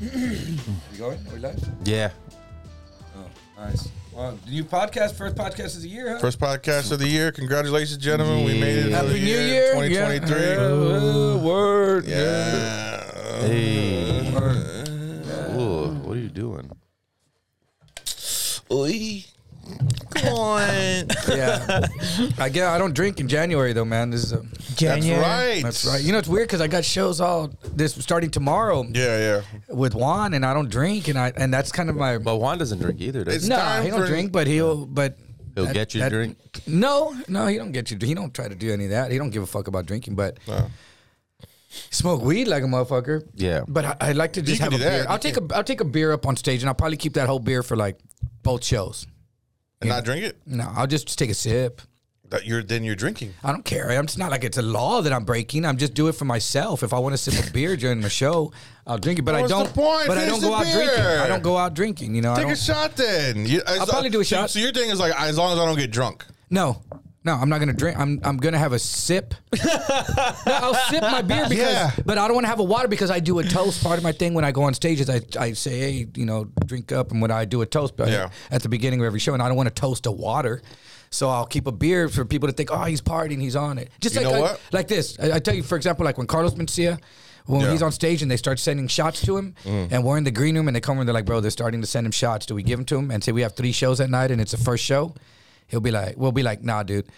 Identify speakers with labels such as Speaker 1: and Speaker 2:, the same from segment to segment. Speaker 1: We going? Are we live?
Speaker 2: Yeah.
Speaker 1: Oh, nice. Wow, new podcast, first podcast of the year, huh?
Speaker 3: First podcast of the year. Congratulations, gentlemen. We made it.
Speaker 2: Happy
Speaker 3: another
Speaker 2: New
Speaker 3: year.
Speaker 2: Year.
Speaker 3: 2023.
Speaker 2: word.
Speaker 3: Yeah.
Speaker 2: Hey. Ooh, what are you doing?
Speaker 3: Oy. Come on.
Speaker 4: yeah. I get. I don't drink in January though, man. This is a,
Speaker 3: That's
Speaker 5: January.
Speaker 3: right.
Speaker 4: that's right. You know it's weird because I got shows all this starting tomorrow
Speaker 3: Yeah, yeah.
Speaker 4: with Juan, and I don't drink, and I and that's kind of my.
Speaker 2: But Juan doesn't drink either, does
Speaker 3: It's
Speaker 2: he?
Speaker 4: no,
Speaker 3: time
Speaker 4: he don't
Speaker 3: for-
Speaker 4: drink, but he'll but.
Speaker 2: He'll get you to drink.
Speaker 4: No, no, he don't get you. He don't try to do any of that. He don't give a fuck about drinking, but
Speaker 3: No.
Speaker 4: smoke weed like a motherfucker.
Speaker 2: Yeah.
Speaker 4: But I, I'd like to just
Speaker 3: can
Speaker 4: have
Speaker 3: do
Speaker 4: a
Speaker 3: that.
Speaker 4: beer. I'll
Speaker 3: You
Speaker 4: take a I'll take a beer up on stage, and I'll probably keep that whole beer for like both shows.
Speaker 3: And not drink it.
Speaker 4: No, I'll just take a sip.
Speaker 3: That you're then you're drinking.
Speaker 4: I don't care. I'm just not like it's a law that I'm breaking. I'm just do it for myself. If I want to sip a beer during the show, I'll drink it. But
Speaker 3: What's
Speaker 4: I
Speaker 3: the
Speaker 4: don't.
Speaker 3: point?
Speaker 4: But I
Speaker 3: Finish
Speaker 4: don't go
Speaker 3: the
Speaker 4: out drinking.
Speaker 3: beer.
Speaker 4: I don't go out drinking. You know. I
Speaker 3: Take a
Speaker 4: don't,
Speaker 3: shot then. You, I'll
Speaker 4: probably do a shot.
Speaker 3: So your thing is like as long as I don't get drunk.
Speaker 4: no, no, I'm not gonna drink. I'm I'm gonna have a sip. no, I'll sip my beer because.
Speaker 3: Yeah.
Speaker 4: But I don't want to have a water because I do a toast. Part of my thing when I go on stage is I I say hey you know drink up and when I do a toast but
Speaker 3: Yeah.
Speaker 4: at the beginning of every show and I don't want to toast a water. So I'll keep a beer for people to think, oh, he's partying, he's on it. Just
Speaker 3: You
Speaker 4: like
Speaker 3: know
Speaker 4: I-
Speaker 3: what?
Speaker 4: like this. I, I tell you, for example, like when Carlos Mencia, when
Speaker 3: Yeah.
Speaker 4: he's on stage and they start sending shots to him, and we're in the green room and they come in, they're like, bro, they're starting to send him shots. Do we give them to him and say we have three shows that night and it's the first show? He'll be like, we'll be like, nah, dude,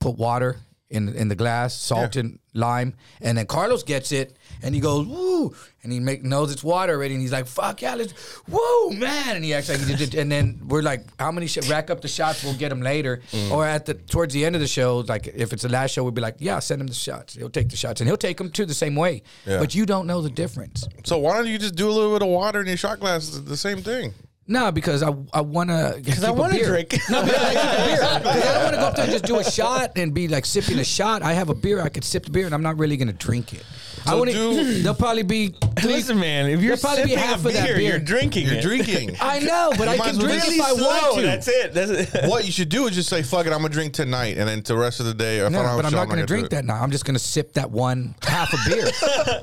Speaker 4: put water in in the glass, salt and lime, and then Carlos gets it. And he goes, woo, and he make, knows it's water already, and he's like, "Fuck yeah, let's, woo, man!" And he acts like he did, it. and then we're like, "How many sh- rack up the shots? We'll get them later."
Speaker 5: Mm.
Speaker 4: Or at the towards the end of the show, like if it's the last show, we'd be like, "Yeah, send him the shots. He'll take the shots, and he'll take them too the same way."
Speaker 3: Yeah.
Speaker 4: But you don't know the difference,
Speaker 3: So why don't you just do a little bit of water in your shot glass? It's the same thing.
Speaker 4: no, because I I wanna because
Speaker 5: I wanna drink.
Speaker 4: No, because I like a beer. 'Cause I don't want to go up there and just do a shot and be like sipping a shot. I have a beer. I could sip the beer, and I'm not really gonna drink it. I want
Speaker 3: do-
Speaker 4: to. They'll probably be.
Speaker 5: Listen, man, if you're
Speaker 4: There'll probably be
Speaker 5: sipping
Speaker 4: half
Speaker 5: a
Speaker 4: of
Speaker 5: beer,
Speaker 4: that beer.
Speaker 5: you're drinking
Speaker 3: You're
Speaker 5: it.
Speaker 3: drinking.
Speaker 4: I know, but I
Speaker 3: might
Speaker 4: can
Speaker 3: as well
Speaker 4: drink
Speaker 3: just
Speaker 4: if I
Speaker 3: slow.
Speaker 4: want to.
Speaker 5: That's it. That's it.
Speaker 3: what you should do is just say fuck it. I'm gonna drink tonight, and then the rest of the day. If
Speaker 4: No,
Speaker 3: I don't have
Speaker 4: but
Speaker 3: a
Speaker 4: I'm
Speaker 3: shot,
Speaker 4: not going to
Speaker 3: do
Speaker 4: drink
Speaker 3: it.
Speaker 4: that now. I'm just going to sip that one half a beer.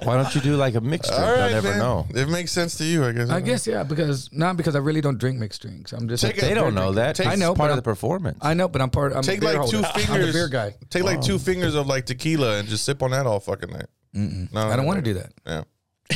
Speaker 2: Why don't you do like a mixture?
Speaker 3: All right,
Speaker 2: You'll never
Speaker 3: man.
Speaker 2: know.
Speaker 3: It makes sense to you, I guess.
Speaker 4: I guess yeah, because not because I really don't drink mixed drinks. I'm just
Speaker 3: Take
Speaker 4: like,
Speaker 3: a-
Speaker 2: They don't know that.
Speaker 3: Take-
Speaker 2: I
Speaker 4: I
Speaker 2: know.
Speaker 4: know,
Speaker 2: It's part
Speaker 4: but
Speaker 2: of the
Speaker 4: I'm-
Speaker 2: performance.
Speaker 4: I know, but I'm part. I'm a
Speaker 3: Take
Speaker 4: beer
Speaker 3: like
Speaker 4: holder.
Speaker 3: two
Speaker 4: I'm
Speaker 3: fingers.
Speaker 4: the beer guy. Um,
Speaker 3: Take like two fingers of like tequila and just sip on that all fucking night. No,
Speaker 4: I don't want to do that.
Speaker 3: Yeah.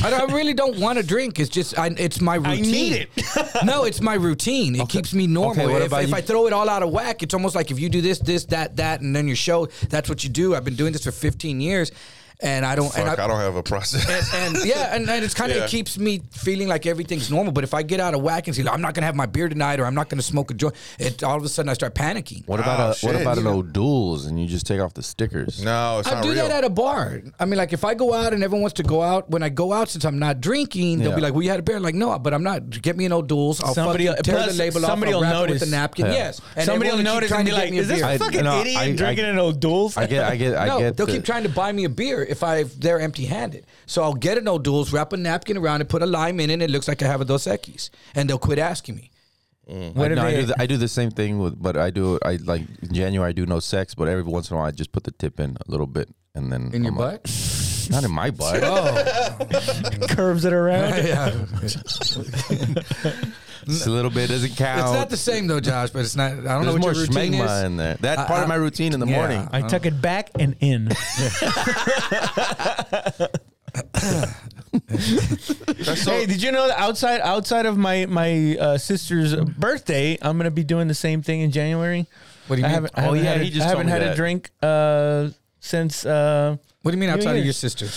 Speaker 4: I, don't- I really don't want to drink. It's just I, it's my routine.
Speaker 5: need
Speaker 4: it. no, it's my routine. It keeps me normal.
Speaker 2: Okay, what
Speaker 4: if
Speaker 2: about
Speaker 4: if
Speaker 2: you-
Speaker 4: I throw it all out of whack, it's almost like if you do this, this, that, that, and then your show. That's what you do. I've been doing this for 15 years, and I don't.
Speaker 3: Fuck,
Speaker 4: and
Speaker 3: I, don't have a
Speaker 4: and,
Speaker 3: process.
Speaker 4: and yeah, and, and it's kind of
Speaker 3: Yeah.
Speaker 4: it keeps me feeling like everything's normal. But if I get out of whack and say I'm not gonna have my beer tonight or I'm not gonna smoke a joint, it all of a sudden I start panicking.
Speaker 2: What
Speaker 3: Ah,
Speaker 2: about a, what
Speaker 3: shit.
Speaker 2: about an O'Doul's and you just take off the stickers?
Speaker 3: no, it's
Speaker 4: I
Speaker 3: not
Speaker 4: do
Speaker 3: real.
Speaker 4: that at a bar. I mean, like if I go out and everyone wants to go out, when I go out since I'm not drinking, they'll be
Speaker 2: Yeah.
Speaker 4: like, "Well, you had a beer." I'm like, no, but I'm not. Get me an old duels. I'll
Speaker 5: Somebody-
Speaker 4: fucking tear
Speaker 5: plus
Speaker 4: the label off.
Speaker 5: somebody
Speaker 4: I'll
Speaker 5: will
Speaker 4: wrap it with
Speaker 5: notice.
Speaker 4: a napkin.
Speaker 2: Yeah.
Speaker 4: Yes,
Speaker 5: Somebody
Speaker 4: everyone
Speaker 5: will
Speaker 4: keep
Speaker 5: notice
Speaker 4: trying
Speaker 5: and be
Speaker 4: to get
Speaker 5: like,
Speaker 4: me a
Speaker 5: "Is this
Speaker 4: beer."
Speaker 2: I-
Speaker 5: fucking
Speaker 2: no,
Speaker 5: idiot
Speaker 2: I- I-
Speaker 5: drinking an O'Doul's?"
Speaker 2: I get, I get, I
Speaker 4: no,
Speaker 2: get.
Speaker 4: they'll
Speaker 2: the-
Speaker 4: keep trying to buy me a beer if I if they're empty-handed. So I'll get an old duels, wrap a napkin around it, put a lime in it, and it looks like I have a Dos Equis, and they'll quit asking me.
Speaker 2: I,
Speaker 5: do
Speaker 2: no, I
Speaker 5: they-
Speaker 2: do the, I do the same thing with, but I do I like in January I do no sex, but every once in a while I just put the tip in a little bit and then
Speaker 4: In your
Speaker 2: I'm like-
Speaker 4: butt?
Speaker 2: not in my butt.
Speaker 4: Oh,
Speaker 5: curves it around.
Speaker 4: yeah. It's
Speaker 2: Just a little bit doesn't count.
Speaker 4: not the same though, Josh. But it's not. I don't know
Speaker 2: There's
Speaker 4: what
Speaker 2: more
Speaker 4: your routine
Speaker 2: schmegma
Speaker 4: is.
Speaker 2: in there. That's
Speaker 4: I-
Speaker 2: part of
Speaker 4: I-
Speaker 2: my routine in the
Speaker 4: yeah.
Speaker 2: morning.
Speaker 5: I tuck it back and in.
Speaker 3: That's so-
Speaker 5: hey, did you know that outside outside of my my uh, sister's birthday, I'm gonna be doing the same thing in January.
Speaker 4: What do you
Speaker 5: I
Speaker 4: mean?
Speaker 5: haven't. I
Speaker 2: Oh,
Speaker 5: haven't
Speaker 2: yeah,
Speaker 5: had,
Speaker 2: he
Speaker 5: a-
Speaker 2: just
Speaker 5: I
Speaker 2: told
Speaker 5: haven't
Speaker 2: me
Speaker 5: had
Speaker 2: that.
Speaker 5: a drink uh, since. Uh,
Speaker 4: What do you mean
Speaker 5: New
Speaker 4: outside of your
Speaker 5: Year's.
Speaker 4: sister?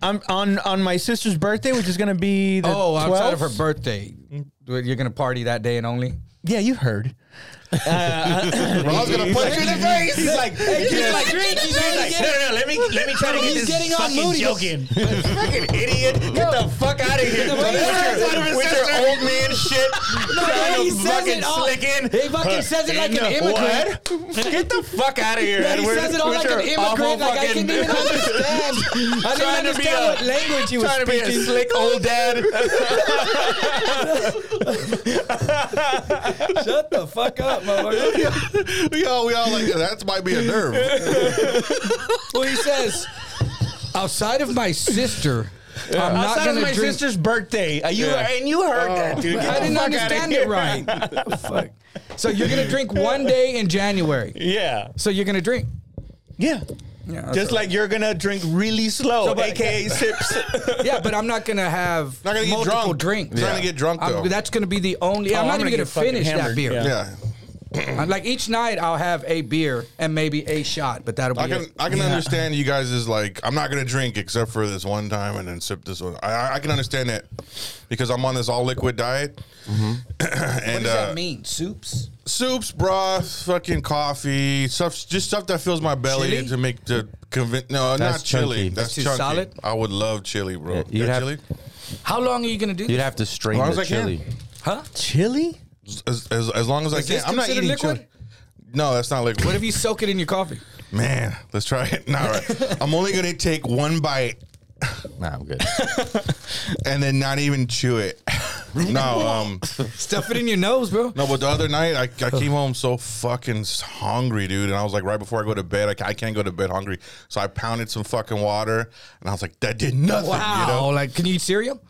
Speaker 5: I'm on on my sister's birthday, which is gonna be the
Speaker 4: Oh,
Speaker 5: 12th.
Speaker 4: outside of her birthday, you're gonna party that day and only.
Speaker 5: Yeah, you heard.
Speaker 3: Rob's gonna punch you in the face. He's like,
Speaker 4: He's like, he's like,
Speaker 5: no, no, no, let me let me try to
Speaker 4: He's getting all moody.
Speaker 5: in. fucking idiot! Get the fuck out of here!
Speaker 4: way he says it,
Speaker 5: with your old man shit,
Speaker 4: way
Speaker 5: trying
Speaker 4: he
Speaker 5: to
Speaker 4: says
Speaker 5: fucking
Speaker 4: it all-
Speaker 5: slick in.
Speaker 4: he fucking says it like an immigrant.
Speaker 5: What? Get the fuck out of here,
Speaker 4: Yeah, he
Speaker 5: Edward!
Speaker 4: says it all
Speaker 5: with
Speaker 4: like
Speaker 5: your
Speaker 4: an
Speaker 5: awful
Speaker 4: immigrant. Like I
Speaker 5: fucking-
Speaker 4: didn't even understand. I didn't
Speaker 5: Trying to be
Speaker 4: understand
Speaker 5: a-
Speaker 4: what language he was
Speaker 5: Trying to be
Speaker 4: speaking.
Speaker 5: a slick
Speaker 4: Oh,
Speaker 5: old dad.
Speaker 4: Shut the fuck up, motherfucker.
Speaker 3: we all, we all like, that might be a nerve.
Speaker 4: well, he says, outside of my sister, I'm not
Speaker 5: Outside of
Speaker 4: gonna
Speaker 5: my
Speaker 4: drink-
Speaker 5: sister's birthday. Uh, you
Speaker 3: Yeah.
Speaker 5: and you heard that, dude. Get
Speaker 4: I
Speaker 5: the
Speaker 4: didn't
Speaker 5: fuck outta
Speaker 4: understand
Speaker 5: here.
Speaker 4: it right. Fuck. So you're gonna drink one day in January.
Speaker 5: Yeah,
Speaker 4: So you're gonna drink.
Speaker 5: yeah.
Speaker 4: Yeah,
Speaker 5: Just like you're gonna drink really slow, aka sips.
Speaker 4: yeah, but I'm not gonna have
Speaker 3: Not gonna get
Speaker 4: multiple
Speaker 3: drunk.
Speaker 4: drinks.
Speaker 3: Not gonna get drunk,
Speaker 4: I'm-
Speaker 3: though.
Speaker 4: that's gonna be the only.
Speaker 5: Oh,
Speaker 4: I'm not
Speaker 5: I'm
Speaker 4: even gonna
Speaker 5: gonna get fucking
Speaker 4: finish that
Speaker 5: hammered.
Speaker 4: beer.
Speaker 5: Yeah.
Speaker 3: Yeah.
Speaker 4: I'm like each night, I'll have a beer and maybe a shot, but that'll be
Speaker 3: I can
Speaker 4: it.
Speaker 3: I can understand you guys is like I'm not gonna drink except for this one time and then sip this one. I- I I can understand that because I'm on this all liquid diet.
Speaker 4: Mm-hmm. What
Speaker 3: and
Speaker 4: does
Speaker 3: uh,
Speaker 4: that mean? Soups?
Speaker 3: soups, broth, fucking coffee, stuff, just stuff that fills my belly
Speaker 4: Chili?
Speaker 3: to make the convince. No,
Speaker 2: That's
Speaker 3: not chili.
Speaker 2: chunky.
Speaker 3: That's,
Speaker 4: That's too
Speaker 3: chunky.
Speaker 4: solid?
Speaker 3: I would love chili, bro.
Speaker 2: you'd
Speaker 3: Yeah,
Speaker 2: have-
Speaker 3: chili?
Speaker 4: How long are you gonna do?
Speaker 2: You'd
Speaker 4: This?
Speaker 2: have to strain
Speaker 3: As long
Speaker 2: the
Speaker 3: as I can.
Speaker 2: chili.
Speaker 4: Huh?
Speaker 5: Chili?
Speaker 3: As, as, as long as I can.
Speaker 4: this
Speaker 3: I'm not
Speaker 4: considered
Speaker 3: eating
Speaker 4: liquid?
Speaker 3: chili. No, that's not liquid.
Speaker 4: What if you soak it in your coffee?
Speaker 3: Man, let's try it. Not right. I'm only gonna take one bite
Speaker 2: Nah, I'm good.
Speaker 3: and then not even chew it. no, um,
Speaker 4: Stuff it in your nose, bro.
Speaker 3: no. But the other night, I, I came home so fucking hungry, dude. And I was like, right before I go to bed, I, ca- I can't go to bed hungry. So I pounded some fucking water, and I was like, that did nothing.
Speaker 4: Wow.
Speaker 3: You know?
Speaker 4: Like, can you eat cereal?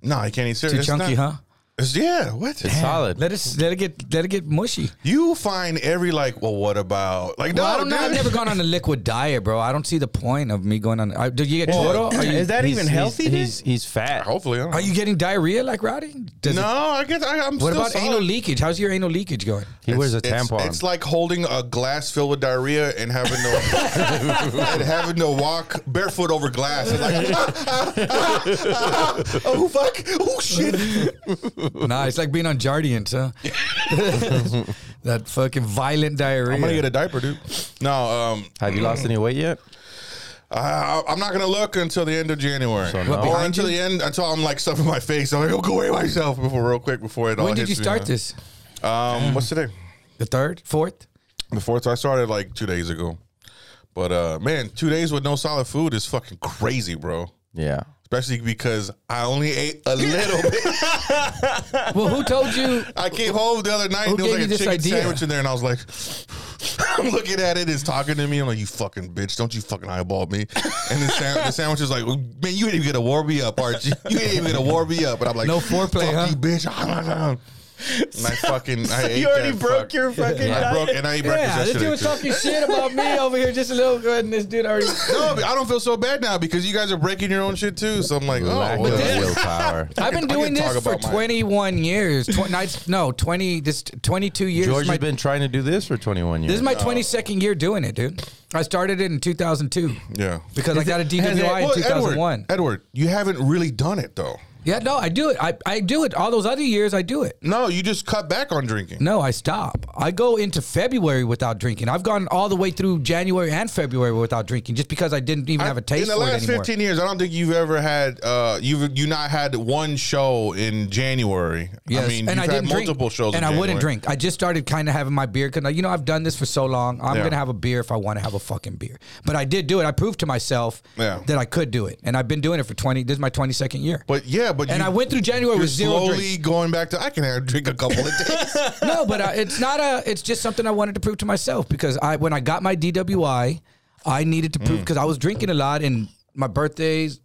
Speaker 3: No, I can't eat cereal.
Speaker 4: Too
Speaker 3: It's
Speaker 4: chunky,
Speaker 3: not-
Speaker 4: huh?
Speaker 3: It's, yeah. What?
Speaker 2: Solid.
Speaker 4: Let us let it get let it get mushy.
Speaker 3: You find every like. Well, what about like?
Speaker 4: Well,
Speaker 3: no,
Speaker 4: I don't know. I've
Speaker 3: dude.
Speaker 4: never gone on a liquid diet, bro. I don't see the point of me going on. Are, do you get choro? Are you,
Speaker 5: Is that
Speaker 2: He's-
Speaker 5: even
Speaker 2: he's-
Speaker 5: healthy? dude?
Speaker 2: He's he's fat.
Speaker 3: Hopefully, I don't.
Speaker 4: are you getting diarrhea like Roddy? Does
Speaker 3: no,
Speaker 4: it-
Speaker 3: I get. I, I'm.
Speaker 4: what
Speaker 3: still
Speaker 4: about
Speaker 3: solid.
Speaker 4: anal leakage? How's your anal leakage going?
Speaker 2: He wears a
Speaker 3: It's-
Speaker 2: tampon.
Speaker 3: It's, like holding a glass filled with diarrhea and having to and having to walk barefoot over glass. It's like, oh fuck, oh shit.
Speaker 4: nah, it's like being on Jardians, huh? that fucking violent diarrhea.
Speaker 3: I'm gonna get a diaper, dude. No, um,
Speaker 2: Have you lost any weight yet?
Speaker 3: I, I'm not gonna look until the end of January,
Speaker 2: no. What,
Speaker 3: or
Speaker 4: behind
Speaker 3: until
Speaker 4: you?
Speaker 3: the end until I'm like stuffing my face. I'm like, oh, go away myself before real quick before it all.
Speaker 4: when did you
Speaker 3: hits me,
Speaker 4: start
Speaker 3: man.
Speaker 4: this?
Speaker 3: Um, what's today?
Speaker 4: The third, fourth?
Speaker 3: The fourth. I started like two days ago, but uh, man, two days with no solid food is fucking crazy, bro.
Speaker 2: Yeah.
Speaker 3: Especially because I only ate a little bit.
Speaker 4: Well, who told you?
Speaker 3: I came home the other night
Speaker 4: Who
Speaker 3: and there
Speaker 4: gave
Speaker 3: was like a
Speaker 4: you this
Speaker 3: chicken
Speaker 4: idea?
Speaker 3: sandwich in there, and I was like, I'm looking at it, it's talking to me. I'm like, you fucking bitch, don't you fucking eyeball me. And the, sa- the sandwich is like, man, you ain't even gonna warm me up, Archie. You ain't even gonna warm me up. And I'm like,
Speaker 4: No foreplay,
Speaker 3: fuck
Speaker 4: huh?
Speaker 3: you, bitch. and I fucking, I ate
Speaker 5: you already
Speaker 3: that
Speaker 5: broke
Speaker 3: fuck-
Speaker 5: your fucking.
Speaker 3: I
Speaker 5: diet.
Speaker 3: broke and I ate breakfast yesterday. too.
Speaker 4: shit about me over here just a little good, and this dude already.
Speaker 3: No, but I don't feel so bad now because you guys are breaking your own shit too. So I'm like, oh,
Speaker 2: Lack
Speaker 3: well,
Speaker 2: of
Speaker 3: yeah.
Speaker 2: willpower.
Speaker 4: I've been
Speaker 3: I can
Speaker 4: doing
Speaker 3: talk
Speaker 4: this for
Speaker 3: about mine.
Speaker 4: 21 years. Tw- nights- no, 20, this 22 years.
Speaker 2: George
Speaker 4: my,
Speaker 2: has been trying to do this for 21 years.
Speaker 4: this is my 22nd year doing it, dude. I started it in 2002
Speaker 3: yeah.
Speaker 4: because I got a DWI in
Speaker 3: Well,
Speaker 4: 2001.
Speaker 3: Edward, Edward, you haven't really done it though.
Speaker 4: Yeah, no, I do it. I, I do it. All those other years, I do it.
Speaker 3: No, you just cut back on drinking.
Speaker 4: No, I stop. I go into February without drinking. I've gone all the way through January and February without drinking just because I didn't even have a taste
Speaker 3: in the
Speaker 4: for
Speaker 3: last
Speaker 4: it anymore.
Speaker 3: 15 years i don't think you've ever had uh you've you not had one show in january
Speaker 4: Yes,
Speaker 3: i mean
Speaker 4: and
Speaker 3: you've
Speaker 4: I
Speaker 3: had
Speaker 4: didn't drink,
Speaker 3: multiple shows
Speaker 4: and
Speaker 3: in
Speaker 4: I wouldn't
Speaker 3: January.
Speaker 4: drink. I just started kind of having my beer because you know I've done this for so long. I'm
Speaker 3: Yeah.
Speaker 4: gonna have a beer if I want to have a fucking beer. But I did do it. I proved to myself
Speaker 3: Yeah.
Speaker 4: that I could do it, and I've been doing it for 20. This is my 22nd year.
Speaker 3: but yeah but
Speaker 4: and
Speaker 3: you,
Speaker 4: I went through January
Speaker 3: you're
Speaker 4: with zero
Speaker 3: slowly
Speaker 4: drinks.
Speaker 3: going back to i can have, drink a couple of days
Speaker 4: no, but I, it's not a. It's just something I wanted to prove to myself because I, when I got my DWI, I needed to prove because I was drinking a lot and my birthdays,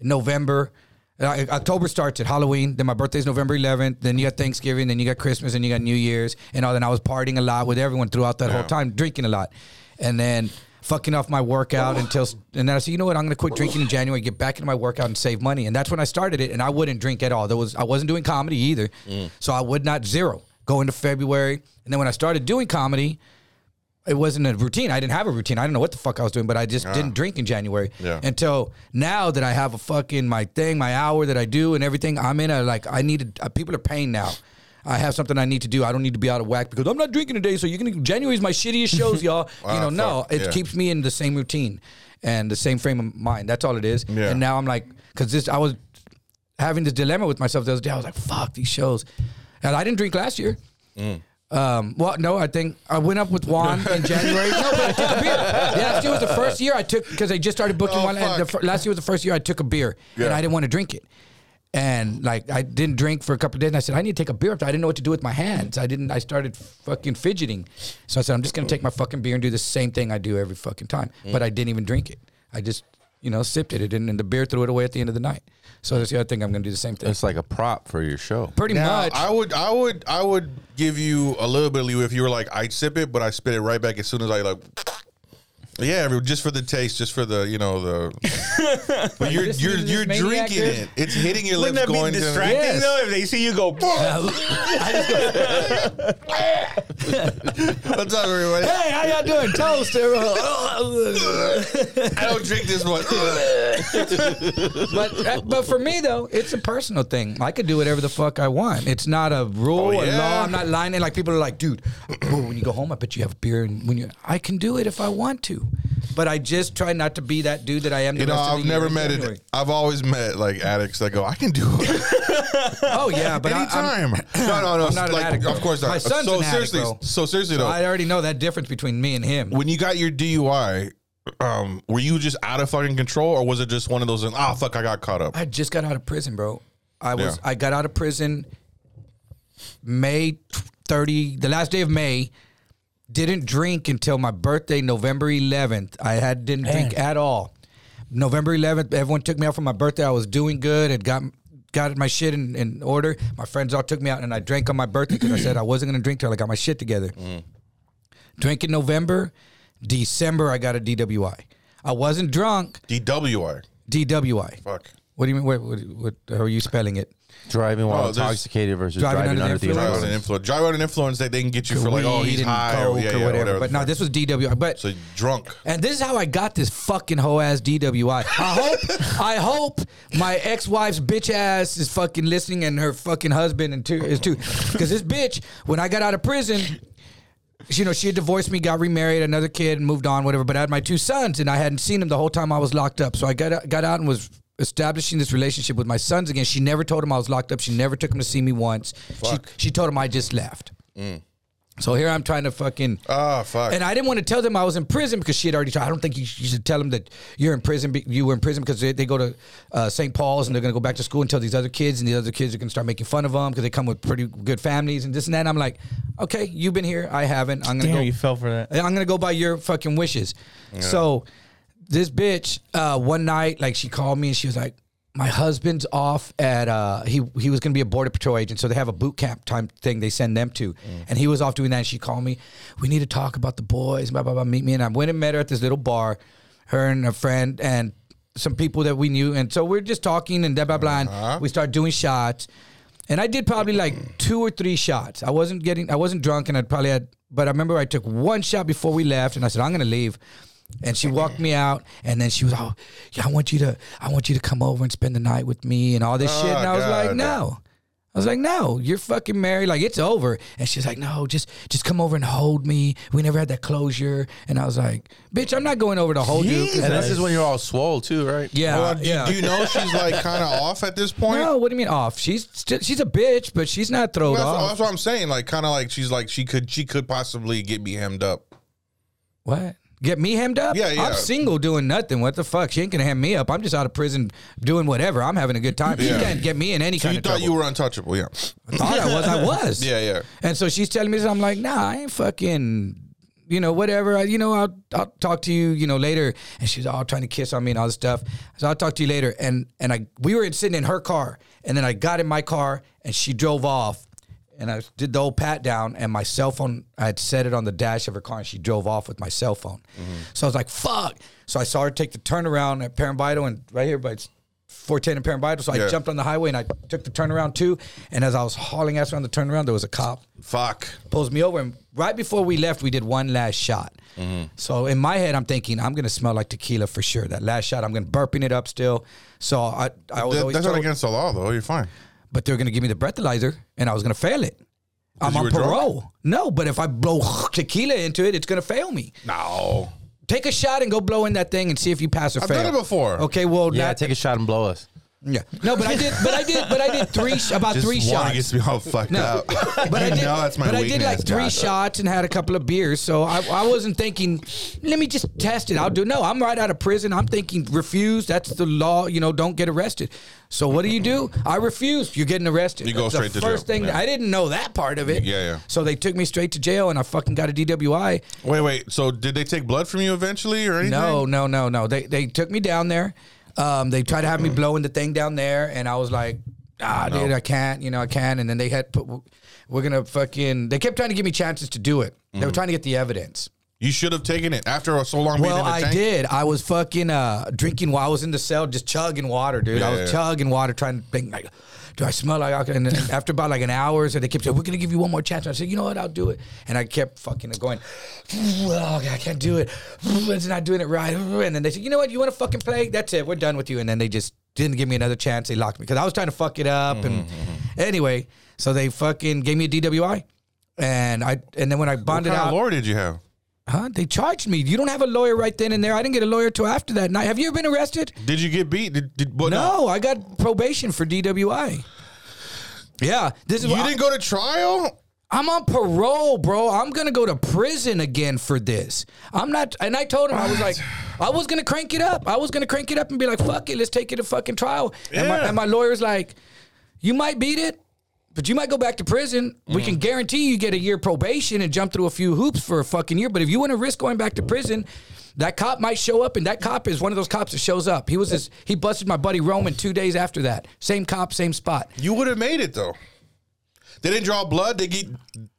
Speaker 4: in November, and I, October starts at Halloween. Then my birthday's November 11th. Then you got Thanksgiving. Then you got Christmas. And you got New Year's and all. Then I was partying a lot with everyone throughout that whole time, drinking a lot, and then. Fucking off my workout until, and then I said, you know what? I'm gonna quit drinking in January, get back into my workout and save money, and that's when I started it. And I wouldn't drink at all. There was I wasn't doing comedy either, so I would not zero go into February. And then when I started doing comedy, it wasn't a routine. I didn't have a routine. I don't know what the fuck I was doing, but I just didn't drink in January
Speaker 3: Yeah.
Speaker 4: until now that I have a fucking my thing, my hour that I do and everything. I'm in a like I need to, uh, people are paying now. I have something I need to do. I don't need to be out of whack because I'm not drinking today. So you're gonna January's my shittiest shows, y'all. you know, no,
Speaker 3: fuck,
Speaker 4: it
Speaker 3: yeah.
Speaker 4: keeps me in the same routine and the same frame of mind. That's all it is.
Speaker 3: Yeah.
Speaker 4: And now I'm like, because this I was having this dilemma with myself the other day. I was like, fuck these shows, and I didn't drink last year.
Speaker 3: Mm.
Speaker 4: Um, well, no, I think I went up with Juan in January. No, but I took a beer. Last year was the first year I took because I just started booking
Speaker 3: Oh,
Speaker 4: one. And the,
Speaker 3: fuck.
Speaker 4: fir- last year was the first year I took a beer and
Speaker 3: Yeah.
Speaker 4: I didn't want to drink it. And like I didn't drink for a couple of days, and I said I need to take a beer. I didn't know what to do with my hands. I didn't. I started fucking fidgeting.
Speaker 3: Mm.
Speaker 4: So I said I'm just gonna take my fucking beer and do the same thing I do every fucking time. But I didn't even drink it. I just you know, sipped it. It didn't, and the beer threw it away at the end of the night. So that's the other thing. I'm going to do the same thing.
Speaker 2: It's like a prop for your show.
Speaker 4: Pretty
Speaker 3: Now,
Speaker 4: much.
Speaker 3: I would, I would, I would give you a little bit of leeway if you were like, I sip it, but I spit it right back as soon as I like. Yeah, every- just for the taste, just for the you know the. but you're
Speaker 4: Listen to
Speaker 3: you're
Speaker 4: this
Speaker 3: you're
Speaker 4: maniac,
Speaker 3: drinking
Speaker 4: dude.
Speaker 3: it. It's hitting your
Speaker 5: Wouldn't
Speaker 3: lips,
Speaker 5: that be
Speaker 3: going
Speaker 5: distracting
Speaker 3: to.
Speaker 4: Yes.
Speaker 5: though if they see you go? "Boom."
Speaker 3: What's up, everybody?
Speaker 4: hey, how y'all doing? Toast. everyone.
Speaker 3: I don't drink this one.
Speaker 4: but uh, but for me though, it's a personal thing. I could do whatever the fuck I want. It's not a rule,
Speaker 3: Oh,
Speaker 4: a
Speaker 3: yeah.
Speaker 4: law. I'm not lying. And like people are like, dude, well, when you go home, I bet you have a beer. And when you, I can do it if I want to. But I just try not to be that dude that I am. The
Speaker 3: you know,
Speaker 4: rest of
Speaker 3: I've
Speaker 4: the year
Speaker 3: never
Speaker 4: in
Speaker 3: met
Speaker 4: January.
Speaker 3: it. I've always met like addicts that go, I can do it.
Speaker 4: Oh yeah, but I, I'm-
Speaker 3: anytime. no, no, no.
Speaker 4: I'm not an
Speaker 3: like,
Speaker 4: addict,
Speaker 3: of
Speaker 4: though.
Speaker 3: course not.
Speaker 4: My son's
Speaker 3: so
Speaker 4: an addict,
Speaker 3: seriously,
Speaker 4: though.
Speaker 3: so seriously though,
Speaker 4: I already know that difference between me and him.
Speaker 3: when you got your DUI, um, were you just out of fucking control, or was it just one of those? Ah, fuck, I got caught up.
Speaker 4: I just got out of prison, bro. I was
Speaker 3: Yeah.
Speaker 4: I got out of prison May 30, the last day of May. Didn't drink until my birthday, November 11th. I had didn't drink at all. November 11th, everyone took me out for my birthday. I was doing good. Had got got my shit in, in order. My friends all took me out, and I drank on my birthday because I said I wasn't gonna drink till I got my shit together. Drank in November, December I got a DWI. I wasn't drunk.
Speaker 3: DWI.
Speaker 4: DWI.
Speaker 3: Fuck.
Speaker 4: What do you mean? What, what, what how are you spelling it?
Speaker 2: Driving while
Speaker 3: Oh, there's-
Speaker 2: intoxicated versus
Speaker 4: Driving
Speaker 2: driving,
Speaker 4: under the
Speaker 2: under the
Speaker 4: influence.
Speaker 3: Drive out an
Speaker 2: influence.
Speaker 3: influence. Drive out an influence that they can get you for like, oh,
Speaker 4: Weed
Speaker 3: he's
Speaker 4: and
Speaker 3: high, or,
Speaker 4: coke
Speaker 3: yeah, yeah, whatever.
Speaker 4: But no, this was DWI. But
Speaker 3: so drunk.
Speaker 4: and this is how I got this fucking hoe ass DWI. I hope I hope my ex wife's bitch ass is fucking listening and her fucking husband and too is too because this bitch when I got out of prison. You know, she had divorced me, got remarried, another kid, and moved on, whatever. But I had my two sons, and I hadn't seen them the whole time I was locked up. So I got out- got out and was establishing this relationship with my sons again. She never told him I was locked up. She never took him to see me once. She, she told him I just left. So here I'm trying to fucking
Speaker 3: Ah, fuck.
Speaker 4: and I didn't want to tell them I was in prison because she had already told. I don't think you, you should tell them that you're in prison. be- You were in prison because they, they go to uh, St. Paul's and they're going to go back to school and tell these other kids, and the other kids are going to start making fun of them because they come with pretty good families and this and that. And I'm like, okay, you've been here, I haven't. I'm going
Speaker 5: Damn,
Speaker 4: to
Speaker 5: Oh, you
Speaker 4: go.
Speaker 5: fell for that.
Speaker 4: I'm gonna go by your fucking wishes. So this bitch, uh, one night, like she called me and she was like, My husband's off at uh he he was gonna be a border patrol agent, so they have a boot camp time thing they send them to. And he was off doing that and she called me, We need to talk about the boys, blah blah blah. Meet me and I went and met her at this little bar, her and a friend and some people that we knew, and so we're just talking and blah blah blah. And we start doing shots, and I did probably like two or three shots. I wasn't getting, I wasn't drunk, and I probably had, but I remember I took one shot before we left, and I said, I'm gonna leave. And she walked me out, and then she was, oh, yeah, I want you to, I want you to come over and spend the night with me, and all this shit.
Speaker 3: Oh,
Speaker 4: And I was like,
Speaker 3: God.
Speaker 4: no. I was like, no, you're fucking married. Like it's over. And she's like, no, just just come over and hold me. We never had that closure. And I was like, bitch, I'm not going over to hold you. 'cause
Speaker 2: And
Speaker 4: that's-
Speaker 2: this is when you're all swole too, right?
Speaker 4: yeah,
Speaker 3: Well, do,
Speaker 4: yeah.
Speaker 3: do you know she's like kind of off at this point?
Speaker 4: No, what do you mean off? She's still, she's a bitch, but she's not thrown
Speaker 3: That's,
Speaker 4: off.
Speaker 3: that's what I'm saying. Like, kind of like she's like she could she could possibly get me hemmed up.
Speaker 4: What? Get me hemmed up?
Speaker 3: Yeah, yeah.
Speaker 4: I'm single doing nothing. What the fuck? She ain't gonna hem me up. I'm just out of prison doing whatever. I'm having a good time. She
Speaker 3: Yeah.
Speaker 4: can't get me in any
Speaker 3: So
Speaker 4: kind
Speaker 3: you
Speaker 4: of
Speaker 3: thought
Speaker 4: trouble.
Speaker 3: you were untouchable? Yeah,
Speaker 4: I thought I was. I was.
Speaker 3: yeah, yeah.
Speaker 4: And so she's telling me this. I'm like, nah, I ain't fucking, you know, whatever. I, you know, I'll, I'll talk to you, you know, later. And she's all trying to kiss on me and all this stuff. So I'll talk to you later. And and I we were sitting in her car, and then I got in my car, and she drove off. And I did the old pat down, and my cell phone, I had set it on the dash of her car, and she drove off with my cell phone. So I was like, fuck. So I saw her take the turnaround at Parambital and right here, but it's 410 in Parambital. So I
Speaker 3: Yeah.
Speaker 4: jumped on the highway and I took the turnaround too. And as I was hauling ass around the turnaround, there was a cop
Speaker 3: Fuck.
Speaker 4: pulls me over, and right before we left, we did one last shot.
Speaker 3: Mm-hmm.
Speaker 4: So in my head, I'm thinking I'm gonna smell like tequila for sure. That last shot, I'm gonna burping it up still. So I, I was
Speaker 3: That-
Speaker 4: always
Speaker 3: that's not
Speaker 4: told,
Speaker 3: against the law, though. You're fine.
Speaker 4: but they're gonna give me the breathalyzer, and I was gonna fail it. I'm
Speaker 3: you
Speaker 4: on
Speaker 3: were drunk?
Speaker 4: parole. No, but if I blow tequila into it, it's gonna fail me.
Speaker 3: No.
Speaker 4: Take a shot and go blow in that thing and see if you pass or
Speaker 3: I've
Speaker 4: fail.
Speaker 3: done it before.
Speaker 4: Okay, well,
Speaker 2: Yeah,
Speaker 4: not-
Speaker 2: take a shot and blow us.
Speaker 4: Yeah. No, but I did. But I did. But I did three sh- about
Speaker 3: Just
Speaker 4: three
Speaker 3: water
Speaker 4: shots.
Speaker 3: gets me all fucked up.
Speaker 4: But I
Speaker 3: You
Speaker 4: did,
Speaker 3: know that's my
Speaker 4: but I
Speaker 3: weakness.
Speaker 4: did like three
Speaker 3: God.
Speaker 4: shots and had a couple of beers, so I, I wasn't thinking. Let me just test it. I'll do. No, I'm right out of prison. I'm thinking refuse. That's the law. You know, don't get arrested. So what do you do? I refused. You're getting arrested.
Speaker 3: You go
Speaker 4: That's
Speaker 3: straight
Speaker 4: the
Speaker 3: to jail.
Speaker 4: first thing.
Speaker 3: Yeah.
Speaker 4: I didn't know that part of it.
Speaker 3: Yeah, yeah.
Speaker 4: So they took me straight to jail, and I fucking got a DWI.
Speaker 3: Wait, wait. So did they take blood from you eventually or anything?
Speaker 4: No, no, no, no. They they took me down there. Um, they tried to have me blowing the thing down there, and I was like, ah, dude, I can't. You know, I can't. And then they had put, we're gonna fucking. They kept trying to give me chances to do it. They were trying to get the evidence.
Speaker 3: You should have taken it after so long being
Speaker 4: Well,
Speaker 3: in the
Speaker 4: I
Speaker 3: tank.
Speaker 4: did. I was fucking uh, drinking while I was in the cell, just chugging water, dude. I
Speaker 3: Yeah,
Speaker 4: was
Speaker 3: yeah.
Speaker 4: chugging water, trying to think like, do I smell like alcohol? And then after about like an hour, so they kept saying, "We're gonna give you one more chance." I said, "You know what? I'll do it." And I kept fucking going. Oh, I can't do it. It's not doing it right. And then they said, "You know what? You want to fucking play? That's it. We're done with you." And then they just didn't give me another chance. They locked me because I was trying to fuck it up. And
Speaker 3: Mm-hmm,
Speaker 4: anyway, so they fucking gave me a DWI. And I and then when I
Speaker 3: What
Speaker 4: bonded
Speaker 3: kind of
Speaker 4: out,
Speaker 3: lore did you have?
Speaker 4: Huh? They charged me. You don't have a lawyer right then and there. I didn't get a lawyer till after that night. Have you ever been arrested?
Speaker 3: Did you get beat? Did, did, what,
Speaker 4: No, I got probation for DWI. Yeah, this is.
Speaker 3: You
Speaker 4: I,
Speaker 3: didn't go to trial?
Speaker 4: I'm on parole, bro. I'm gonna go to prison again for this. I'm not. And I told him I was like, I was gonna crank it up. I was gonna crank it up and be like, fuck it, let's take it to fucking trial. And, my,
Speaker 3: Yeah.
Speaker 4: and my lawyer's like, you might beat it. But you might go back to prison. We
Speaker 3: Mm.
Speaker 4: can guarantee you get a year probation and jump through a few hoops for a fucking year. But if you want to risk going back to prison, that cop might show up, and that cop is one of those cops that shows up. He was this, he busted my buddy Roman two days after that. Same cop, same spot.
Speaker 3: You would have made it though. They didn't draw blood. They get.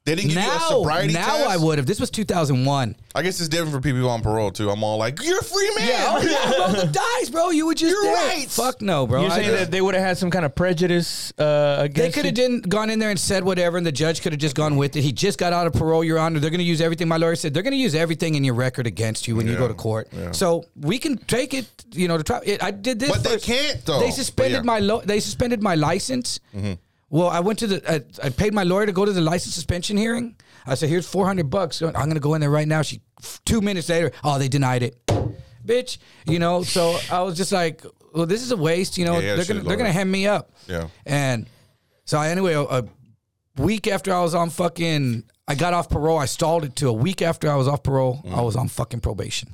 Speaker 3: They didn't give you
Speaker 4: Now,
Speaker 3: a sobriety
Speaker 4: now
Speaker 3: test.
Speaker 4: I would have. This was 2001.
Speaker 3: I guess it's different for people on parole too. I'm all like, "You're a free man."
Speaker 4: Yeah, oh, yeah, roll the dice, bro. You were just
Speaker 3: You're
Speaker 4: there.
Speaker 3: right.
Speaker 4: Fuck no, bro.
Speaker 5: You're
Speaker 4: I-
Speaker 5: saying that they would have had some kind of prejudice uh,
Speaker 4: they
Speaker 5: against.
Speaker 4: could have
Speaker 5: you?
Speaker 4: didn't gone in there and said whatever, and the judge could have just gone with it. He just got out of parole, Your Honor. They're going to use everything. My lawyer said they're going to use everything in your record against you when you go to court. So we can take it, you know, to try. It, I did this,
Speaker 3: But they
Speaker 4: first.
Speaker 3: can't, though.
Speaker 4: They
Speaker 3: But
Speaker 4: suspended
Speaker 3: yeah. Mm-hmm.
Speaker 4: my lo- they suspended my license. Well, I went to the I, I paid my lawyer to go to the license suspension hearing. I said, "Here's four hundred bucks. I'm going to go in there right now." She two minutes later, oh, they denied it, bitch. You know, so I was just like, "Well, this is a waste." You know,
Speaker 3: Yeah, yeah,
Speaker 4: they're
Speaker 3: shit,
Speaker 4: gonna they're
Speaker 3: lawyer.
Speaker 4: gonna hem me up.
Speaker 3: Yeah.
Speaker 4: And so I, anyway, a, a week after I was on fucking, I got off parole. I stalled it to a week after I was off parole. I was on fucking probation.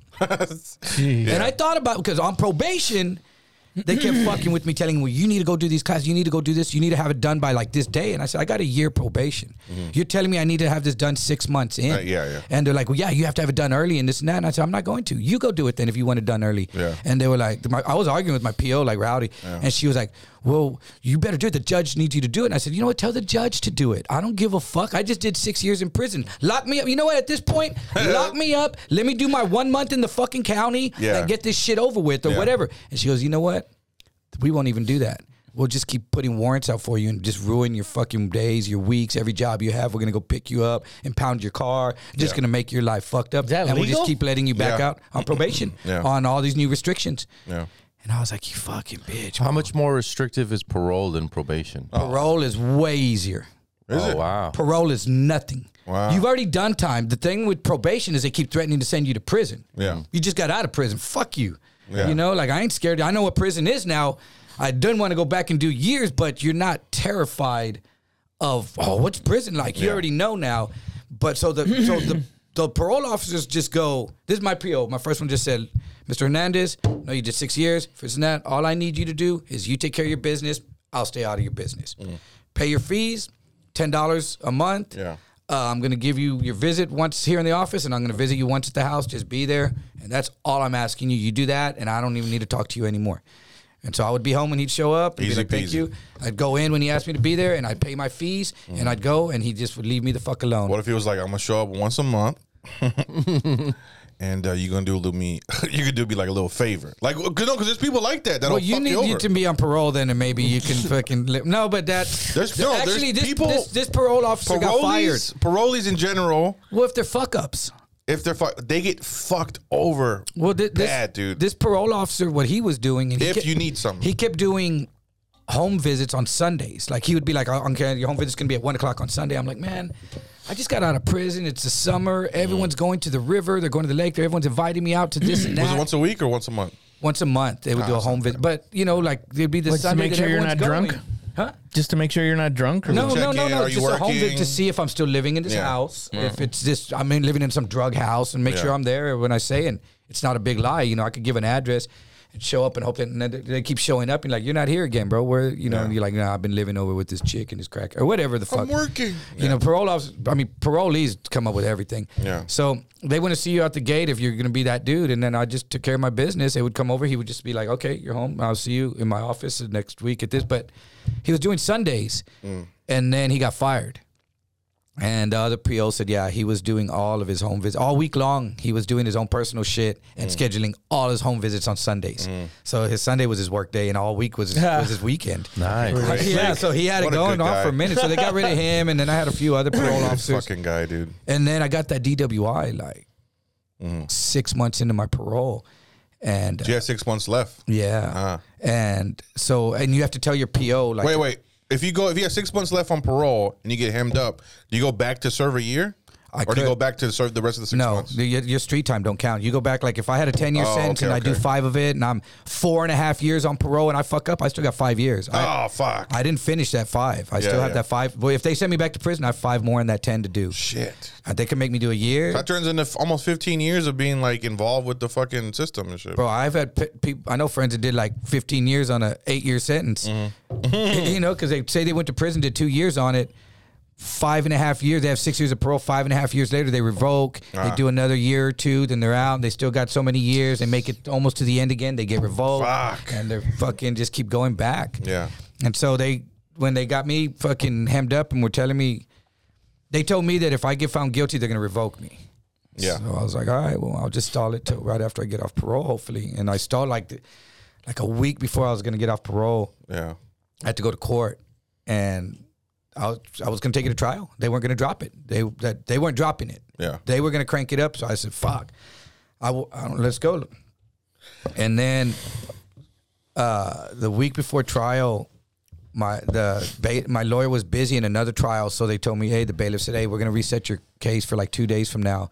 Speaker 4: And I thought about because on probation, they kept fucking with me, telling me, well, you need to go do these classes, you need to go do this, you need to have it done by like this day. And I said, I got a year probation. You're telling me I need to have this done six months in.
Speaker 3: Mm-hmm. Uh, yeah, yeah.
Speaker 4: And they're like, well, yeah, you have to have it done early and this and that. And I said, I'm not going to. You go do it then if you want it done early.
Speaker 3: Yeah.
Speaker 4: And they were like, my, I was arguing with my PO, like rowdy. And she was like, well, you better do it. The judge needs you to do it. And I said, you know what? Tell the judge to do it. I don't give a fuck. I just did six years in prison. Lock me up. You know what? At this point, lock me up. Let me do my one month in the fucking county
Speaker 3: Yeah.
Speaker 4: and get this shit over with or
Speaker 3: Yeah.
Speaker 4: whatever. And she goes, you know what? We won't even do that. We'll just keep putting warrants out for you and just ruin your fucking days, your weeks, every job you have. We're gonna go pick you up and pound your car. Just
Speaker 3: Yeah.
Speaker 4: gonna make your life fucked up.
Speaker 5: that
Speaker 4: and we'll
Speaker 5: legal?
Speaker 4: just keep letting you back
Speaker 3: Yeah.
Speaker 4: out on probation
Speaker 3: Yeah.
Speaker 4: on all these new restrictions.
Speaker 3: Yeah.
Speaker 4: And I was like, you fucking bitch.
Speaker 2: How much more restrictive is parole than probation?
Speaker 4: Parole is way easier.
Speaker 3: Is
Speaker 2: oh
Speaker 3: it?
Speaker 2: wow.
Speaker 4: Parole is nothing.
Speaker 3: Wow.
Speaker 4: You've already done time. The thing with probation is they keep threatening to send you to prison.
Speaker 3: Yeah.
Speaker 4: You just got out of prison. Fuck you.
Speaker 3: Yeah.
Speaker 4: You know, like I ain't scared. I know what prison is now. I didn't want to go back and do years, but you're not terrified of oh, what's prison like? You
Speaker 3: Yeah.
Speaker 4: already know now. But so the so the the parole officers just go. This is my PO. My first one just said, "Mr. Hernandez, no, you did six years. If it's not, all I need you to do is you take care of your business. I'll stay out of your business. Pay your fees, ten dollars a month.
Speaker 3: Mm. Yeah.
Speaker 4: Uh, I'm going to give you your visit once here in the office, and I'm going to visit you once at the house. Just be there, and that's all I'm asking you. You do that, and I don't even need to talk to you anymore. And so I would be home when he'd show up. And
Speaker 3: Easy
Speaker 4: be like, Thank
Speaker 3: peasy.
Speaker 4: you. I'd go in when he asked me to be there, and I'd pay my fees, and
Speaker 3: Mm.
Speaker 4: I'd go, and he just would leave me the fuck alone.
Speaker 3: What if he was like, "I'm gonna show up once a month." And uh, you're gonna do a little me. you could do me like a little favor, like cause, no, because there's people like that that'll
Speaker 4: well, you
Speaker 3: fuck
Speaker 4: need
Speaker 3: you over.
Speaker 4: you to be on parole then, and maybe you can fucking li- no. But that
Speaker 3: There's- no, there's
Speaker 4: actually this,
Speaker 3: people-
Speaker 4: this this parole officer got fired.
Speaker 3: parolees, parolees in general,
Speaker 4: Well, if they're fuck ups,
Speaker 3: if they're fu- they get fucked over.
Speaker 4: well, thi- this,
Speaker 3: bad, dude.
Speaker 4: This parole officer, what he was doing, and he
Speaker 3: If
Speaker 4: kept-
Speaker 3: you need something.
Speaker 4: he kept doing home visits on Sundays. Like he would be like, oh, "Okay, your home visit's gonna be at one o'clock on Sunday." I'm like, "Man, I just got out of prison. It's the
Speaker 3: Mm.
Speaker 4: summer. Everyone's going to the river. They're going to the lake. Everyone's inviting me out to this and that."
Speaker 3: was it once a week or once a month?
Speaker 4: once a month they would
Speaker 3: Ah,
Speaker 4: do a home visit. But you know, like there'd be the
Speaker 5: Like, to
Speaker 4: Sunday
Speaker 5: make
Speaker 4: that
Speaker 5: sure you're
Speaker 4: everyone's
Speaker 5: not
Speaker 4: going.
Speaker 5: drunk?
Speaker 4: huh?
Speaker 5: Just to make sure you're not drunk. Or
Speaker 4: No,
Speaker 3: check
Speaker 4: no, no,
Speaker 3: in,
Speaker 4: no.
Speaker 3: are
Speaker 4: Just
Speaker 3: you
Speaker 4: a home visit
Speaker 3: working?
Speaker 4: to see if I'm still living in this
Speaker 3: Yeah. Mm-hmm.
Speaker 4: house. If it's this, I mean, living in some drug house, and make sure I'm there when I say. And it's not a big lie, you know. I could give an address and show up and hope that and then they keep showing up and like, you're not here again, bro. Where you know, and you're like, nah, I've been living over with this chick and this crack or whatever the fuck.
Speaker 3: I'm working.
Speaker 4: You know, parole officers, I mean, parolees come up with everything.
Speaker 3: Yeah.
Speaker 4: So they want to see you out the gate if you're going to be that dude. And then I just took care of my business. They would come over. He would just be like, okay, you're home. I'll see you in my office next week at this. But he was doing Sundays. And then he got fired. And the other PO said, yeah, he was doing all of his home visits all week long. He was doing his own personal shit and scheduling all his home visits on Sundays. So his Sunday was his work day, and all week was his, was his weekend.
Speaker 2: Nice.
Speaker 3: Right.
Speaker 4: Yeah,
Speaker 3: Like,
Speaker 4: so he had it
Speaker 3: what a
Speaker 4: going
Speaker 3: good
Speaker 4: on
Speaker 3: guy.
Speaker 4: for a minute. So they got rid of him, and then I had a few other parole
Speaker 3: This
Speaker 4: officers.
Speaker 3: fucking guy, dude.
Speaker 4: And then I got that DWI like
Speaker 3: Mm-hmm.
Speaker 4: six months into my parole, and uh,
Speaker 3: You have six months left.
Speaker 4: yeah,
Speaker 3: Ah.
Speaker 4: and so and you have to tell your PO like
Speaker 3: Wait, wait. If you go, if you have six months left on parole and you get hemmed up, do you go back to serve a year,
Speaker 4: I
Speaker 3: or do you
Speaker 4: could.
Speaker 3: go back to serve the rest of the six
Speaker 4: no,
Speaker 3: months?
Speaker 4: the- your, your street time don't count. You go back like if I had a ten year
Speaker 3: Oh,
Speaker 4: sentence
Speaker 3: okay,
Speaker 4: and I do
Speaker 3: okay.
Speaker 4: five of it, and I'm four and a half years on parole, and I fuck up, I still got five years. I,
Speaker 3: Oh fuck!
Speaker 4: I didn't finish that five. I still have
Speaker 3: yeah.
Speaker 4: that five. Well, if they send me back to prison, I have five more in that ten to do.
Speaker 3: Shit.
Speaker 4: Uh, They can make me do a year.
Speaker 3: That turns into f- almost 15 years of being like involved with the fucking system and shit.
Speaker 4: bro. I've had pe- people. I know friends that did like 15 years on a eight year sentence.
Speaker 3: Mm-hmm.
Speaker 4: you know, because they say they went to prison, did two years on it. Five and a half years, they have six years of parole. Five and a half years later, they revoke.
Speaker 3: Ah.
Speaker 4: They do another year or two, then they're out. They still got so many years. They make it almost to the end again. They get revoked,
Speaker 3: Fuck.
Speaker 4: and they're fucking just keep going back.
Speaker 3: Yeah.
Speaker 4: And so they, when they got me fucking hemmed up and were telling me, they told me that if I get found guilty, they're gonna revoke me.
Speaker 3: Yeah.
Speaker 4: So I was like, all right, well, I'll just stall it till right after I get off parole, hopefully. And I stalled like, the, like a week before I was gonna get off parole.
Speaker 3: Yeah.
Speaker 4: I had to go to court, and I was, I was gonna take it to trial. They weren't gonna drop it. They that they weren't dropping it.
Speaker 3: Yeah.
Speaker 4: They were gonna crank it up. So I said, fuck, I will. I don't, let's go. And then uh, the week before trial, my the ba- my lawyer was busy in another trial, so they told me, "Hey, the bailiff said, hey, we're gonna reset your case for like two days from now."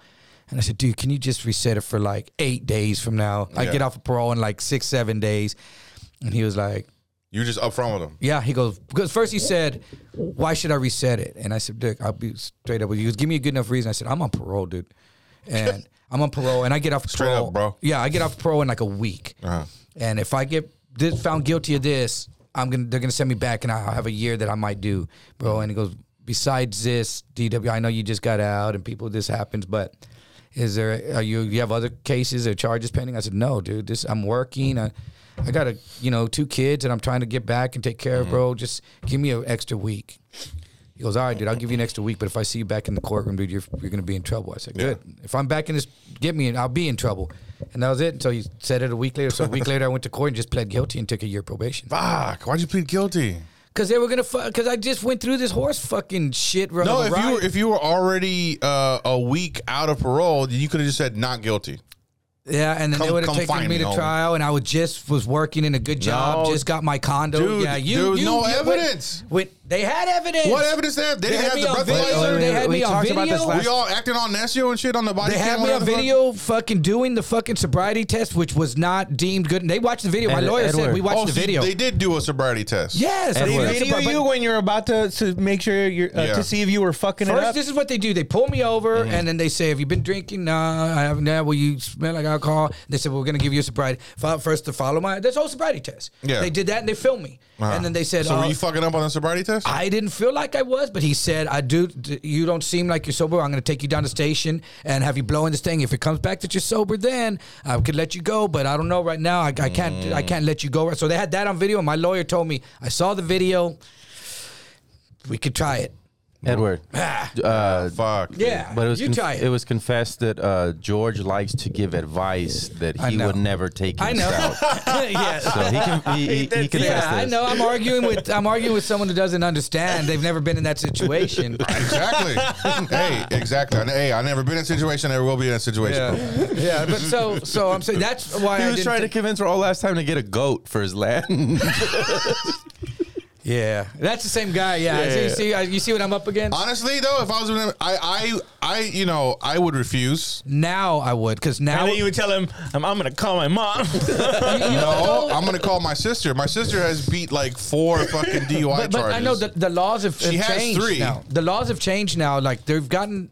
Speaker 4: And I said, "Dude, can you just reset it for like eight days from now? I
Speaker 3: Yeah.
Speaker 4: get off of parole in like six, seven days." And he was like,
Speaker 3: You're just upfront with them.
Speaker 4: "Yeah." He goes because first he said, "Why should I reset it?" And I said, "Dick, I'll be straight up with you. He goes, Give me a good enough reason." I said, "I'm on parole, dude, and I'm on parole, and I get off of
Speaker 3: Straight
Speaker 4: parole,
Speaker 3: up, bro.
Speaker 4: Yeah, I get off parole in like a week."
Speaker 3: Uh-huh.
Speaker 4: and if I get this, found guilty of this, I'm gonna they're gonna send me back, and I'll have a year that I might do, bro. And he goes, besides this, DW, I know you just got out, and people this happens, but is there are you you have other cases or charges pending? I said, no, dude, this I'm working. I, I got a you know two kids, and I'm trying to get back and take care of, bro. Just give me an extra week. He goes, all right, dude, I'll give you an extra week, but if I see you back in the courtroom, dude, you're, you're going to be in trouble. I said, good. If I'm back in this, get me in, I'll be in trouble. And that was it. So he said it a week later. So a week later, I went to court and just pled guilty and took a year probation.
Speaker 3: Fuck. Why'd you plead guilty?
Speaker 4: Because they were going to, fuck, because I just went through this horse fucking shit. Bro,
Speaker 3: No, if you were if you were already uh, a week out of parole, then you could have just said not guilty.
Speaker 4: yeah, and then they
Speaker 3: Come-
Speaker 4: would have
Speaker 3: come
Speaker 4: taken
Speaker 3: find
Speaker 4: me
Speaker 3: me,
Speaker 4: to
Speaker 3: homie.
Speaker 4: trial, and I would just was working in a good job,
Speaker 3: No.
Speaker 4: just got my condo.
Speaker 3: Dude,
Speaker 4: yeah, you,
Speaker 3: there was
Speaker 4: you-
Speaker 3: no
Speaker 4: you-
Speaker 3: evidence.
Speaker 4: Wait, they had evidence.
Speaker 3: What evidence they have? They,
Speaker 4: They
Speaker 3: didn't
Speaker 4: had
Speaker 3: have
Speaker 4: me
Speaker 3: the
Speaker 4: on video.
Speaker 3: breathalyzer.
Speaker 4: They had
Speaker 5: We
Speaker 4: me on
Speaker 5: talked about this
Speaker 4: video.
Speaker 5: last
Speaker 3: we all acting on Nesio and shit on the body
Speaker 4: They
Speaker 3: cam.
Speaker 4: had me on
Speaker 3: whatever the fuck.
Speaker 4: video fucking doing the fucking sobriety test, which was not deemed good. And they watched the video. My
Speaker 5: Ed-
Speaker 4: lawyer said
Speaker 5: Edward.
Speaker 4: we watched
Speaker 3: Oh,
Speaker 4: the
Speaker 3: so
Speaker 4: video.
Speaker 3: They did do a sobriety test.
Speaker 4: yes, I
Speaker 5: They
Speaker 4: mean,
Speaker 2: Edward.
Speaker 4: that's
Speaker 5: video
Speaker 4: about- but
Speaker 5: you when you're about to, to make sure you're uh,
Speaker 3: Yeah.
Speaker 5: to see if you were fucking it
Speaker 4: First,
Speaker 5: up.
Speaker 4: this is what they do. They pull me over and then they say, "Have you been drinking? Nah, I haven't. Nah, well, you smell like alcohol." They said, "We're gonna give you a sobriety fo- first to follow my." That's whole sobriety test.
Speaker 3: Yeah.
Speaker 4: They did that and they filmed me. And then they said,
Speaker 3: So
Speaker 4: oh,
Speaker 3: were you fucking up on the sobriety test?
Speaker 4: I didn't feel like I was, but he said, "I do. d- You don't seem like you're sober. I'm going to take you down to station and have you blow in this thing. If it comes back that you're sober, then I could let you go. But I don't know right now. I, I can't. I can't let you go. So they had that on video, and my lawyer told me I saw the video. We could try it.
Speaker 2: Edward. Uh,
Speaker 3: Fuck.
Speaker 4: Yeah,
Speaker 2: but it was
Speaker 4: you
Speaker 2: conf-
Speaker 4: try it.
Speaker 2: it was confessed that uh, George likes to give advice that
Speaker 4: I
Speaker 2: he
Speaker 4: know.
Speaker 2: would never take
Speaker 4: I know.
Speaker 2: himself.
Speaker 4: yeah.
Speaker 2: So he can he, he, he confessed
Speaker 4: Yeah, I
Speaker 2: this.
Speaker 4: know. I'm arguing with I'm arguing with someone who doesn't understand. They've never been in that situation.
Speaker 3: Exactly. hey, exactly. And, Hey, I never been in a situation. Never will be in a situation.
Speaker 4: Yeah, yeah. But so so I'm saying that's why
Speaker 2: He
Speaker 4: I
Speaker 2: was
Speaker 4: didn't
Speaker 2: trying
Speaker 4: thi-
Speaker 2: to convince her all last time to get a goat for his land.
Speaker 4: Yeah, that's the same guy. Yeah,
Speaker 5: Yeah,
Speaker 4: So you
Speaker 5: yeah.
Speaker 4: see, I- you see what I'm up against.
Speaker 3: Honestly, though, if I was, gonna- I, I, I, you know, I would refuse.
Speaker 4: now I would, because now
Speaker 5: And then you would tell him, I'm, I'm going to call my mom.
Speaker 3: No, I'm gonna call my sister. My sister has beat like four fucking DUI
Speaker 4: but, but
Speaker 3: charges.
Speaker 4: I know the, the laws have, have
Speaker 3: has
Speaker 4: changed
Speaker 3: three.
Speaker 4: now. The laws have changed now. Like they've gotten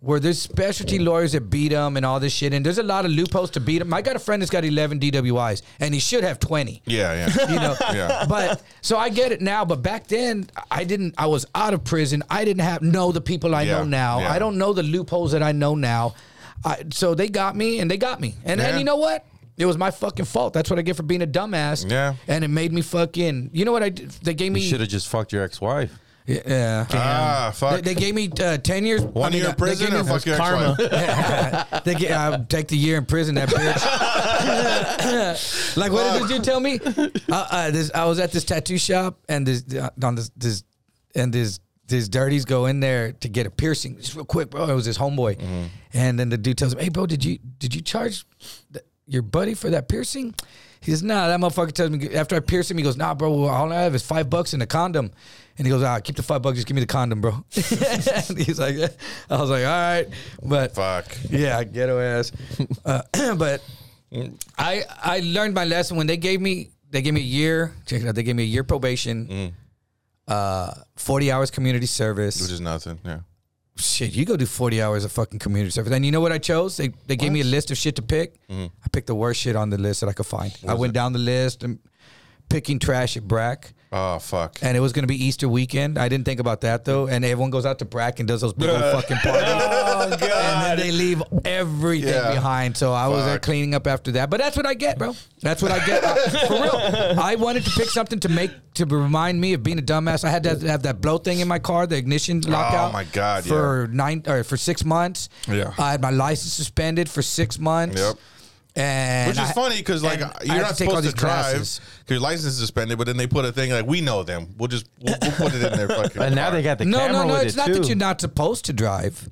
Speaker 4: where there's specialty lawyers that beat them and all this shit. And there's a lot of loopholes to beat them. I got a friend that's got 11 DWIs and he should have 20.
Speaker 3: yeah, yeah.
Speaker 4: You know,
Speaker 3: Yeah.
Speaker 4: but so I get it now. But back then, I didn't. I was out of prison. I didn't have know the people I
Speaker 3: Yeah,
Speaker 4: know now.
Speaker 3: yeah.
Speaker 4: I don't know the loopholes that I know now. I, so they got me, and they got me. And
Speaker 3: Yeah.
Speaker 4: and you know what? It was my fucking fault. That's what I get for being a dumbass.
Speaker 3: Yeah.
Speaker 4: And it made me fucking. You know what I? did? They gave me.
Speaker 2: You should have just fucked your ex-wife.
Speaker 4: Yeah.
Speaker 3: Ah,
Speaker 4: They,
Speaker 3: fuck.
Speaker 4: they gave me uh, ten years.
Speaker 3: One year in prison or fuck your
Speaker 5: karma.
Speaker 3: ex-wife?
Speaker 4: they get, I'll take the year in prison. That bitch. like what did this dude tell me? Uh, uh, this, I was at this tattoo shop and this uh, on this this and this these dirties go in there to get a piercing just real quick, bro. It was this homeboy, and then the dude tells him, "Hey, bro, did you did you charge th- your buddy for that piercing?" He says, "Nah." That motherfucker tells me after I pierce him, he goes, "Nah, bro. well, All I have is five bucks and a condom." And he goes, "Ah, keep the five bucks. Just give me the condom, bro." He's like, "I was like, all right," but
Speaker 3: Fuck.
Speaker 4: yeah, ghetto ass. Uh, but I I learned my lesson when they gave me they gave me a year. Check it out. They gave me a year probation. Uh, forty hours community service.
Speaker 3: Which is nothing. Yeah.
Speaker 4: Shit, you go do forty hours of fucking community service. And you know what I chose? They they gave me a list of shit to pick. I picked the worst shit on the list that I could find. I went down the list and picking trash at Brack.
Speaker 3: Oh fuck.
Speaker 4: And it was going to be Easter weekend. I didn't think about that though. And everyone goes out to Brack and does those big old fucking parties. And then they leave everything
Speaker 3: Oh, Yeah.
Speaker 4: behind. So I was there
Speaker 3: Fuck.
Speaker 4: cleaning up after that. But that's what I get, bro. That's what I get. I- for real. I wanted to pick something to make to remind me of being a dumbass. I had to have that blow thing in my car, the ignition lockout.
Speaker 3: Oh my God, yeah.
Speaker 4: For nine or for six months.
Speaker 3: Yeah.
Speaker 4: I had my license suspended for six months.
Speaker 3: Yep.
Speaker 4: And
Speaker 3: Which is
Speaker 4: I-
Speaker 3: funny because like
Speaker 4: and I
Speaker 3: you're
Speaker 4: had
Speaker 3: not
Speaker 4: to take all
Speaker 3: supposed to
Speaker 4: these
Speaker 3: drive
Speaker 4: classes.
Speaker 3: because your license is suspended, but then they put a thing like we know them. We'll just we'll, we'll put it in their fucking.
Speaker 2: And now
Speaker 3: car.
Speaker 2: they got the
Speaker 4: no,
Speaker 2: camera
Speaker 4: no, no.
Speaker 2: with
Speaker 4: It's
Speaker 2: it,
Speaker 4: not
Speaker 2: too. Mm.
Speaker 4: that you're not supposed to drive.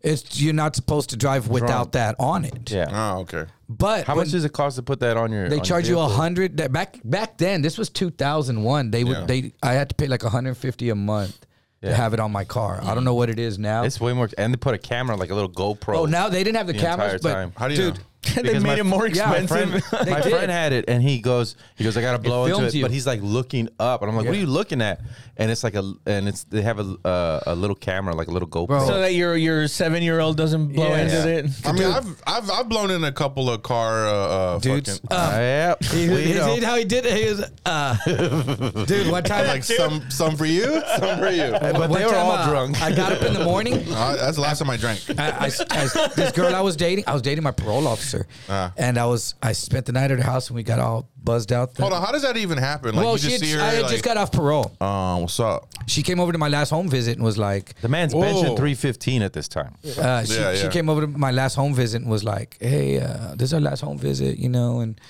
Speaker 4: It's you're not supposed to drive without that on it.
Speaker 2: Yeah.
Speaker 3: Oh okay.
Speaker 4: But
Speaker 2: How
Speaker 4: when
Speaker 2: much does it cost to put that on your?
Speaker 4: they
Speaker 2: on
Speaker 4: charge
Speaker 2: your
Speaker 4: you a
Speaker 2: vehicle?
Speaker 4: hundred that back back then. This was two thousand one. They would
Speaker 3: Yeah.
Speaker 4: they I had to pay like hundred fifty a month to
Speaker 2: Yeah.
Speaker 4: have it on my car. I don't know what it is now.
Speaker 2: It's way more, and they put a camera, like a little GoPro.
Speaker 4: oh, now they didn't have the,
Speaker 2: the entire
Speaker 4: cameras, but
Speaker 2: time.
Speaker 3: How do you
Speaker 4: dude,
Speaker 3: know?
Speaker 5: they
Speaker 2: Because
Speaker 5: made
Speaker 2: my-
Speaker 5: it more
Speaker 4: yeah, my
Speaker 5: expensive.
Speaker 2: friend,
Speaker 4: They
Speaker 2: my
Speaker 4: did.
Speaker 2: friend had it, and he goes, he goes, I gotta blow into
Speaker 4: films
Speaker 2: it,
Speaker 4: you.
Speaker 2: but he's like looking up, and I'm like, what are
Speaker 4: Yeah.
Speaker 2: you looking at? And it's like a, and it's they have a uh, a little camera, like a little GoPro.
Speaker 5: so that your your seven year old doesn't blow
Speaker 4: Yeah.
Speaker 5: into
Speaker 4: Yeah.
Speaker 5: it.
Speaker 3: I mean, I've I've I've blown in a couple of car uh, uh
Speaker 4: dudes.
Speaker 3: fucking,
Speaker 4: Uh,
Speaker 2: yeah,
Speaker 4: you
Speaker 2: we know.
Speaker 4: see how he did it? He was, uh, dude, one time,
Speaker 3: like some some for you, some for you.
Speaker 2: but
Speaker 4: one
Speaker 2: they were
Speaker 4: time,
Speaker 2: all
Speaker 4: uh,
Speaker 2: drunk.
Speaker 4: I got up in the morning.
Speaker 3: Uh, that's the last time I drank.
Speaker 4: I, I- I- this girl I was dating, I was dating my parole officer,
Speaker 3: Ah.
Speaker 4: and I was I spent the night at her house, and we got all buzzed out.
Speaker 3: Hold on, how does that even happen? Like
Speaker 4: well,
Speaker 3: you just
Speaker 4: she had-
Speaker 3: see her
Speaker 4: I had
Speaker 3: like,
Speaker 4: just got off parole.
Speaker 3: um, what's up?
Speaker 4: She came over to my last home visit and was like,
Speaker 2: the man's
Speaker 3: Whoa.
Speaker 2: benching 315 at this time.
Speaker 4: uh, she,
Speaker 3: Yeah,
Speaker 4: she
Speaker 3: yeah.
Speaker 4: came over to my last home visit and was like, hey, uh, this is our last home visit, you know, and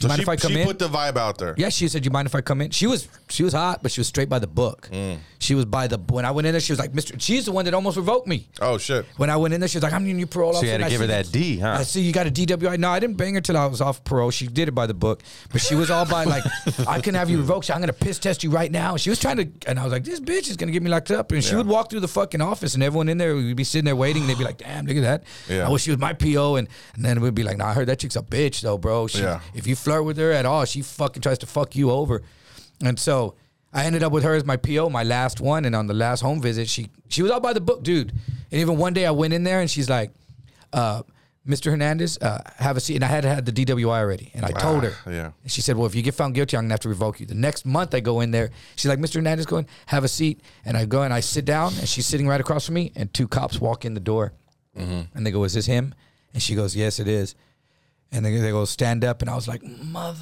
Speaker 4: do you
Speaker 3: So
Speaker 4: mind
Speaker 3: she,
Speaker 4: if I come
Speaker 3: she
Speaker 4: in?
Speaker 3: put the vibe out there.
Speaker 4: yeah, she said, "You mind if I come in?" She was she was hot, but she was straight by the book.
Speaker 3: Mm.
Speaker 4: She was by the when I went in there, she was like, "Mister." She's the one that almost revoked me.
Speaker 3: Oh shit.
Speaker 4: When I went in there, she was like, "I'm your new parole
Speaker 2: So
Speaker 4: officer."
Speaker 2: you had
Speaker 4: and
Speaker 2: to
Speaker 4: I
Speaker 2: give
Speaker 4: see
Speaker 2: her that
Speaker 4: that-
Speaker 2: D,
Speaker 4: I
Speaker 2: huh?
Speaker 4: see you got a DWI. No, I didn't bang her till I was off parole. She did it by the book, but she was all by like, I can have you revoked. So I'm gonna piss test you right now. She was trying to, and I was like, this bitch is gonna get me locked up. And she
Speaker 3: Yeah.
Speaker 4: would walk through the fucking office, and everyone in there would be sitting there waiting. And they'd be like, damn, look at that.
Speaker 3: Yeah.
Speaker 4: I wish she was my PO. And, and then we'd be like, nah, I heard that chick's a bitch though, bro. She,
Speaker 3: Yeah.
Speaker 4: If you flirt with her at all, she fucking tries to fuck you over. And so. I ended up with her as my PO, my last one, and on the last home visit, she she was all by the book, dude. And even one day I went in there and she's like, uh, Mr. Hernandez, uh, have a seat. And I had had the DWI already. And I told her.
Speaker 3: yeah.
Speaker 4: And she said, Well, if you get found guilty, I'm going to have to revoke you. The next month I go in there. She's like, Mr. Hernandez, go in, have a seat. And I go and I sit down, and she's sitting right across from me. And two cops walk in the door. And they go, Is this him? And she goes, Yes, it is. And they, they go, Stand up. And I was like,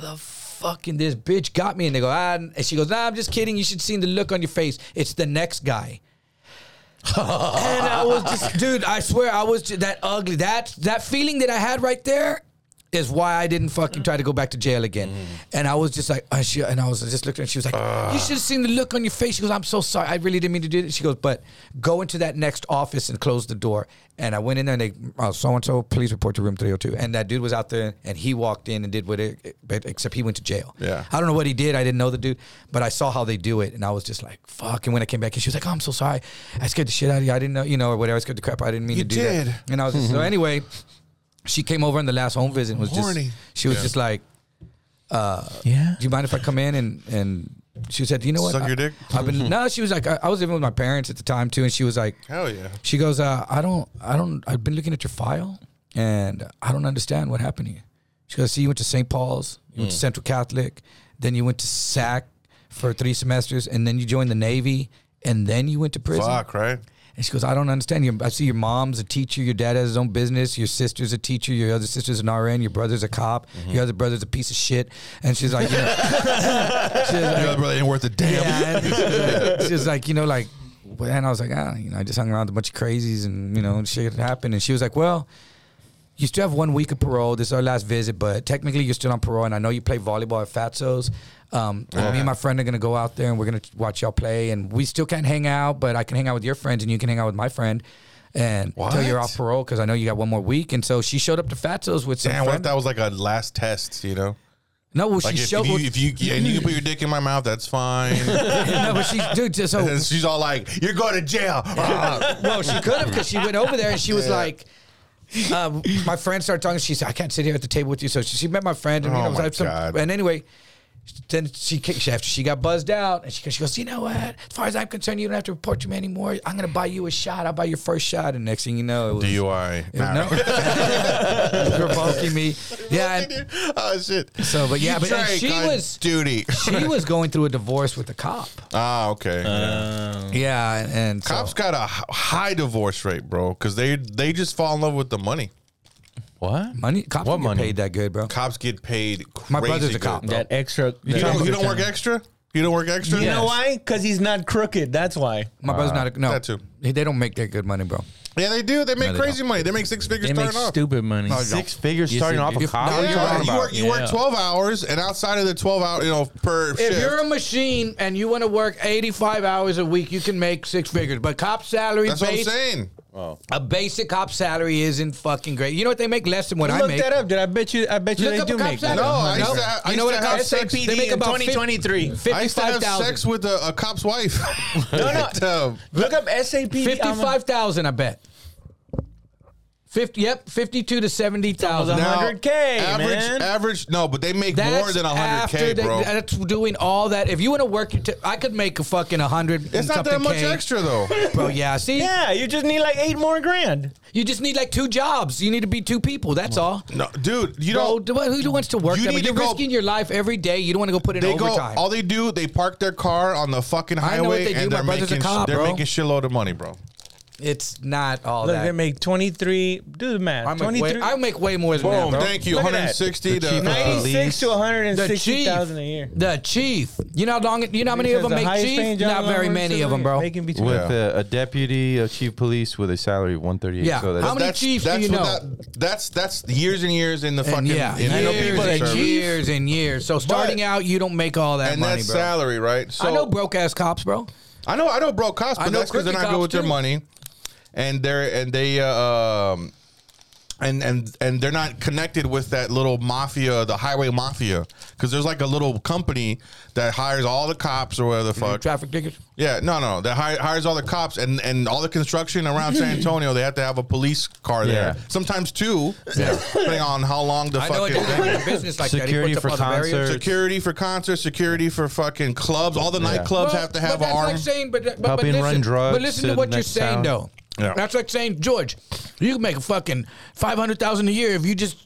Speaker 4: Motherfucking, this bitch got me. And they go, Ah. And she goes, Nah, I'm just kidding. You should see the look on your face. It's the next guy. And I was just, dude, I swear, I was ju- that ugly. That that feeling that I had right there, is why I didn't fucking try to go back to jail again. And I was just like, oh, she, and I was just looked at her and she was like, you should have seen the look on your face. She goes, I'm so sorry. I really didn't mean to do this. She goes, but go into that next office and close the door. And I went in there and they, oh, so and so, please report to room 302. And that dude was out there and he walked in and did what it, but except he went to jail.
Speaker 3: Yeah.
Speaker 4: I don't know what he did. I didn't know the dude, but I saw how they do it, and I was just like, "Fuck!" And when I came back, and she was like, "Oh, I'm so sorry. I scared the shit out of you. I didn't know, you know, or whatever. I scared the crap. I didn't mean
Speaker 3: You
Speaker 4: to do
Speaker 3: did.
Speaker 4: that." And I was just, so anyway. She came over on the last home visit and was
Speaker 3: Horny.
Speaker 4: just she was
Speaker 3: Yeah.
Speaker 4: just like,
Speaker 5: Yeah.
Speaker 4: "Do you mind if I come in?" And and she said, "You know what?
Speaker 3: Suck
Speaker 4: I,
Speaker 3: your dick?
Speaker 4: I've been no." She was like, I, "I was living with my parents at the time too," and she was like,
Speaker 3: Hell yeah.
Speaker 4: she goes, uh, I don't, I don't, I've been looking at your file and I don't understand what happened to you. She goes, see, you went to St. Paul's, you went to Central Catholic, then you went to SAC for three semesters, and then you joined the Navy, and then you went to prison.
Speaker 3: Fuck, right?
Speaker 4: And she goes, I don't understand. Your, I see your mom's a teacher, your dad has his own business, your sister's a teacher, your other sister's an RN, your brother's a cop, your other brother's a piece of shit. And she's like, you know, she's like,
Speaker 3: Your other brother ain't worth a damn.
Speaker 4: yeah, and she was like- she was like, you know, like, and I was like, ah, you know, I just hung around with a bunch of crazies and, you know, and shit happened. And she was like, well, you still have one week of parole. This is our last visit, but technically you're still on parole. And I know you play volleyball at Fatso's. Um, and Me and my friend are going to go out there and we're going to watch y'all play. And we still can't hang out, but I can hang out with your friends and you can hang out with my friend. And until you're
Speaker 3: What?
Speaker 4: off parole because I know you got one more week. And so she showed up to Fatso's with some
Speaker 3: Damn, what if
Speaker 4: friend.
Speaker 3: that was like a last test, you know?
Speaker 4: no, well,
Speaker 3: Like
Speaker 4: she
Speaker 3: if,
Speaker 4: showed.
Speaker 3: if you, if you yeah, and you can put your dick in my mouth, that's fine. and
Speaker 4: no, but she, dude, just- so
Speaker 3: then she's all like, "You're going to jail." Ah.
Speaker 4: Uh, Well, she could have because she went over there and she was like, uh, my friend started talking. She said, I can't sit here at the table with you. So she, she met my friend. And, you
Speaker 3: Oh
Speaker 4: know, was
Speaker 3: my
Speaker 4: like some-
Speaker 3: God.
Speaker 4: and anyway, then she, ca- she after she got buzzed out and she, goes- she goes, you know what? As far as I'm concerned, you don't have to report to me anymore. I'm going to buy you a shot. I'll buy your first shot. And next thing you know, it was.
Speaker 3: DUI. Nah.
Speaker 4: no, provoking me. Yeah, and-
Speaker 3: oh shit.
Speaker 4: So, but yeah,
Speaker 3: You
Speaker 4: but and
Speaker 3: drank
Speaker 4: she
Speaker 3: on
Speaker 4: was-
Speaker 3: duty.
Speaker 4: she was going through a divorce with a cop.
Speaker 3: ah, okay. Yeah.
Speaker 4: Yeah, and, and so-
Speaker 3: Mm. Cops got a h- high divorce rate, bro, because they they just fall in love with the money.
Speaker 2: What?
Speaker 4: money. Cops
Speaker 2: What
Speaker 4: don't get
Speaker 2: money?
Speaker 4: paid that good, bro.
Speaker 3: Cops get paid. Crazy
Speaker 4: My brother's a
Speaker 3: good,
Speaker 4: cop.
Speaker 3: bro.
Speaker 5: That extra.
Speaker 3: You
Speaker 5: that
Speaker 3: don't, you
Speaker 5: extra
Speaker 3: don't work
Speaker 5: time.
Speaker 3: extra. You don't work extra.
Speaker 5: You know why? Because he's not crooked. That's why.
Speaker 4: My brother's not a no.
Speaker 3: Uh, that too.
Speaker 4: They they don't make that good money, bro.
Speaker 3: Yeah, they do. They make
Speaker 4: they
Speaker 3: crazy money. They make six figures
Speaker 5: They make
Speaker 3: starting off.
Speaker 5: stupid money.
Speaker 3: No, you don't.
Speaker 2: Six figures
Speaker 5: Yes,
Speaker 2: starting
Speaker 5: it
Speaker 2: off a
Speaker 5: is.
Speaker 2: cop.
Speaker 4: No,
Speaker 2: What are you
Speaker 4: you're
Speaker 2: Oh, talking
Speaker 4: right.
Speaker 3: you
Speaker 2: about?
Speaker 3: work, you work
Speaker 5: Yeah.
Speaker 3: 12 hours, and outside of the 12 hour, you know, per
Speaker 4: If
Speaker 3: shift.
Speaker 4: you're a machine and you want to work 85 hours a week, you can make six figures. But cop salary,
Speaker 3: that's what I'm
Speaker 4: base,
Speaker 3: saying.
Speaker 4: a basic cop salary isn't fucking great. You know what they make less than what I
Speaker 5: Look
Speaker 4: make.
Speaker 5: that up, dude. I bet you. I bet you
Speaker 4: Look
Speaker 5: they
Speaker 4: up
Speaker 5: do
Speaker 4: a cop
Speaker 5: make.
Speaker 4: salary.
Speaker 3: No, I used to have- I
Speaker 4: you know what
Speaker 3: used
Speaker 4: it
Speaker 3: to have
Speaker 4: costs?
Speaker 3: sex-
Speaker 4: They make
Speaker 5: in
Speaker 4: about
Speaker 3: I
Speaker 5: 2023.
Speaker 3: used to have
Speaker 4: 55,000.
Speaker 3: sex with a, a cop's wife.
Speaker 5: No, no.
Speaker 3: At, um,
Speaker 5: Look up SAP.
Speaker 4: 55,000, I bet. 50, yep, 52 to 70,000.
Speaker 5: Now- 100K,
Speaker 3: average,
Speaker 5: man.
Speaker 3: average. No, but they make
Speaker 4: That's
Speaker 3: more than 100k,
Speaker 4: after they-
Speaker 3: bro.
Speaker 4: That's doing all that. If you want to work, your t- I could make a fucking 100. and
Speaker 3: it's not that
Speaker 4: something
Speaker 3: much
Speaker 4: K.
Speaker 3: extra, though.
Speaker 4: Bro, yeah, see?
Speaker 5: Yeah, you just need like eight more grand.
Speaker 4: You just need like two jobs. You need to be two people. That's all.
Speaker 3: no, dude, you
Speaker 4: Bro,
Speaker 3: don't.
Speaker 4: do- who wants to work
Speaker 3: You
Speaker 4: that?
Speaker 3: need
Speaker 4: But
Speaker 3: to
Speaker 4: you're
Speaker 3: go-
Speaker 4: risking your life every day. You don't want to go put in
Speaker 3: They go.
Speaker 4: overtime.
Speaker 3: All they do, they park their car on the fucking highway,
Speaker 4: I know what they do.
Speaker 3: and
Speaker 4: My
Speaker 3: they're
Speaker 4: brother's a
Speaker 3: making sh-
Speaker 4: cop,
Speaker 3: they're
Speaker 4: bro.
Speaker 3: making shitload of money, bro.
Speaker 4: it's not all
Speaker 5: Look,
Speaker 4: that.
Speaker 5: they make 23. Do the math.
Speaker 4: I make, way,
Speaker 5: 23.
Speaker 4: I make way more than
Speaker 3: Boom!
Speaker 4: that, bro.
Speaker 3: Thank you.
Speaker 5: Look at that.
Speaker 3: 160
Speaker 2: The
Speaker 3: to
Speaker 2: chief
Speaker 3: uh,
Speaker 2: of
Speaker 5: 96 to
Speaker 4: The
Speaker 5: 160,000
Speaker 4: chief,
Speaker 5: a year.
Speaker 4: the chief. You know how long? You know how many of
Speaker 5: Because
Speaker 4: them
Speaker 5: the
Speaker 4: make
Speaker 5: highest paying
Speaker 4: chief?
Speaker 5: job
Speaker 4: Not
Speaker 5: in the
Speaker 4: very
Speaker 5: world
Speaker 4: many
Speaker 5: is
Speaker 4: of them, bro.
Speaker 5: making between-
Speaker 2: With
Speaker 3: Yeah.
Speaker 2: uh, a deputy of chief police with a salary of 138.
Speaker 4: Yeah.
Speaker 2: So that's,
Speaker 4: How many chiefs do you
Speaker 3: what
Speaker 4: know?
Speaker 3: that- that's that's years and years in the fucking.
Speaker 4: And yeah,
Speaker 3: in the
Speaker 4: years and
Speaker 3: public service.
Speaker 4: years and years. So starting out, you don't make all that
Speaker 3: and
Speaker 4: money,
Speaker 3: that's
Speaker 4: bro.
Speaker 3: salary, right? So
Speaker 4: I know broke ass cops, bro.
Speaker 3: I know, I know broke cops,
Speaker 4: I
Speaker 3: but
Speaker 4: know
Speaker 3: that's because they're
Speaker 4: crooked
Speaker 3: not good
Speaker 4: cops
Speaker 3: with their
Speaker 4: too.
Speaker 3: money, and they're and they uh, um, and and and they're not connected with that little mafia, the highway mafia, because there's like a little company that hires all the cops or whatever the fuck.
Speaker 4: Traffic tickets.
Speaker 3: Yeah, no, no, that hi- hires all the cops and and all the construction around San Antonio. They have to have a police car there,
Speaker 2: Yeah.
Speaker 3: sometimes two, depending on how long the
Speaker 4: I know a
Speaker 3: fucking.
Speaker 4: dude that had a business like
Speaker 2: Security
Speaker 4: that. He
Speaker 2: for
Speaker 4: puts up all the barriers.
Speaker 2: concerts.
Speaker 3: Security for concerts, security for fucking clubs. All the nightclubs
Speaker 4: Well,
Speaker 3: have to have
Speaker 4: but that's
Speaker 3: an arm.
Speaker 4: Like saying, but, but, but
Speaker 2: Helping
Speaker 4: listen,
Speaker 2: run drugs
Speaker 4: But listen
Speaker 2: to
Speaker 4: to
Speaker 2: the
Speaker 4: what you're
Speaker 2: next
Speaker 4: saying,
Speaker 2: town.
Speaker 4: though.
Speaker 3: Yeah.
Speaker 4: That's like saying, George, you can make a fucking five hundred thousand a year if you just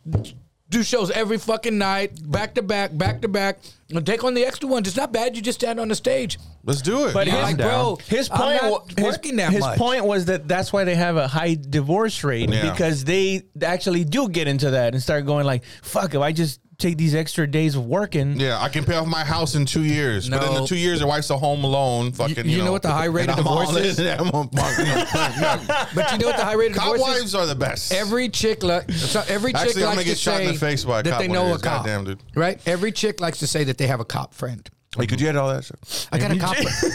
Speaker 4: do shows every fucking night, back to back, back to back, and take on the extra ones. It's not bad. You just stand on the stage.
Speaker 3: Let's do it.
Speaker 5: But
Speaker 4: You're
Speaker 5: his-
Speaker 4: like, bro,
Speaker 5: His
Speaker 4: I'm
Speaker 5: point,
Speaker 4: not
Speaker 5: wa- his,
Speaker 4: working that
Speaker 5: his
Speaker 4: much.
Speaker 5: point was that that's why they have a high divorce rate
Speaker 3: Yeah.
Speaker 5: because they actually do get into that and start going like, "Fuck, if I just take these extra days of working.
Speaker 3: Yeah, I can pay off my house in two years. But in the
Speaker 4: No.
Speaker 3: two years, your wife's a home alone. Fucking, you,
Speaker 4: you know what the high rate
Speaker 3: and
Speaker 4: of
Speaker 3: I'm all
Speaker 4: divorce is?
Speaker 3: in. I'm on- you know,
Speaker 4: But you know what the high rate of
Speaker 3: Cop
Speaker 4: divorce is?
Speaker 3: wives are the best.
Speaker 4: Every chick, li- so every chick
Speaker 3: Actually,
Speaker 4: likes
Speaker 3: I'm gonna
Speaker 4: to
Speaker 3: get shot
Speaker 4: say
Speaker 3: in the face by a
Speaker 4: that
Speaker 3: cop
Speaker 4: they
Speaker 3: one of
Speaker 4: know a
Speaker 3: these.
Speaker 4: cop,
Speaker 3: Goddamn, dude.
Speaker 4: right? Every chick likes to say that they have a cop friend.
Speaker 3: Hey, could you edit all that shit?
Speaker 4: I got a cop. friend.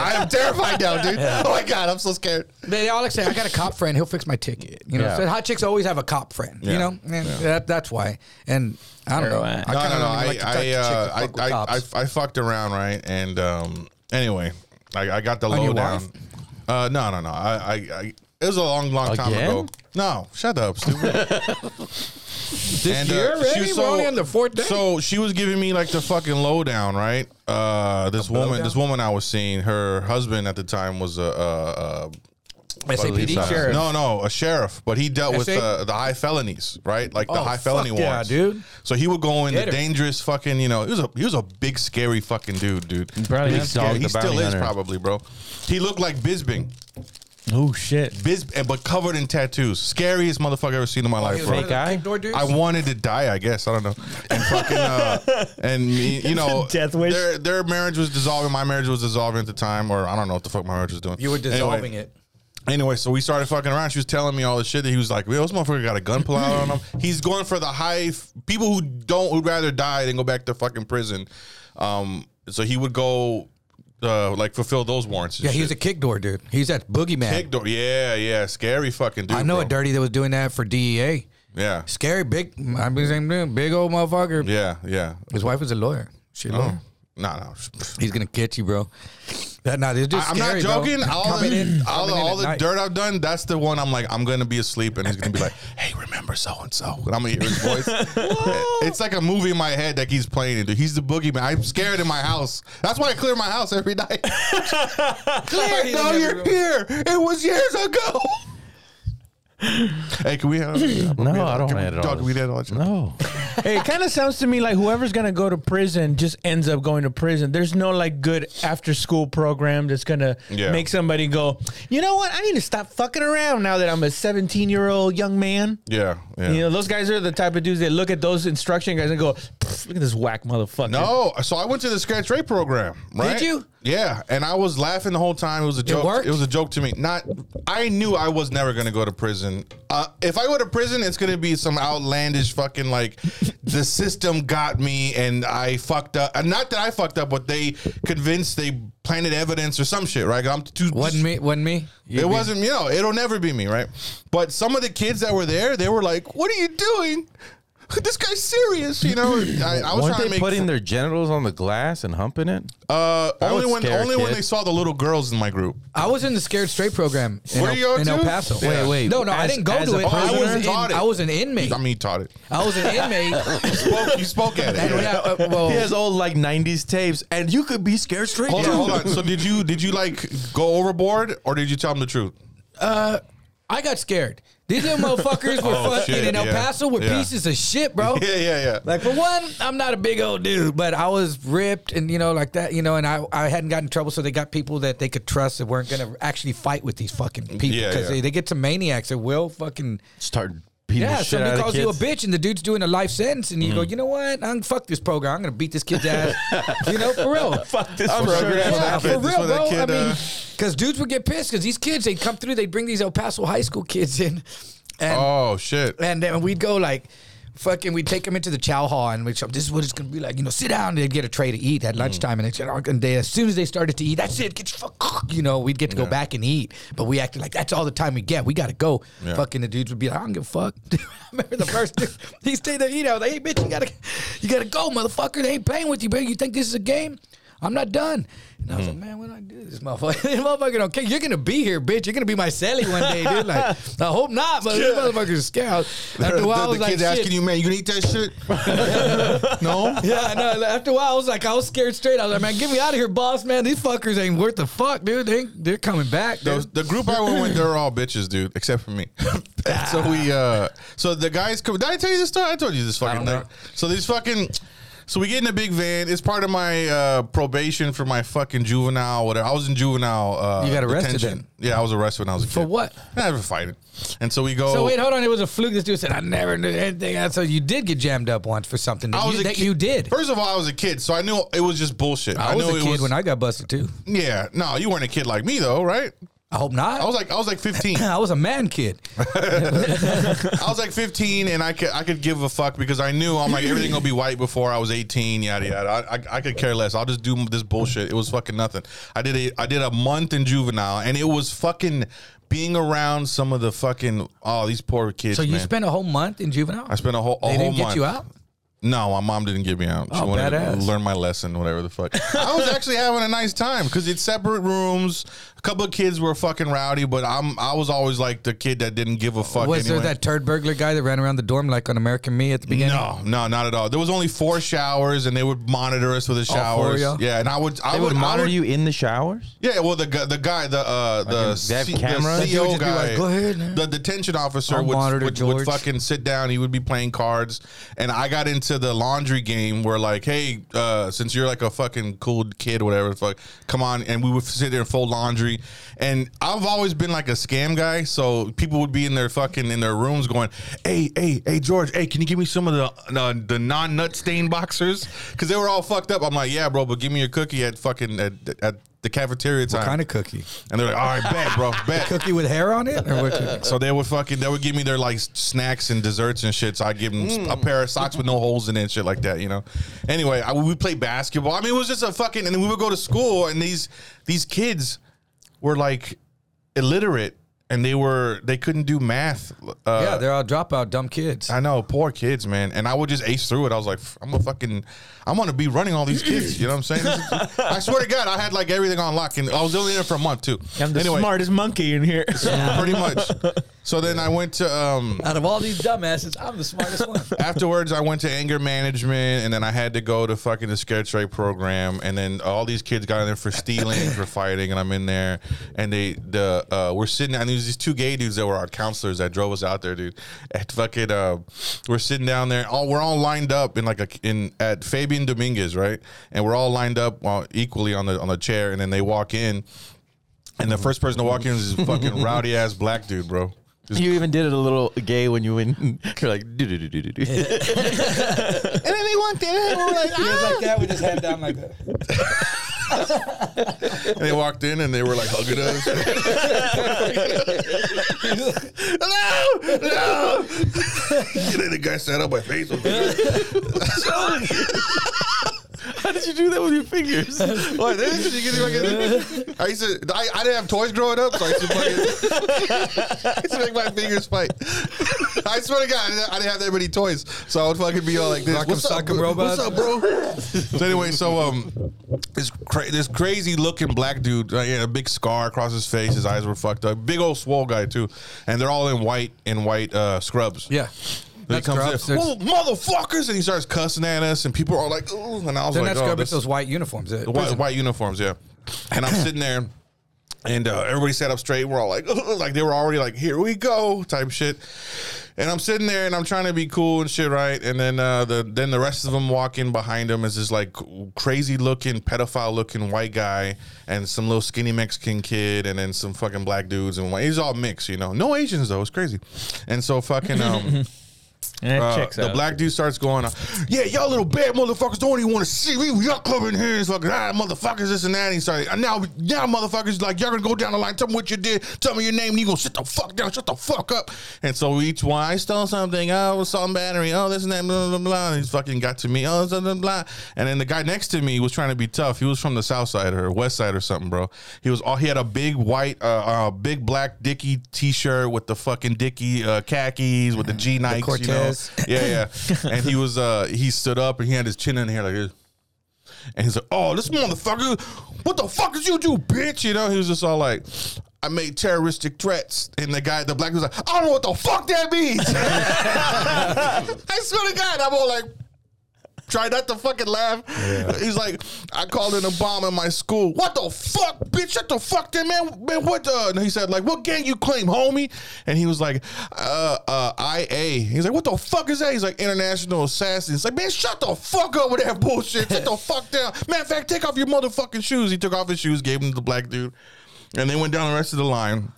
Speaker 3: I am terrified now, dude. Oh my god, I'm so scared.
Speaker 4: They all like say, "I got a cop friend. He'll fix my ticket." You know,
Speaker 2: Yeah.
Speaker 4: so hot chicks always have a cop friend.
Speaker 3: Yeah.
Speaker 4: You know, and that, that's why. And I don't know.
Speaker 5: Fair way.
Speaker 4: I
Speaker 3: No,
Speaker 4: kinda don't
Speaker 3: no, no.
Speaker 4: even
Speaker 3: I,
Speaker 4: like to touch
Speaker 3: I,
Speaker 4: chicks that
Speaker 3: uh,
Speaker 4: fuck with
Speaker 3: I, I,
Speaker 4: cops.
Speaker 3: I, I fucked around, right? And um, anyway, I, I got the
Speaker 4: On your
Speaker 3: lowdown. Uh, no, no, no. I, I, I, it was a long, long time
Speaker 2: Again?
Speaker 3: ago. No, shut up, stupid. And, uh,
Speaker 4: year already?
Speaker 3: was
Speaker 4: We're only on the fourth day.
Speaker 3: So she was giving me like the fucking lowdown, right? Uh, this woman,
Speaker 4: blowdown?
Speaker 3: this woman I was seeing, her husband at the time was a. a, a
Speaker 4: SAPD?
Speaker 5: Sheriff.
Speaker 3: No, no, a sheriff, but he dealt with uh,
Speaker 4: SA?
Speaker 3: the, the high felonies, right? Like the
Speaker 4: Oh,
Speaker 3: high
Speaker 4: fuck
Speaker 3: felony
Speaker 4: yeah,
Speaker 3: warrants,
Speaker 4: dude.
Speaker 3: So he would go in
Speaker 4: Get
Speaker 3: the
Speaker 4: her.
Speaker 3: dangerous fucking, you know, he was a he was a big scary fucking dude, dude.
Speaker 5: probably
Speaker 3: Big
Speaker 5: is.
Speaker 3: scary.
Speaker 2: Dog
Speaker 3: he
Speaker 2: the
Speaker 3: still
Speaker 2: bounty
Speaker 3: is
Speaker 2: hunter.
Speaker 3: probably, bro. He looked like Bisbing,
Speaker 5: Oh shit!
Speaker 3: Bis, but covered in tattoos. Scariest motherfucker I've ever seen in my life,
Speaker 4: He was
Speaker 3: bro.
Speaker 4: one of
Speaker 5: Fake
Speaker 4: the
Speaker 5: eye?
Speaker 4: big door dudes.
Speaker 3: I wanted to die, I guess. I don't know. And fucking, uh, and me, you know,
Speaker 5: Death wish.
Speaker 3: Their, their marriage was dissolving. My marriage was dissolving at the time, or I don't know what the fuck my marriage was doing.
Speaker 4: You were dissolving
Speaker 3: anyway,
Speaker 4: it.
Speaker 3: Anyway, so we started fucking around. She was telling me all the shit that he was like, "Yo, this motherfucker got a gun pull out on him. He's going for the high f- people who don't who'd rather die than go back to fucking prison." Um, so he would go, uh, like fulfill those warrants. and
Speaker 4: Yeah, he was a
Speaker 3: shit.
Speaker 4: kick door dude. He's that boogeyman.
Speaker 3: Big door. Yeah, yeah, scary fucking dude.
Speaker 4: I know
Speaker 3: bro.
Speaker 4: a dirty that was doing that for DEA.
Speaker 3: Yeah,
Speaker 4: Scary big. I mean, same dude, big old motherfucker.
Speaker 3: yeah, Oh. yeah.
Speaker 4: His wife was a lawyer. She a lawyer.
Speaker 3: No, no.
Speaker 4: He's gonna get you, bro. That nah, it's just
Speaker 3: I'm
Speaker 4: scary,
Speaker 3: not joking.
Speaker 4: Bro.
Speaker 3: All
Speaker 4: Coming
Speaker 3: the,
Speaker 4: in-
Speaker 3: all the,
Speaker 4: coming in
Speaker 3: all
Speaker 4: at
Speaker 3: the
Speaker 4: night.
Speaker 3: dirt I've done, that's the one I'm like, I'm going to be asleep and he's going to be like, hey, remember so and so. And I'm going to hear his voice. it's like a movie in my head that he's playing. Into. He's the boogeyman. I'm scared in my house. That's why I clear my house every night. clear.
Speaker 4: He's
Speaker 3: No,
Speaker 4: in every
Speaker 3: you're
Speaker 4: room.
Speaker 3: here. It was years ago. hey, can we have
Speaker 2: No, I don't want to
Speaker 3: can we-
Speaker 2: edit all
Speaker 3: dog, we
Speaker 2: this.
Speaker 3: did all that shit.
Speaker 2: No.
Speaker 5: Hey, it kind of sounds to me like whoever's gonna go to prison just ends up going to prison. There's no like good after school program that's gonna
Speaker 3: Yeah.
Speaker 5: make somebody go. You know what? I need to stop fucking around now that I'm a 17 year old young man.
Speaker 3: Yeah, yeah.
Speaker 5: You know, those guys are the type of dudes that look at those instruction guys and go, "Pff, "Look at this whack motherfucker."
Speaker 3: No, so I went to the scratch rate program. Right?
Speaker 4: you?
Speaker 3: Yeah, and I was laughing the whole time. It was a joke.
Speaker 4: worked?
Speaker 3: was a joke to me. Not, I knew I was never gonna go to prison. Uh, if I go to prison, it's gonna be some outlandish fucking like the system got me and I fucked up. Uh, Not that I fucked up, but they convinced they planted evidence or some shit. Right? I'm too.
Speaker 4: Wasn't me. Wasn't me. You'd
Speaker 3: It
Speaker 4: be-
Speaker 3: wasn't, you know, it'll never be me, right? But some of the kids that were there, they were like, "What are you doing? This guy's serious," you know. I, I was
Speaker 2: Weren't
Speaker 3: trying
Speaker 2: they
Speaker 3: to make
Speaker 2: putting their genitals on the glass and humping it?
Speaker 3: uh,
Speaker 2: That
Speaker 3: only
Speaker 2: would
Speaker 3: when
Speaker 2: scare a
Speaker 3: only when
Speaker 2: kid.
Speaker 3: they saw the little girls in my group.
Speaker 4: I was in the scared straight program in,
Speaker 3: Were
Speaker 4: El,
Speaker 3: you
Speaker 4: in El
Speaker 3: too?
Speaker 4: Paso.
Speaker 3: Wait, Yeah.
Speaker 2: wait.
Speaker 4: No, no, I
Speaker 2: As-
Speaker 4: didn't go
Speaker 2: as
Speaker 4: to
Speaker 2: a
Speaker 4: it.
Speaker 3: Oh,
Speaker 4: I
Speaker 3: you
Speaker 4: was, in,
Speaker 3: taught it.
Speaker 4: I was an inmate.
Speaker 3: I mean, you taught it.
Speaker 4: I was an inmate.
Speaker 3: You spoke, you spoke at it.
Speaker 4: and yeah, uh, well,
Speaker 2: He has old like '90s tapes, and you could be scared straight.
Speaker 3: Hold
Speaker 2: too.
Speaker 3: on, hold on. So did you did you like go overboard or did you tell them the truth?
Speaker 4: I got scared. These little motherfuckers were
Speaker 3: Oh,
Speaker 4: fucking
Speaker 3: shit,
Speaker 4: in El
Speaker 3: yeah.
Speaker 4: Paso with
Speaker 3: Yeah.
Speaker 4: pieces of shit, bro.
Speaker 3: Yeah, yeah, yeah.
Speaker 4: Like for one, I'm not a big old dude, but I was ripped and you know like that, you know, and I, I hadn't gotten in trouble, so they got people that they could trust that weren't gonna actually fight with these fucking people
Speaker 3: Yeah,
Speaker 4: because
Speaker 3: yeah.
Speaker 4: they, they get to maniacs that will fucking
Speaker 2: Start beating
Speaker 4: yeah.
Speaker 2: the shit out
Speaker 4: Somebody
Speaker 2: of
Speaker 4: calls you a bitch and the dude's doing a life sentence, and you go, you know what? I'm fuck this program. I'm gonna beat this kid's ass, you know, for real.
Speaker 5: fuck this.
Speaker 3: I'm
Speaker 5: for
Speaker 3: sure
Speaker 5: sure.
Speaker 3: that's-
Speaker 4: Yeah,
Speaker 3: that
Speaker 4: for
Speaker 3: kid- this
Speaker 4: real,
Speaker 3: one, that
Speaker 4: bro.
Speaker 3: kid,
Speaker 4: I mean,
Speaker 3: uh,
Speaker 4: because dudes would get pissed because these kids, they come through, they bring these El Paso high school kids in, and
Speaker 3: Oh shit.
Speaker 4: and then we'd go like, fucking, we'd take them into the chow hall and we'd show 'em, this is what it's gonna be like. You know, sit down. They'd get a tray to eat at lunchtime, and, they'd, sit down, and they, as soon as they started to eat, that's it. Get your fuck. You know, we'd get to go back and eat, but we acted like that's all the time we get. We gotta go. Fucking the dudes would be like, I don't give a fuck. I remember the first dude, he stayed there eating. I was like, hey bitch, you gotta, you gotta go, motherfucker. They ain't playing with you, baby. You think this is a game? I'm not done. And I was
Speaker 3: Hmm.
Speaker 4: like, man, when I do this, motherfucker, this motherfucker don't care. You're gonna be here, bitch. You're gonna be my celly one day, dude. Like, I hope not, but this motherfucker's scared. After a while, I
Speaker 3: the
Speaker 4: was
Speaker 3: the
Speaker 4: like,
Speaker 3: kids
Speaker 4: shit.
Speaker 3: asking you, man, you gonna eat that shit? no.
Speaker 4: Yeah, no. After a while, I was like, I was scared straight. I was like, man, get me out of here, boss, man. These fuckers ain't worth the fuck, dude. They, they're coming back, dude.
Speaker 3: Those, the group I went with, they're all bitches, dude, except for me. And so we, uh, so the guys come. Did I tell you this story? I told you this fucking thing. So these fucking. So we get in a big van. It's part of my uh, probation for my fucking juvenile. Whatever. I was in juvenile. Uh,
Speaker 4: You got arrested
Speaker 3: detention. Yeah, I was arrested when I was a kid.
Speaker 4: For what?
Speaker 3: I was fighting. And so we go.
Speaker 4: So wait, hold on. It was a fluke. This dude said, "I never knew anything." So you did get jammed up once for something that,
Speaker 3: I was
Speaker 4: you,
Speaker 3: a
Speaker 4: that
Speaker 3: kid-
Speaker 4: you did.
Speaker 3: First of all, I was a kid, so I knew it was just bullshit.
Speaker 4: I, was
Speaker 3: knew
Speaker 4: a
Speaker 3: it
Speaker 4: kid
Speaker 3: was,
Speaker 4: when I got busted too.
Speaker 3: Yeah, no, you weren't a kid like me though, right?
Speaker 4: I hope not.
Speaker 3: I was like, I was like 15.
Speaker 4: I was a man kid.
Speaker 3: I was like 15, and I could I could give a fuck because I knew I'm like everything gonna be white before I was 18. Yada yada. I, I, I could care less. I'll just do this bullshit. It was fucking nothing. I did a I did a month in juvenile, and it was fucking being around some of the fucking oh these poor kids.
Speaker 4: So you
Speaker 3: man.
Speaker 4: spent a whole month in juvenile.
Speaker 3: I spent a whole a
Speaker 4: they
Speaker 3: whole
Speaker 4: didn't
Speaker 3: month.
Speaker 4: get you out.
Speaker 3: No, my mom didn't get me out. She
Speaker 4: Oh,
Speaker 3: wanted to
Speaker 4: badass.
Speaker 3: learn my lesson, whatever the fuck. I was actually having a nice time because it's separate rooms. A couple of kids were fucking rowdy, but I'm I was always like the kid that didn't give a fuck.
Speaker 4: Was
Speaker 3: anyway.
Speaker 4: there that turd burglar guy that ran around the dorm like on American Me at the beginning?
Speaker 3: No, no, not at all. There was only four showers, and they would monitor us with the
Speaker 4: four
Speaker 3: showers.
Speaker 4: of y'all?
Speaker 3: yeah, and I would, I
Speaker 2: They
Speaker 3: would
Speaker 2: would monitor
Speaker 3: I would-
Speaker 2: you in the showers.
Speaker 3: Yeah, well, the gu- the guy, the uh, the,
Speaker 2: in- they have
Speaker 3: C-
Speaker 2: cameras? That
Speaker 3: the
Speaker 2: dude
Speaker 3: CO
Speaker 4: would just be
Speaker 3: guy,
Speaker 4: like, "Go ahead, man."
Speaker 3: the detention officer
Speaker 4: I'll
Speaker 3: would
Speaker 4: monitor
Speaker 3: would, would
Speaker 4: George.
Speaker 3: fucking sit down. He would be playing cards, and I got into the laundry game where like, hey, uh, since you're like a fucking cool kid, whatever, the fuck, come on, and we would sit there and fold laundry. And I've always been like a scam guy, so people would be in their fucking in their rooms going, hey, hey, hey, George, hey, can you give me some of the uh, the non nut stain boxers? Because they were all fucked up. I'm like, yeah, bro, but give me your cookie at fucking at, at the cafeteria time.
Speaker 4: Kind of cookie.
Speaker 3: And they're like, all right, bet, bro, bet.
Speaker 4: Cookie with hair on it, or what cookie?
Speaker 3: So they would fucking, they would give me their like snacks and desserts and shit. So I'd give them a pair of socks with no holes in it and shit like that, you know? Anyway, I, we play basketball. I mean, it was just a fucking, and then we would go to school and these, these kids were like illiterate and they were, they couldn't do math. Uh,
Speaker 4: yeah, they're all dropout dumb kids.
Speaker 3: I know, poor kids, man. And I would just ace through it. I was like, I'm a fucking, I'm gonna be running all these kids. You know what I'm saying? This is- I swear to God, I had like everything on lock, and I was only there for a month too.
Speaker 5: I'm the
Speaker 3: anyway,
Speaker 5: smartest monkey in here.
Speaker 3: pretty much. So then I went to um,
Speaker 4: Out of all these dumbasses, I'm the smartest one.
Speaker 3: afterwards I went to anger management and then I had to go to fucking the scare trade program and then all these kids got in there for stealing for fighting and I'm in there and they the uh, we're sitting and there's these two gay dudes that were our counselors that drove us out there dude at fucking uh, we're sitting down there all we're all lined up in like a in at Fabian Dominguez right and we're all lined up uh, equally on the on the chair and then they walk in and the first person to walk in is this fucking rowdy ass black dude bro. Just
Speaker 2: You even did it a little gay when you went. You're like, do do do do do.
Speaker 3: And then they walked in and we're like,
Speaker 1: It was like that. We just head down like that.
Speaker 3: And they walked in and they were like hugging us. no, no. and then the guy sat on my face. Was
Speaker 2: How did you do that with your fingers?
Speaker 3: what? Did you get it fucking- I used to. I, I didn't have toys growing up, so I used to, fucking, I used to make my fingers fight. I swear to God, I didn't, I didn't have that many toys, so I would fucking be all like this.
Speaker 4: Rock'em
Speaker 3: What's up,
Speaker 4: sock'em
Speaker 3: bro?
Speaker 4: robots."
Speaker 3: What's up, bro? so anyway, so um, this cra- this crazy looking black dude, uh, he had a big scar across his face. His eyes were fucked up. Big old swole guy too, and they're all in white in white uh, scrubs.
Speaker 4: Yeah.
Speaker 3: He
Speaker 4: Not
Speaker 3: comes
Speaker 4: scrubs.
Speaker 3: in,
Speaker 4: They're,
Speaker 3: "Whoa, motherfuckers!" and he starts cussing at us, and people are like, "Ooh!" And I was
Speaker 4: they're
Speaker 3: like,
Speaker 4: not
Speaker 3: "Oh,
Speaker 4: scrubs.
Speaker 3: this-
Speaker 4: It's those white uniforms. uh,
Speaker 3: the white,
Speaker 4: prison.
Speaker 3: white uniforms, yeah. And I'm sitting there, and uh, everybody sat up straight. We're all like, like they were already like, here we go, type shit. And I'm sitting there, and I'm trying to be cool and shit, right? And then uh, the then the rest of them walk in behind him is this like crazy looking pedophile looking white guy, and some little skinny Mexican kid, and then some fucking black dudes, and white. He's all mixed, you know. No Asians though, it's crazy. And so fucking um.
Speaker 5: And that
Speaker 3: Uh,
Speaker 5: checks
Speaker 3: the
Speaker 5: out.
Speaker 3: black dude starts going, uh, "Yeah, y'all little bad motherfuckers don't even want to see me. Y'all coming here and fucking ah, motherfuckers this and that." And he started, and now y'all motherfuckers like y'all gonna go down the line. Tell me what you did. Tell me your name. And you gonna sit the fuck down. Shut the fuck up. And so each one, I stole something. Oh, it was some battery. Oh, this and that. Blah blah blah. And he's fucking got to me. Oh, blah blah blah. And then the guy next to me was trying to be tough. He was from the south side or west side or something, bro. He was all he had a big white, uh, uh big black Dicky t-shirt with the fucking Dicky uh, khakis with the G Nikes. You know?
Speaker 4: Cortez.
Speaker 3: Yeah, yeah. And he was uh he stood up and he had his chin in here like this. And he's like, Oh, this motherfucker, what the fuck did you do, bitch? You know, he was just all like, I made terroristic threats. And the guy, the black was like, I don't know what the fuck that means. I swear to God, I'm all like Try not to fucking laugh. He's like, I called in a bomb in my school. What the fuck, bitch? Shut the fuck there, man. Man, what the? And he said, like, what gang you claim, homie? And he was like, uh, uh, IA. He's like, what the fuck is that? He's like, international assassin. He's like, man, shut the fuck up with that bullshit. Sit the fuck down. Matter of fact, take off your motherfucking shoes. He took off his shoes, gave them to the black dude, and they went down the rest of the line.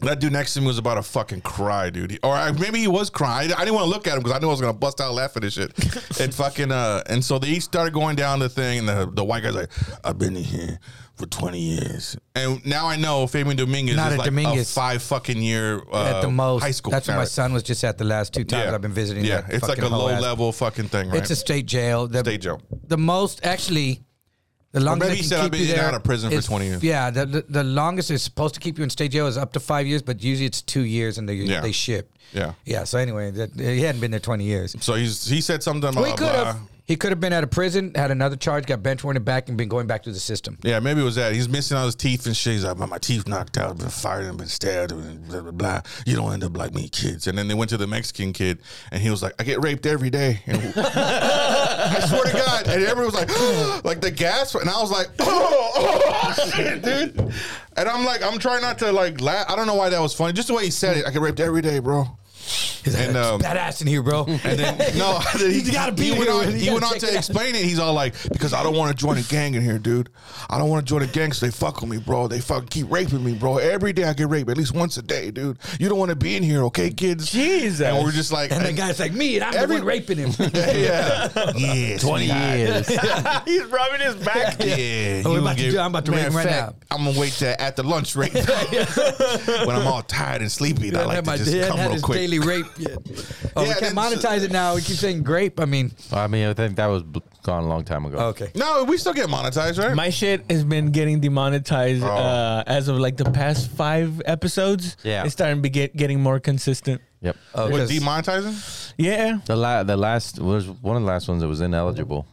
Speaker 3: That dude next to me was about to fucking cry, dude. He- Or I, maybe he was crying. I, I didn't want to look at him because I knew I was gonna bust out laughing and shit. and fucking uh, and so they each started going down the thing, and the, the white guy's like, "I've been in here for twenty years," and now I know Fabian Dominguez
Speaker 4: Not
Speaker 3: is
Speaker 4: a
Speaker 3: like
Speaker 4: Dominguez.
Speaker 3: a five fucking year uh,
Speaker 4: at the most.
Speaker 3: high school.
Speaker 4: That's where my
Speaker 3: parent.
Speaker 4: son was just at the last two times I've been visiting.
Speaker 3: Yeah,
Speaker 4: that
Speaker 3: it's like a
Speaker 4: fucking
Speaker 3: low
Speaker 4: whole ass-
Speaker 3: level fucking thing, right?
Speaker 4: It's a state jail. The,
Speaker 3: State jail.
Speaker 4: The most actually. The longest
Speaker 3: maybe
Speaker 4: they can
Speaker 3: he said,
Speaker 4: keep
Speaker 3: "I've been
Speaker 4: you
Speaker 3: in and
Speaker 4: there
Speaker 3: out of prison for
Speaker 4: is-
Speaker 3: 20 years.
Speaker 4: Yeah, the, the, the longest is supposed to keep you in state jail is up to five years, but usually it's two years and they
Speaker 3: Yeah.
Speaker 4: they ship.
Speaker 3: Yeah.
Speaker 4: yeah. So anyway, that, he hadn't been there twenty years.
Speaker 3: so he's he said something about uh,
Speaker 4: Well, he could have. He could have been out of prison, had another charge, got bench warranted back, and been going back through the system.
Speaker 3: Yeah, maybe it was that. He's missing all his teeth and shit. He's like, my, my teeth knocked out, been fired, and been stabbed, and blah, blah, blah. You don't end up like me, kids. And then they went to the Mexican kid, and he was like, I get raped every day. And I swear to God. And everyone was like, like the gasp. And I was like, oh, oh, shit, dude. And I'm like, I'm trying not to like laugh. I don't know why that was funny. Just the way he said it, I get raped every day, bro.
Speaker 4: He's like,
Speaker 3: And,
Speaker 4: "It's
Speaker 3: um,
Speaker 4: badass in here, bro.
Speaker 3: And then no, he,
Speaker 4: You gotta be
Speaker 3: he went
Speaker 4: here.
Speaker 3: on,
Speaker 4: You
Speaker 3: he
Speaker 4: gotta
Speaker 3: went on
Speaker 4: check
Speaker 3: to
Speaker 4: it out.
Speaker 3: explain it. He's all like, because I don't want to join a gang in here, dude. I don't want to join a gang, so they fuck with me, bro. They fucking keep raping me, bro. Every day I get raped, at least once a day, dude. You don't want to be in here, okay, kids?
Speaker 5: Jesus.
Speaker 3: And we're just like,
Speaker 4: and the guy's like, me, and I'm
Speaker 3: Every-
Speaker 4: the one raping him.
Speaker 3: yeah, yeah, twenty
Speaker 2: years.
Speaker 5: He's rubbing his back.
Speaker 3: Yeah,
Speaker 4: we're
Speaker 3: you
Speaker 4: about to
Speaker 3: get-
Speaker 4: do- I'm about to
Speaker 3: matter
Speaker 4: ring
Speaker 3: of
Speaker 4: right
Speaker 3: fact, I'm gonna wait till after lunch rate when I'm all tired and sleepy. and I like to just come real
Speaker 4: his
Speaker 3: quick.
Speaker 4: daily rape yet. Oh,
Speaker 3: Yeah,
Speaker 4: we
Speaker 3: that's-
Speaker 4: can't monetize it now. We keep saying grape. I mean,
Speaker 2: I mean, I think that was b- gone a long time ago.
Speaker 4: okay.
Speaker 3: no, we still get monetized, right?
Speaker 5: My shit has been getting demonetized uh, as of like the past five episodes.
Speaker 2: Yeah.
Speaker 5: it's starting to be get, getting more consistent.
Speaker 2: Yep.
Speaker 4: Oh,
Speaker 3: what
Speaker 4: 'cause-
Speaker 3: demonetizing?
Speaker 5: Yeah,
Speaker 2: The la- the last was one of the last ones that was ineligible.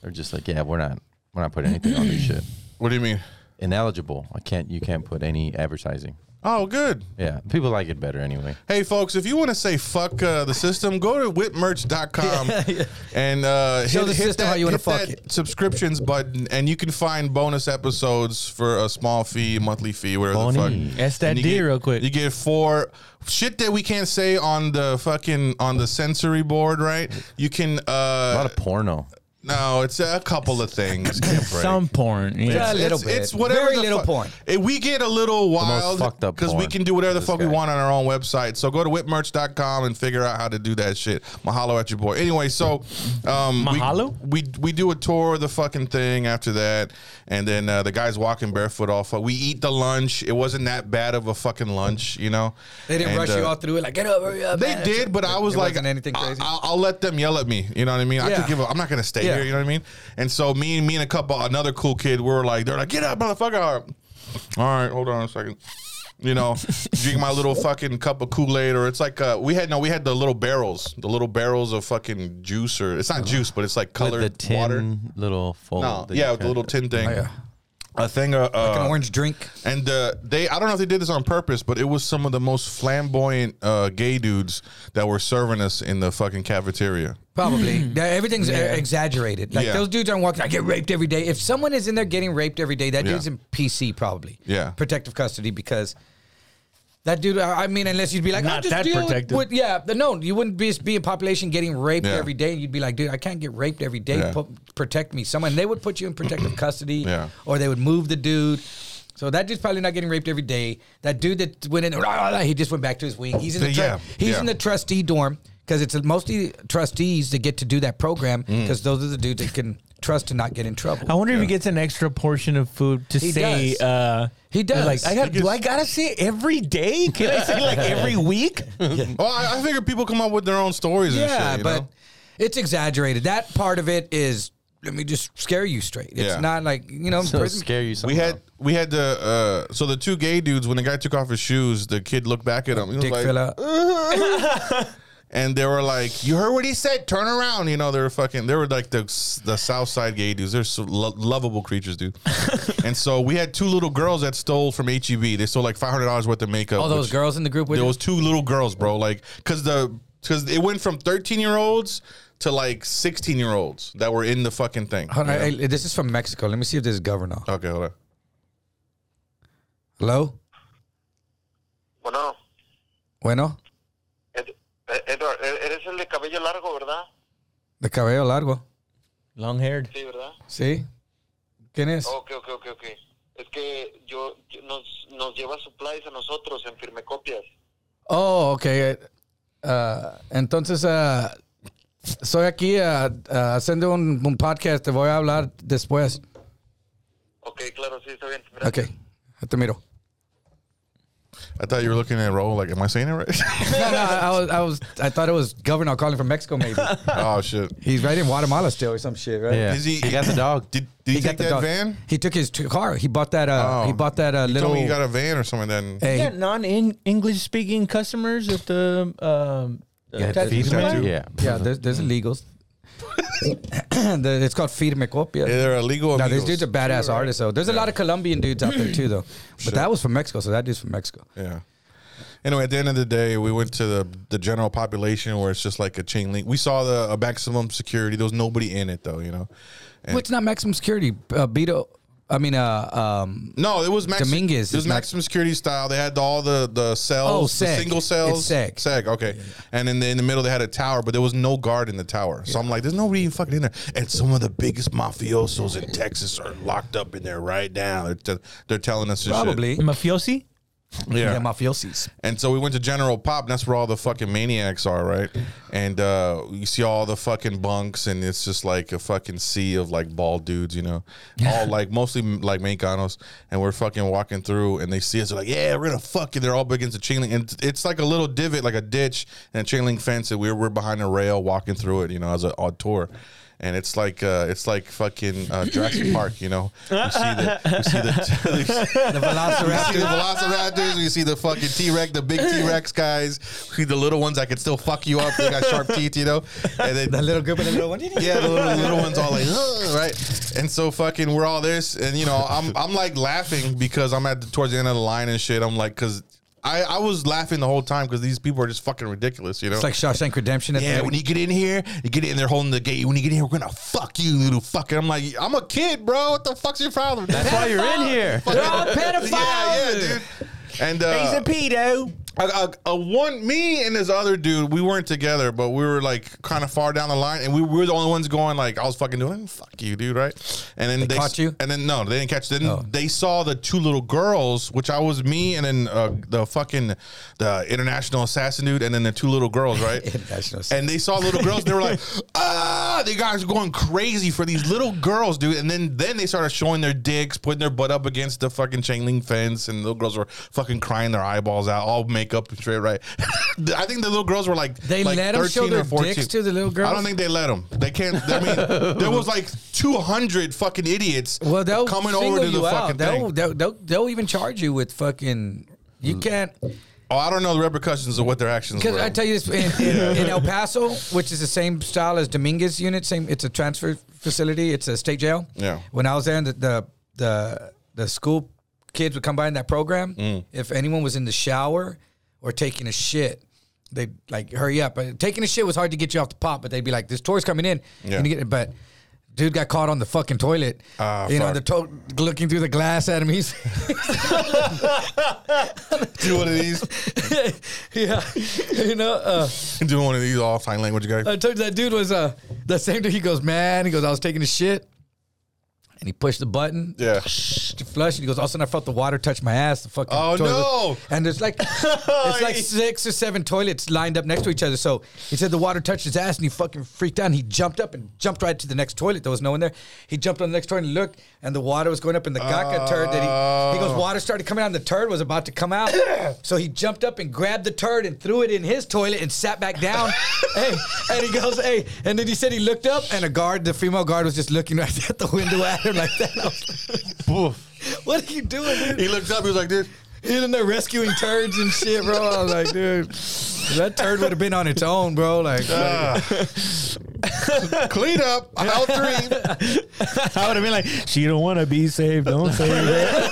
Speaker 2: They're just like, yeah, we're not we're not putting anything on this shit.
Speaker 3: What do you mean?
Speaker 2: Ineligible. I can't. You can't put any advertising.
Speaker 3: Oh, good.
Speaker 2: Yeah, people like it better anyway.
Speaker 3: Hey, folks, if you want to say fuck uh, the system, go to whitmerch.com and uh,
Speaker 4: Show the system how you wanna
Speaker 3: hit
Speaker 4: fuck
Speaker 3: that
Speaker 4: it.
Speaker 3: subscriptions button, and you can find bonus episodes for a small fee, monthly fee, whatever the
Speaker 2: Bonnie.
Speaker 3: fuck.
Speaker 5: that's that
Speaker 3: Mm. And
Speaker 5: D
Speaker 3: you get-
Speaker 5: real quick.
Speaker 3: You get four shit that we can't say on the fucking on the sensory board, right? You can
Speaker 2: A
Speaker 3: uh
Speaker 2: lot of porno.
Speaker 3: no, it's a couple of things. Give me a break.
Speaker 5: Some porn.
Speaker 4: Yeah.
Speaker 5: Yeah.
Speaker 4: A little bit. Very little
Speaker 3: fuck-
Speaker 4: porn.
Speaker 3: Eh, we get a little
Speaker 2: most
Speaker 3: wild
Speaker 2: fucked up
Speaker 3: because we
Speaker 2: porn
Speaker 3: can do whatever the
Speaker 2: this
Speaker 3: fuck we
Speaker 2: guy.
Speaker 3: want on our own website. So go to whitmerch.com and figure out how to do that shit. Mahalo at your boy. Anyway, so um, we-
Speaker 5: Mahalo?
Speaker 3: We, we do a tour of the fucking thing after that, and then uh, the guy's walking barefoot off. We eat the lunch. It wasn't that bad of a fucking lunch, you know.
Speaker 4: They didn't
Speaker 3: And,
Speaker 4: rush
Speaker 3: uh,
Speaker 4: you all through it. Like, get up, hurry up.
Speaker 3: They
Speaker 4: man."
Speaker 3: did, but I was
Speaker 4: it
Speaker 3: like, uh,
Speaker 4: wasn't anything crazy.
Speaker 3: I, will let them yell at me. You know what I mean? I could
Speaker 4: Yeah.
Speaker 3: give. A, I'm not gonna stay
Speaker 4: Yeah.
Speaker 3: here. You know what I mean? And so me and me and a couple another cool kid we were like, they're like, get up, motherfucker. All right, hold on a second. You know, drink my little fucking cup of Kool Aid, or it's like uh, we had no, we had the little barrels, the little barrels of fucking juice, or it's
Speaker 4: Uh-huh.
Speaker 3: not juice, but it's like
Speaker 2: With
Speaker 3: colored
Speaker 2: the tin
Speaker 3: water.
Speaker 2: little fold.
Speaker 3: No,
Speaker 2: that you
Speaker 3: yeah, with the
Speaker 2: can-
Speaker 3: little tin thing.
Speaker 4: yeah.
Speaker 3: A thing. Uh, uh,
Speaker 4: An orange drink.
Speaker 3: and uh, they, I don't know if they did this on purpose, but it was some of the most flamboyant uh, gay dudes that were serving us in the fucking cafeteria.
Speaker 4: Probably. They're- Everything's e- exaggerated. Like
Speaker 3: Hmm. Yeah.
Speaker 4: those dudes aren't walking. I get raped every day. If someone is in there getting raped every day, that
Speaker 3: Yeah.
Speaker 4: dude's in PC probably.
Speaker 3: Yeah.
Speaker 4: protective custody because that dude. I I mean, unless you'd be like,
Speaker 5: Not
Speaker 4: I'll just
Speaker 5: that
Speaker 4: deal
Speaker 5: protective.
Speaker 4: With, yeah, but no, you wouldn't be, be a population getting raped
Speaker 3: Yeah.
Speaker 4: every day. You'd be like, dude, I can't get raped every day.
Speaker 3: Yeah.
Speaker 4: Pu- protect me, someone. They would put you in protective custody,
Speaker 3: Yeah.
Speaker 4: or they would move the dude. So that dude's probably not getting raped every day. That dude that went in, "Ah, he just went back to his wing. He's in the
Speaker 3: Yeah,
Speaker 4: tra- he's
Speaker 3: yeah.
Speaker 4: in the trustee dorm because it's mostly trustees that get to do that program
Speaker 3: Mm.
Speaker 4: because those are the dudes that can trust to not get in trouble.
Speaker 5: I wonder if he gets an extra portion of food to
Speaker 4: He
Speaker 5: say.
Speaker 4: does.
Speaker 5: Uh,
Speaker 4: He does.
Speaker 5: Like, I got.
Speaker 4: He
Speaker 5: Do I gotta say every day? Can I say like every week?
Speaker 3: Oh, I, I figure people come up with their own stories and
Speaker 4: yeah,
Speaker 3: shit. You
Speaker 4: but
Speaker 3: know?
Speaker 4: it's exaggerated. That part of it is let me just scare you straight. It's
Speaker 3: Yeah.
Speaker 4: not like you know
Speaker 2: So
Speaker 4: prison-
Speaker 2: scare you.
Speaker 3: We
Speaker 2: somehow.
Speaker 3: had we had the uh, so the two gay dudes when the guy took off his shoes, the kid looked back at him. He was
Speaker 4: dick
Speaker 3: like, uh,
Speaker 4: fill out.
Speaker 3: and they were like, "You heard what he said? Turn around!" You know, they were fucking. They were like the the South Side gay dudes. They're so lo- lovable creatures, dude. and so we had two little girls that stole from HEB. They stole like five hundred dollars worth of makeup.
Speaker 4: All Oh, those
Speaker 3: which-
Speaker 4: girls in the group with
Speaker 3: There
Speaker 4: you?
Speaker 3: was two little girls, bro. Like, cause the because it went from 13 year olds to like 16 year olds that were in the fucking thing.
Speaker 4: Hold on, hey, this is from Mexico. Let me see if this is governor.
Speaker 3: Okay, hold on.
Speaker 4: Hello?
Speaker 6: Bueno,
Speaker 4: Bueno?
Speaker 6: Ed- eh, Edward, eh, eres el de cabello largo, ¿verdad?
Speaker 4: De cabello largo.
Speaker 5: Long haired.
Speaker 6: Sí, ¿verdad?
Speaker 4: ¿Sí? ¿Quién es?
Speaker 6: Ok, ok, ok, ok. Es que yo, yo- nos, nos lleva supplies a nosotros en firme copias.
Speaker 4: Oh, ok. Ah, entonces, ah, soy aquí ah, ah, haciendo un, un podcast. Te voy a hablar después.
Speaker 6: Ok, claro, sí, está bien.
Speaker 4: Ok,
Speaker 6: Gracias.
Speaker 4: ya te miro.
Speaker 3: I thought you were looking at Roll. Like, am I saying it right?
Speaker 4: No, no, I, I was, I was, I thought it was governor calling from Mexico. Maybe
Speaker 3: oh shit.
Speaker 4: he's right in Guatemala still, or some shit, right?
Speaker 2: Yeah.
Speaker 3: Is he-
Speaker 2: he got the dog.
Speaker 3: Did, did he, take that
Speaker 4: dog.
Speaker 3: van?
Speaker 4: He took his t- car. He bought that. Uh,
Speaker 3: Oh.
Speaker 4: He bought that uh,
Speaker 3: You
Speaker 4: little.
Speaker 3: told me you got a van or something. Then
Speaker 4: Hey,
Speaker 5: You got non English speaking customers at the um,
Speaker 2: Yeah,
Speaker 5: tattoo
Speaker 2: feed him
Speaker 5: salon?
Speaker 2: too. Yeah.
Speaker 4: yeah, there's, there's illegals. The- it's called Firme Copia.
Speaker 3: Yeah, they're illegal.
Speaker 4: No,
Speaker 3: amigos.
Speaker 4: this dude's a badass artist, though. There's a lot of Colombian dudes out there, too, though. But that was from Mexico, so that dude's from Mexico.
Speaker 3: Yeah. Anyway, at the end of the day, we went to the the general population where it's just like a chain link. We saw the a maximum security. There was nobody in it though, you know. And
Speaker 4: Well, it's not maximum security. Uh, Beto, I mean, uh, um,
Speaker 3: no, it was maxi-
Speaker 4: Dominguez is
Speaker 3: It was
Speaker 4: not-
Speaker 3: maximum security style. They had all the the cells,
Speaker 4: Oh,
Speaker 3: the
Speaker 4: seg.
Speaker 3: single cells,
Speaker 4: It's seg.
Speaker 3: seg. Okay, and then in the middle they had a tower, but there was no guard in the tower. So I'm like, there's nobody even fucking in there. And some of the biggest mafiosos in Texas are locked up in there right now. They're, t- they're telling us this shit.
Speaker 4: probably.
Speaker 5: Mafiosi?
Speaker 4: Yeah, mafiosis.
Speaker 3: And so we went to General Pop, and that's where all the fucking maniacs are, right? And uh, you see all the fucking bunks, and it's just like a fucking sea of like bald dudes, you know, all like mostly like Mexicanos. And we're fucking walking through, and they see us, they're like, "Yeah, we're gonna fuck you." They're all against the chain link, and it's- it's like a little divot, like a ditch and a chain link fence, and we're we're behind a rail walking through it, you know, as an odd tour. And it's like uh, it's like fucking uh, Jurassic Park, you know. You see the, you see the
Speaker 4: The
Speaker 3: you see the
Speaker 4: velociraptor.
Speaker 3: velociraptors, you see the fucking T Rex, the big T Rex guys, you see the little ones that can still fuck you up. They got sharp teeth, you know? And then,
Speaker 4: that little group and the little one.
Speaker 3: yeah, the little, little ones all like, "Ugh," right? And so fucking, we're all this, and you know, I'm I'm like laughing because I'm at the, towards the end of the line and shit. I'm like, because I, I was laughing the whole time because these people are just fucking ridiculous, you know?
Speaker 4: It's like Shawshank Redemption. At
Speaker 3: Yeah,
Speaker 4: the
Speaker 3: when you get in here, you get in there holding the gate. When you get in here, we're gonna fuck you, little fucker. I'm like, I'm a kid, bro. What the fuck's your problem? That's
Speaker 2: why you're in here.
Speaker 3: They're
Speaker 5: all pedophiles.
Speaker 3: Yeah, yeah, dude. And uh,
Speaker 5: pedo.
Speaker 3: a, a, a one, me and this other dude, we weren't together, but we were like kind of far down the line, and we were the only ones going like, "I was fucking doing, it. fuck you, dude," right? And then they,
Speaker 4: caught you?
Speaker 3: and then no, they didn't catch. Then
Speaker 4: Oh.
Speaker 3: they saw the two little girls, which I was me, and then uh, the fucking the international assassin dude, and then the two little girls, right?
Speaker 4: International
Speaker 3: and they saw little girls, they were like, "Ah!" They guys were going crazy for these little girls, dude. And then then they started showing their dicks, putting their butt up against the fucking chain link fence, and little girls were fucking crying their eyeballs out, all makeup and straight right. I think the little girls were like
Speaker 4: They
Speaker 3: like
Speaker 4: let 'em show
Speaker 3: 13 or
Speaker 4: their
Speaker 3: 14.
Speaker 4: dicks to the little girls?
Speaker 3: I don't think they let them. They can't. I mean, there was like two hundred fucking idiots
Speaker 4: Well, they'll
Speaker 3: coming over to
Speaker 4: you
Speaker 3: the
Speaker 4: out.
Speaker 3: fucking
Speaker 4: They'll,
Speaker 3: thing.
Speaker 4: they'll, they'll, they'll even charge you with fucking. You can't.
Speaker 3: Oh, I don't know the repercussions of what their actions
Speaker 4: Because
Speaker 3: were.
Speaker 4: I tell you this, in, in, in El Paso, which is the same style as Dominguez unit, same. It's a transfer facility. It's a state jail.
Speaker 3: Yeah.
Speaker 4: When I was there, the the the, the school kids would come by in that program.
Speaker 3: Mm.
Speaker 4: If anyone was in the shower or taking a shit. They'd like hurry up. But taking a shit was hard to get you off the pot, but they'd be like, "This tour's coming in."
Speaker 3: Yeah.
Speaker 4: And you get, but dude got caught on the fucking toilet.
Speaker 3: Ah,
Speaker 4: you know,
Speaker 3: fuck.
Speaker 4: the to- looking through the glass at him. He's
Speaker 3: do one of these,
Speaker 4: yeah, you know. Uh,
Speaker 3: do one of these all sign language guys.
Speaker 4: I told you that dude was uh that same dude. He goes, man. He goes, I was taking a shit, and he pushed the button.
Speaker 3: Yeah.
Speaker 4: To flush, and he goes. All of a sudden, I felt the water touch my ass. The fucking
Speaker 3: Oh,
Speaker 4: toilet.
Speaker 3: no.
Speaker 4: And it's like it's like six or seven toilets lined up next to each other. So he said the water touched his ass, and he fucking freaked out. And he jumped up and jumped right to the next toilet. There was no one there. He jumped on the next toilet and looked, and the water was going up in the caca turd. That he he goes, water started coming out, and the turd was about to come out. so he jumped up and grabbed the turd and threw it in his toilet and sat back down. hey, and he goes, hey, and then he said he looked up, and a guard, the female guard, was just looking right at the window at him like that. I was like, what are you doing, dude?
Speaker 3: He looked up. He was like this.
Speaker 4: He's in there rescuing turds and shit, bro. I was like, dude, that turd would have been on its own, bro. Like,
Speaker 3: Uh. Ah. Clean up. Aisle three.
Speaker 5: I would have been like, she don't want to be saved. Don't save her.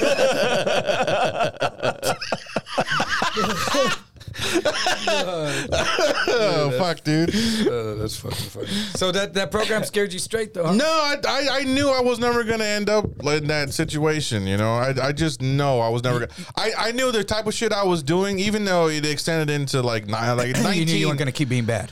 Speaker 3: Oh, fuck, dude.
Speaker 4: Uh, that's fucking funny.
Speaker 1: So that that program scared you straight though. huh?
Speaker 3: No, I, I, I knew I was never gonna end up in that situation. You know, I, I just know I was never. Gonna, I, I knew the type of shit I was doing, even though it extended into like nine, like
Speaker 4: You
Speaker 3: nineteen.
Speaker 4: knew you weren't gonna keep being bad.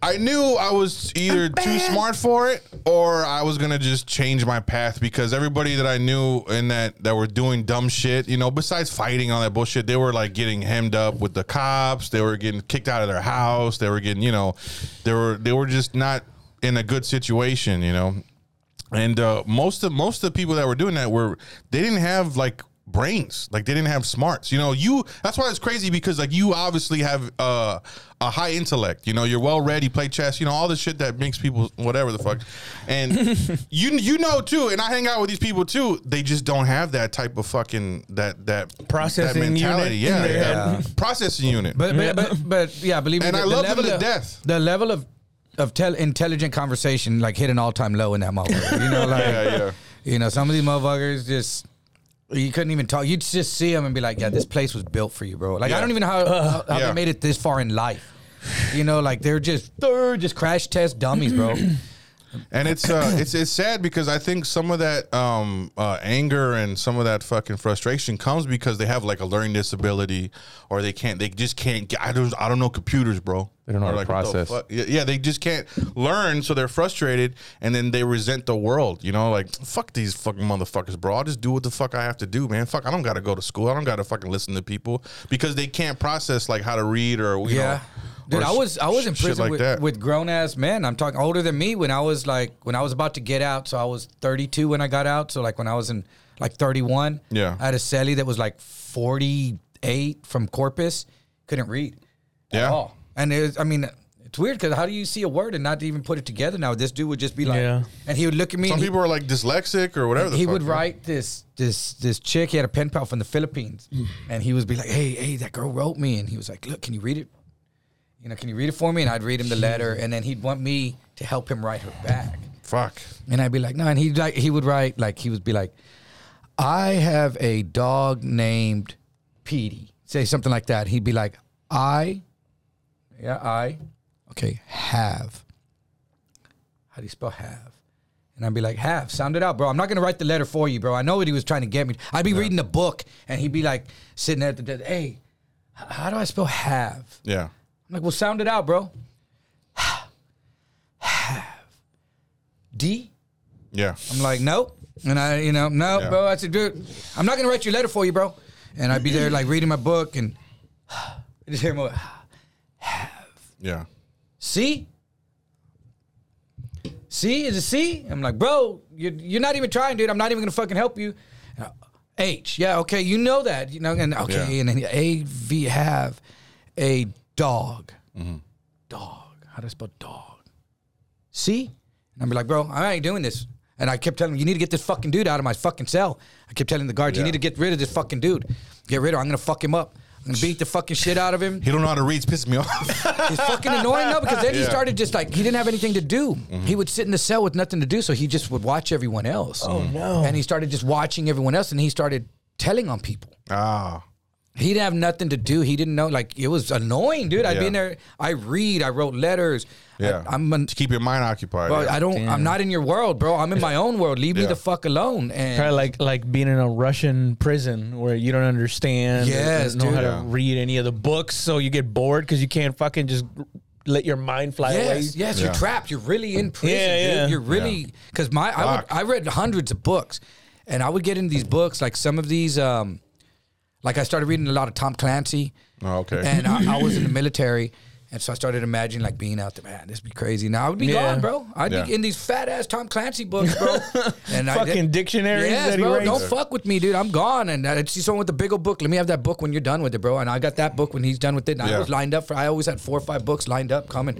Speaker 3: I knew I was either too smart for it or I was gonna just change my path because everybody that I knew in that that were doing dumb shit, you know, besides fighting all that bullshit, they were like getting hemmed up with the cops. They were getting kicked out of their house. They were getting, you know, they were they were just not in a good situation, you know. And uh, most of most of the people that were doing that were they didn't have like brains, like they didn't have smarts. You know, you that's why it's crazy because like you obviously have uh, a high intellect. You know, you're well read, you play chess, you know, all the shit that makes people whatever the fuck. And you you know too, and I hang out with these people too. They just don't have that type of fucking that that
Speaker 5: Processing
Speaker 3: that
Speaker 5: unit
Speaker 3: mentality.
Speaker 5: in
Speaker 3: Yeah,
Speaker 5: their
Speaker 3: yeah. processing unit.
Speaker 4: But but, but but yeah, believe me.
Speaker 3: And
Speaker 4: the,
Speaker 3: I
Speaker 4: the
Speaker 3: love them
Speaker 4: level
Speaker 3: to
Speaker 4: of,
Speaker 3: death.
Speaker 4: The level of of tel- intelligent conversation like hit an all time low in that motherfucker. You know, like
Speaker 3: yeah, yeah.
Speaker 4: you know, some of these motherfuckers just. You couldn't even talk. You'd just see them and be like, "Yeah, this place was built for you, bro." Like, I
Speaker 3: Yeah.
Speaker 4: don't even know how, how, how
Speaker 3: Yeah.
Speaker 4: they made it this far in life. You know, like they're just they're just crash test dummies, bro.
Speaker 3: And it's uh, it's it's sad because I think some of that um, uh, anger and some of that fucking frustration comes because they have like a learning disability or they can't they just can't get I don't I don't know computers, bro. They
Speaker 2: don't know how to process.
Speaker 3: Yeah, yeah, they just can't learn, so they're frustrated and then they resent the world. You know, like fuck these fucking motherfuckers, bro. I'll just do what the fuck I have to do, man. Fuck, I don't gotta go to school. I don't gotta fucking listen to people because they can't process like how to read or you
Speaker 4: Yeah.
Speaker 3: know.
Speaker 4: Dude,
Speaker 3: or
Speaker 4: I was I
Speaker 3: sh-
Speaker 4: was in
Speaker 3: shit
Speaker 4: prison
Speaker 3: like
Speaker 4: with,
Speaker 3: that.
Speaker 4: with grown ass men. I'm talking older than me when I was like when I was about to get out. So I was 32 when I got out. So like when I was in like 31,
Speaker 3: Yeah.
Speaker 4: I had a celly that was like 48 from Corpus, couldn't read
Speaker 3: Yeah.
Speaker 4: at all. And it was, I mean, it's weird because how do you see a word and not even put it together? Now this dude would just be like,
Speaker 5: Yeah.
Speaker 4: and he would look at me.
Speaker 3: Some
Speaker 4: and he-
Speaker 3: people are like dyslexic or whatever. The
Speaker 4: he
Speaker 3: fuck,
Speaker 4: would
Speaker 3: bro.
Speaker 4: write this this this chick. He had a pen pal from the Philippines, and he was be like, "Hey, hey, that girl wrote me," and he was like, "Look, can you read it? You know, can you read it for me?" And I'd read him the letter, and then he'd want me to help him write her back,
Speaker 3: Fuck.
Speaker 4: and I'd be like, "No," and he would like he would write like he would be like, "I have a dog named Petey," say something like that. He'd be like, "I, yeah, I, okay, have." How do you spell have? And I'd be like, have, sound it out, bro. I'm not gonna write the letter for you, bro. I know what he was trying to get me. I'd be reading a book and he'd be like sitting there at the desk, hey, h- how do I spell have?
Speaker 3: Yeah.
Speaker 4: I'm like, well, sound it out, bro. Have. D?
Speaker 3: Yeah.
Speaker 4: I'm like, nope. And I, you know, no,
Speaker 3: Yeah.
Speaker 4: bro. I said, dude, I'm not gonna write your letter for you, bro. And I'd be there like reading my book and I just hear him go,
Speaker 3: Yeah.
Speaker 4: C? C is a C? I'm like, bro, you're, you're not even trying, dude. I'm not even gonna fucking help you. Uh, H, yeah, okay, you know that, you know, and okay,
Speaker 3: Yeah.
Speaker 4: and then A V have a dog,
Speaker 3: Mm-hmm.
Speaker 4: dog. How do I spell dog? C, and I'm like, bro, I ain't doing this. And I kept telling him, you need to get this fucking dude out of my fucking cell. I kept telling the guards, you
Speaker 3: Yeah.
Speaker 4: need to get rid of this fucking dude. Get rid of. him. I'm gonna fuck him up. I'm gonna beat the fucking shit out of him.
Speaker 3: He don't know how to read. It's pissing me off.
Speaker 4: It's fucking annoying though because then he
Speaker 3: Yeah. Mm-hmm.
Speaker 4: started just like he didn't have anything to do. He would sit in the cell with nothing to do, so he just would watch everyone else. Oh
Speaker 5: no.
Speaker 4: And he started just watching everyone else, and he started telling on people.
Speaker 3: ah.
Speaker 4: He didn't have nothing to do. He didn't know. Like it was annoying, dude. I'd
Speaker 3: Yeah.
Speaker 4: be in there. I read. I wrote letters.
Speaker 3: Yeah.
Speaker 4: I, am an,
Speaker 3: to keep your mind occupied.
Speaker 4: bro,
Speaker 3: yeah.
Speaker 4: I don't. I'm not in your world, bro. I'm in my own world. Leave me
Speaker 3: Yeah.
Speaker 4: the fuck alone. And
Speaker 5: Kind of like like being in a Russian prison where you don't understand, or
Speaker 4: Yes,
Speaker 5: don't know
Speaker 4: dude.
Speaker 5: how to read any of the books, so you get bored because you can't fucking just let your mind fly away.
Speaker 4: Yes, yes, you're
Speaker 3: Yeah.
Speaker 4: trapped. You're really in prison,
Speaker 5: Yeah, yeah.
Speaker 4: dude. You're really because my I, would,
Speaker 3: Fuck.
Speaker 4: I read hundreds of books, and I would get into these books like some of these. um Like I started reading a lot of Tom Clancy.
Speaker 3: Oh, okay.
Speaker 4: And I, I was in the military, and so I started imagining like being out there. Man, this would be crazy. Now I would be
Speaker 5: Yeah.
Speaker 4: gone, bro. I'd
Speaker 3: Yeah.
Speaker 4: be in these fat ass Tom Clancy books, bro. and I
Speaker 5: Fucking dictionaries
Speaker 4: Yes,
Speaker 5: that he
Speaker 4: bro.
Speaker 5: writes.
Speaker 4: Don't fuck with me, dude. I'm gone. And I see someone with a big old book. Let me have that book when you're done with it, bro. And I got that book when he's done with it. And I
Speaker 3: Yeah.
Speaker 4: was lined up for. I always had four or five books lined up coming,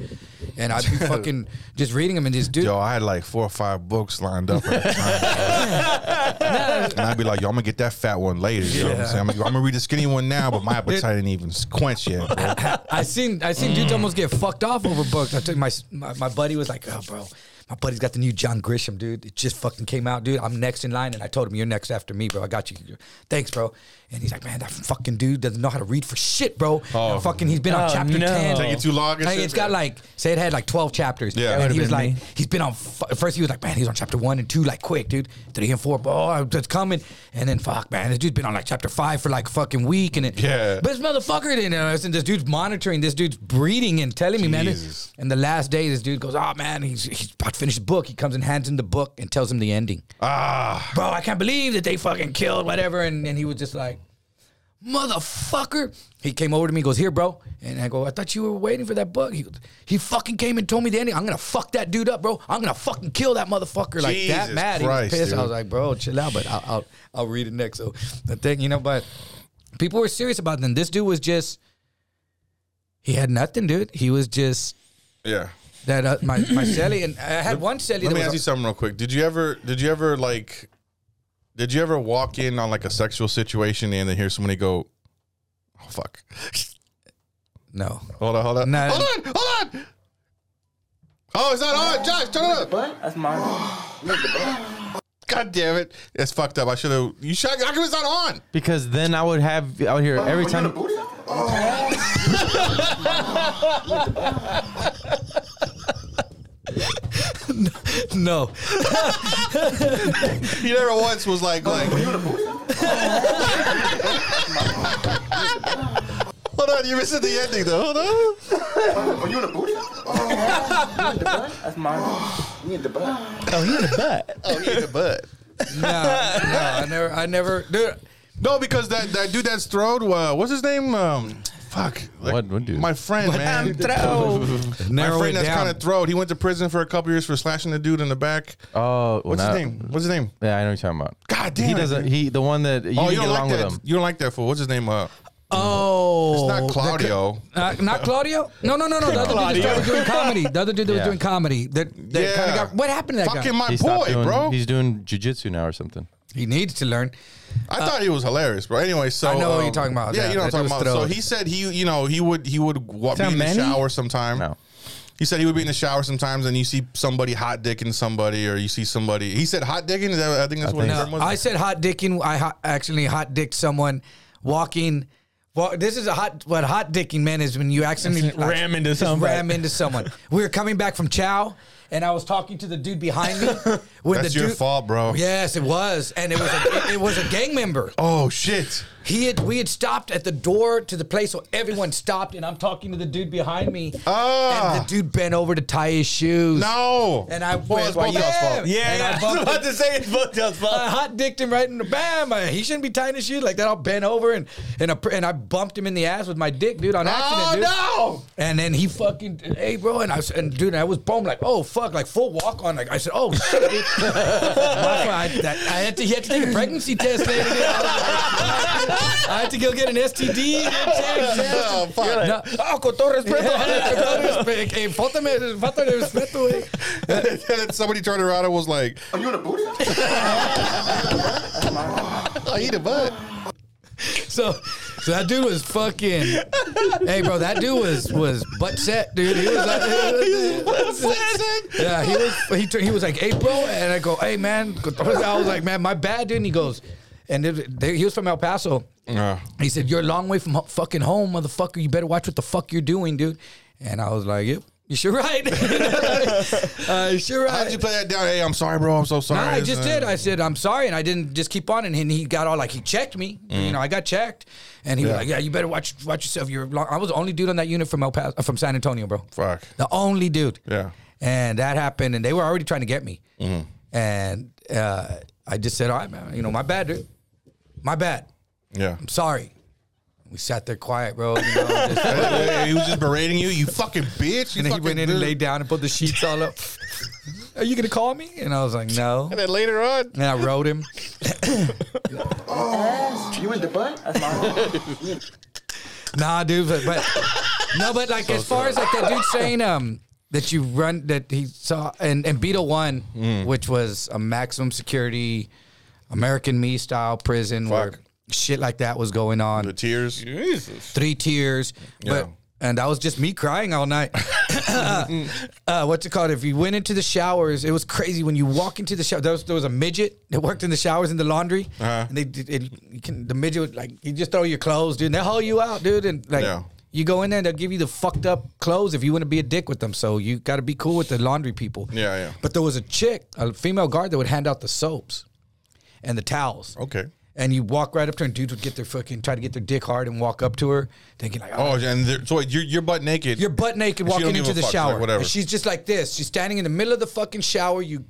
Speaker 4: and I'd be fucking just reading them and just dude.
Speaker 3: Yo, I had like four or five books lined up at the time. and I'd be like, yo, I'm gonna get that fat one later. You know what I'm saying? I'm, gonna- I'm gonna read the skinny one now, but my appetite ain't even quenched yet. Bro.
Speaker 4: I seen I seen dudes almost get fucked off over books. I took my my, my buddy was like, oh, bro. My buddy's got the new John Grisham, dude. It just fucking came out, dude. I'm next in line, and I told him you're next after me, bro. I got you. Thanks, bro. And he's like, man, that fucking dude doesn't know how to read for shit, bro.
Speaker 3: Oh.
Speaker 4: Oh, fucking, he's been on
Speaker 5: Oh,
Speaker 4: chapter
Speaker 5: no.
Speaker 4: ten.
Speaker 5: Take
Speaker 3: it too long and
Speaker 4: Like,
Speaker 3: shit?
Speaker 4: it's got like say it had like twelve chapters.
Speaker 3: Yeah. That
Speaker 4: and
Speaker 5: would've
Speaker 4: he was
Speaker 5: been
Speaker 4: like,
Speaker 5: me.
Speaker 4: he's been on. fu- at First, he was like, man, he's on chapter one and two, like quick, dude. Three and four, boy, it's coming. And then fuck, man, this dude's been on like chapter five for like a fucking week, and it,
Speaker 3: Yeah.
Speaker 4: But this motherfucker didn't. know this, And this dude's monitoring. This dude's breeding and telling me, man.
Speaker 3: Jesus.
Speaker 4: this- And the last day, this dude goes, oh man, he's he's about to finish the book. He comes and hands him the book and tells him the ending.
Speaker 3: Ah,
Speaker 4: Bro, I can't believe that they fucking killed whatever. And and he was just like motherfucker. He came over to me, goes, here, bro. And I go, I thought you were waiting for that bug. He, goes, he fucking came and told me the ending. I'm gonna fuck that dude up, bro. I'm gonna fucking kill that motherfucker. Like
Speaker 3: Jesus
Speaker 4: that mad.
Speaker 3: Christ,
Speaker 4: he was pissed.
Speaker 3: dude.
Speaker 4: I was like, bro, chill out, but I'll, I'll I'll read it next. So the thing, you know, but people were serious about them. This dude was just he had nothing, dude. He was just
Speaker 3: yeah.
Speaker 4: that uh, my my celly and I had one celly.
Speaker 3: Let
Speaker 4: that
Speaker 3: me
Speaker 4: was
Speaker 3: ask you something real quick. Did you ever? Did you ever like? Did you ever walk in on like a sexual situation and then hear somebody go, "Oh fuck"?
Speaker 4: no.
Speaker 3: Hold on, hold on,
Speaker 4: No.
Speaker 3: hold on, hold on. Oh, it's not on, Josh. Turn it up.
Speaker 7: What? That's mine.
Speaker 3: God damn it! It's fucked up. I should have. You should. How come it's not on?
Speaker 2: Because then I would have out here every time.
Speaker 4: No.
Speaker 3: You never once was like like. hold on, you're missing the ending though. Hold on.
Speaker 7: Are you in a booty? That's mine. You need the butt.
Speaker 3: Oh, he hit the butt.
Speaker 4: No, no, I never I never dude
Speaker 3: No, because that, that dude that's throwed, uh, what's his name? Um, fuck. Like,
Speaker 2: What- what dude?
Speaker 3: My friend, man. My
Speaker 4: narrow
Speaker 3: friend
Speaker 4: it
Speaker 3: that's
Speaker 4: down.
Speaker 3: kind of throwed. He went to prison for a couple years for slashing the dude in the back.
Speaker 2: Oh, well,
Speaker 3: what's
Speaker 2: not-
Speaker 3: his name? What's his name?
Speaker 2: Yeah, I know what you're talking about.
Speaker 3: God damn
Speaker 2: He
Speaker 3: it,
Speaker 2: doesn't.
Speaker 3: dude.
Speaker 2: He the one that you
Speaker 3: oh,
Speaker 2: didn't
Speaker 3: you
Speaker 2: get
Speaker 3: don't like
Speaker 2: along with
Speaker 3: that.
Speaker 2: him.
Speaker 3: You don't like that fool. What's his name? Uh,
Speaker 4: Oh,
Speaker 3: it's not Claudio.
Speaker 4: Uh, not Claudio? No, no, no, no. The other dude that was doing comedy. The other dude that
Speaker 2: Yeah.
Speaker 4: was doing comedy. That, that
Speaker 3: Yeah.
Speaker 4: kind of got. What happened to that
Speaker 3: Fucking
Speaker 4: guy?
Speaker 3: my
Speaker 2: He stopped
Speaker 3: boy,
Speaker 2: doing,
Speaker 3: bro.
Speaker 2: He's doing jujitsu now or something.
Speaker 4: He needs to learn.
Speaker 3: I thought he was hilarious, bro. Anyway, so um,
Speaker 4: I know what you're talking about.
Speaker 3: Yeah,
Speaker 4: Yeah,
Speaker 3: you know what
Speaker 4: that
Speaker 3: I'm
Speaker 4: dude
Speaker 3: talking
Speaker 4: was
Speaker 3: about. So
Speaker 4: thrilled.
Speaker 3: he said he, you know, he would he would wa- be
Speaker 5: that
Speaker 3: in
Speaker 5: Manny?
Speaker 3: the shower sometime.
Speaker 2: No.
Speaker 3: He said he would be in the shower sometimes, and you see somebody hot dicking somebody, or you see somebody. He said hot dicking. Is that, I think that's what
Speaker 2: think
Speaker 3: his term
Speaker 2: so.
Speaker 3: was.
Speaker 4: I said hot dicking. I hot, actually hot dicked someone walking. Well, this is a hot. What hot dicking meant is when you accidentally
Speaker 5: Just ram into
Speaker 4: just
Speaker 5: somebody.
Speaker 4: Ram into someone. We were coming back from Chow, and I was talking to the dude behind me. When
Speaker 3: That's
Speaker 4: the
Speaker 3: your
Speaker 4: dude,
Speaker 3: fault, bro.
Speaker 4: Yes, it was, and it was a, it was a gang member.
Speaker 3: Oh shit!
Speaker 4: He had we had stopped at the door to the place, so everyone stopped, and I'm talking to the dude behind me.
Speaker 3: Ah.
Speaker 4: And the dude bent over to tie his shoes.
Speaker 3: No.
Speaker 4: And I
Speaker 3: Well, it's
Speaker 4: went,
Speaker 3: both y'all's fault.
Speaker 4: "Bam!" And I bumped him.
Speaker 5: to say it's both y'all's
Speaker 4: I hot dicked him right in the bam. I- he shouldn't be tying his shoes like that. I'll bend over and and, a, and I bumped him in the ass with my dick, dude, on accident, dude.
Speaker 3: Oh
Speaker 4: And then he fucking, hey, bro. And I was, and dude, I was bummed, like, oh, fuck, like full walk on. Like, I said, oh, shit. dude. That's why I, that, I had to, he had to take a pregnancy test later. dude. I had to go get an STD. You know what I'm saying?
Speaker 3: Oh, fuck.
Speaker 4: No. Oh, con todo respeto. Con todo respeto. Hey, faltame- falta de respeto, eh.
Speaker 3: no! and then somebody turned around and was like,
Speaker 7: Are you in a booty?
Speaker 2: Oh,
Speaker 3: "I eat a butt."
Speaker 4: So, so that dude was fucking. hey, bro, that dude was was butt set, dude. He was like, yeah, he was. He tur- he was like, hey, bro, and I go, hey, man. I was like, man, my bad, dude. And he goes, and it- they, he was from El Paso.
Speaker 3: Yeah.
Speaker 4: He said, you're a long way from ho- fucking home, motherfucker. You better watch what the fuck you're doing, dude. And I was like, yep. You sure right. uh, you sure right.
Speaker 3: How did you play that down? Hey, I'm sorry, bro. I'm so sorry.
Speaker 4: No, I just
Speaker 3: Uh,
Speaker 4: did. I said, I'm sorry. And I didn't just keep on. And he- he got all like, he checked me.
Speaker 3: Mm.
Speaker 4: You know, I got checked. And he was like, yeah, you better watch watch yourself. You're long. I was the only dude on that unit from El Paso, uh, from San Antonio, bro.
Speaker 3: Fuck.
Speaker 4: The only dude.
Speaker 3: Yeah. Mm-hmm.
Speaker 4: And that happened. And they were already trying to get me. And uh, I just said, all right, man, you know, my bad, dude. My bad.
Speaker 3: Yeah.
Speaker 4: Sorry. We sat there quiet, bro. You know, just-
Speaker 3: Hey, hey, he was just berating you. You fucking bitch. You
Speaker 4: and then he
Speaker 3: fucking
Speaker 4: went in and laid down and put the sheets all up. Are you going to call me? And I was like, no.
Speaker 3: And then later on,
Speaker 4: And I wrote him.
Speaker 7: You in the butt? That's mine.
Speaker 4: Nah, dude, but, but no, but like as far as like that dude saying um that you run that he saw and and Beetle One, which was a maximum security American me style prison where
Speaker 3: Fuck.
Speaker 4: shit like that was going on,
Speaker 3: the tears.
Speaker 4: three tiers,
Speaker 3: Yeah.
Speaker 4: but. and that was just me crying all night. uh, what's it called? If you went into the showers, it was crazy. When you walk into the shower, there was, there was a midget that worked in the showers in the laundry.
Speaker 3: Uh-huh.
Speaker 4: And they, did- it, you can, the midget would, like you just throw your clothes, dude. And they'll haul you out, dude. And like
Speaker 3: Yeah.
Speaker 4: you go in there, and they'll give you the fucked up clothes if you want to be a dick with them. So you got to be cool with the laundry people.
Speaker 3: Yeah, yeah.
Speaker 4: But there was a chick, a female guard that would hand out the soaps and the towels.
Speaker 3: Okay.
Speaker 4: And you walk right up to her, and dudes would get their fucking try to get their dick hard and walk up to her, thinking like,
Speaker 3: Oh, and there, so wait, you're you're butt naked.
Speaker 4: you're butt naked
Speaker 3: She don't
Speaker 4: walking
Speaker 3: give
Speaker 4: into
Speaker 3: a
Speaker 4: the
Speaker 3: fuck, like,
Speaker 4: shower.
Speaker 3: whatever.
Speaker 4: And she's just like this. She's standing in the middle of the fucking shower. You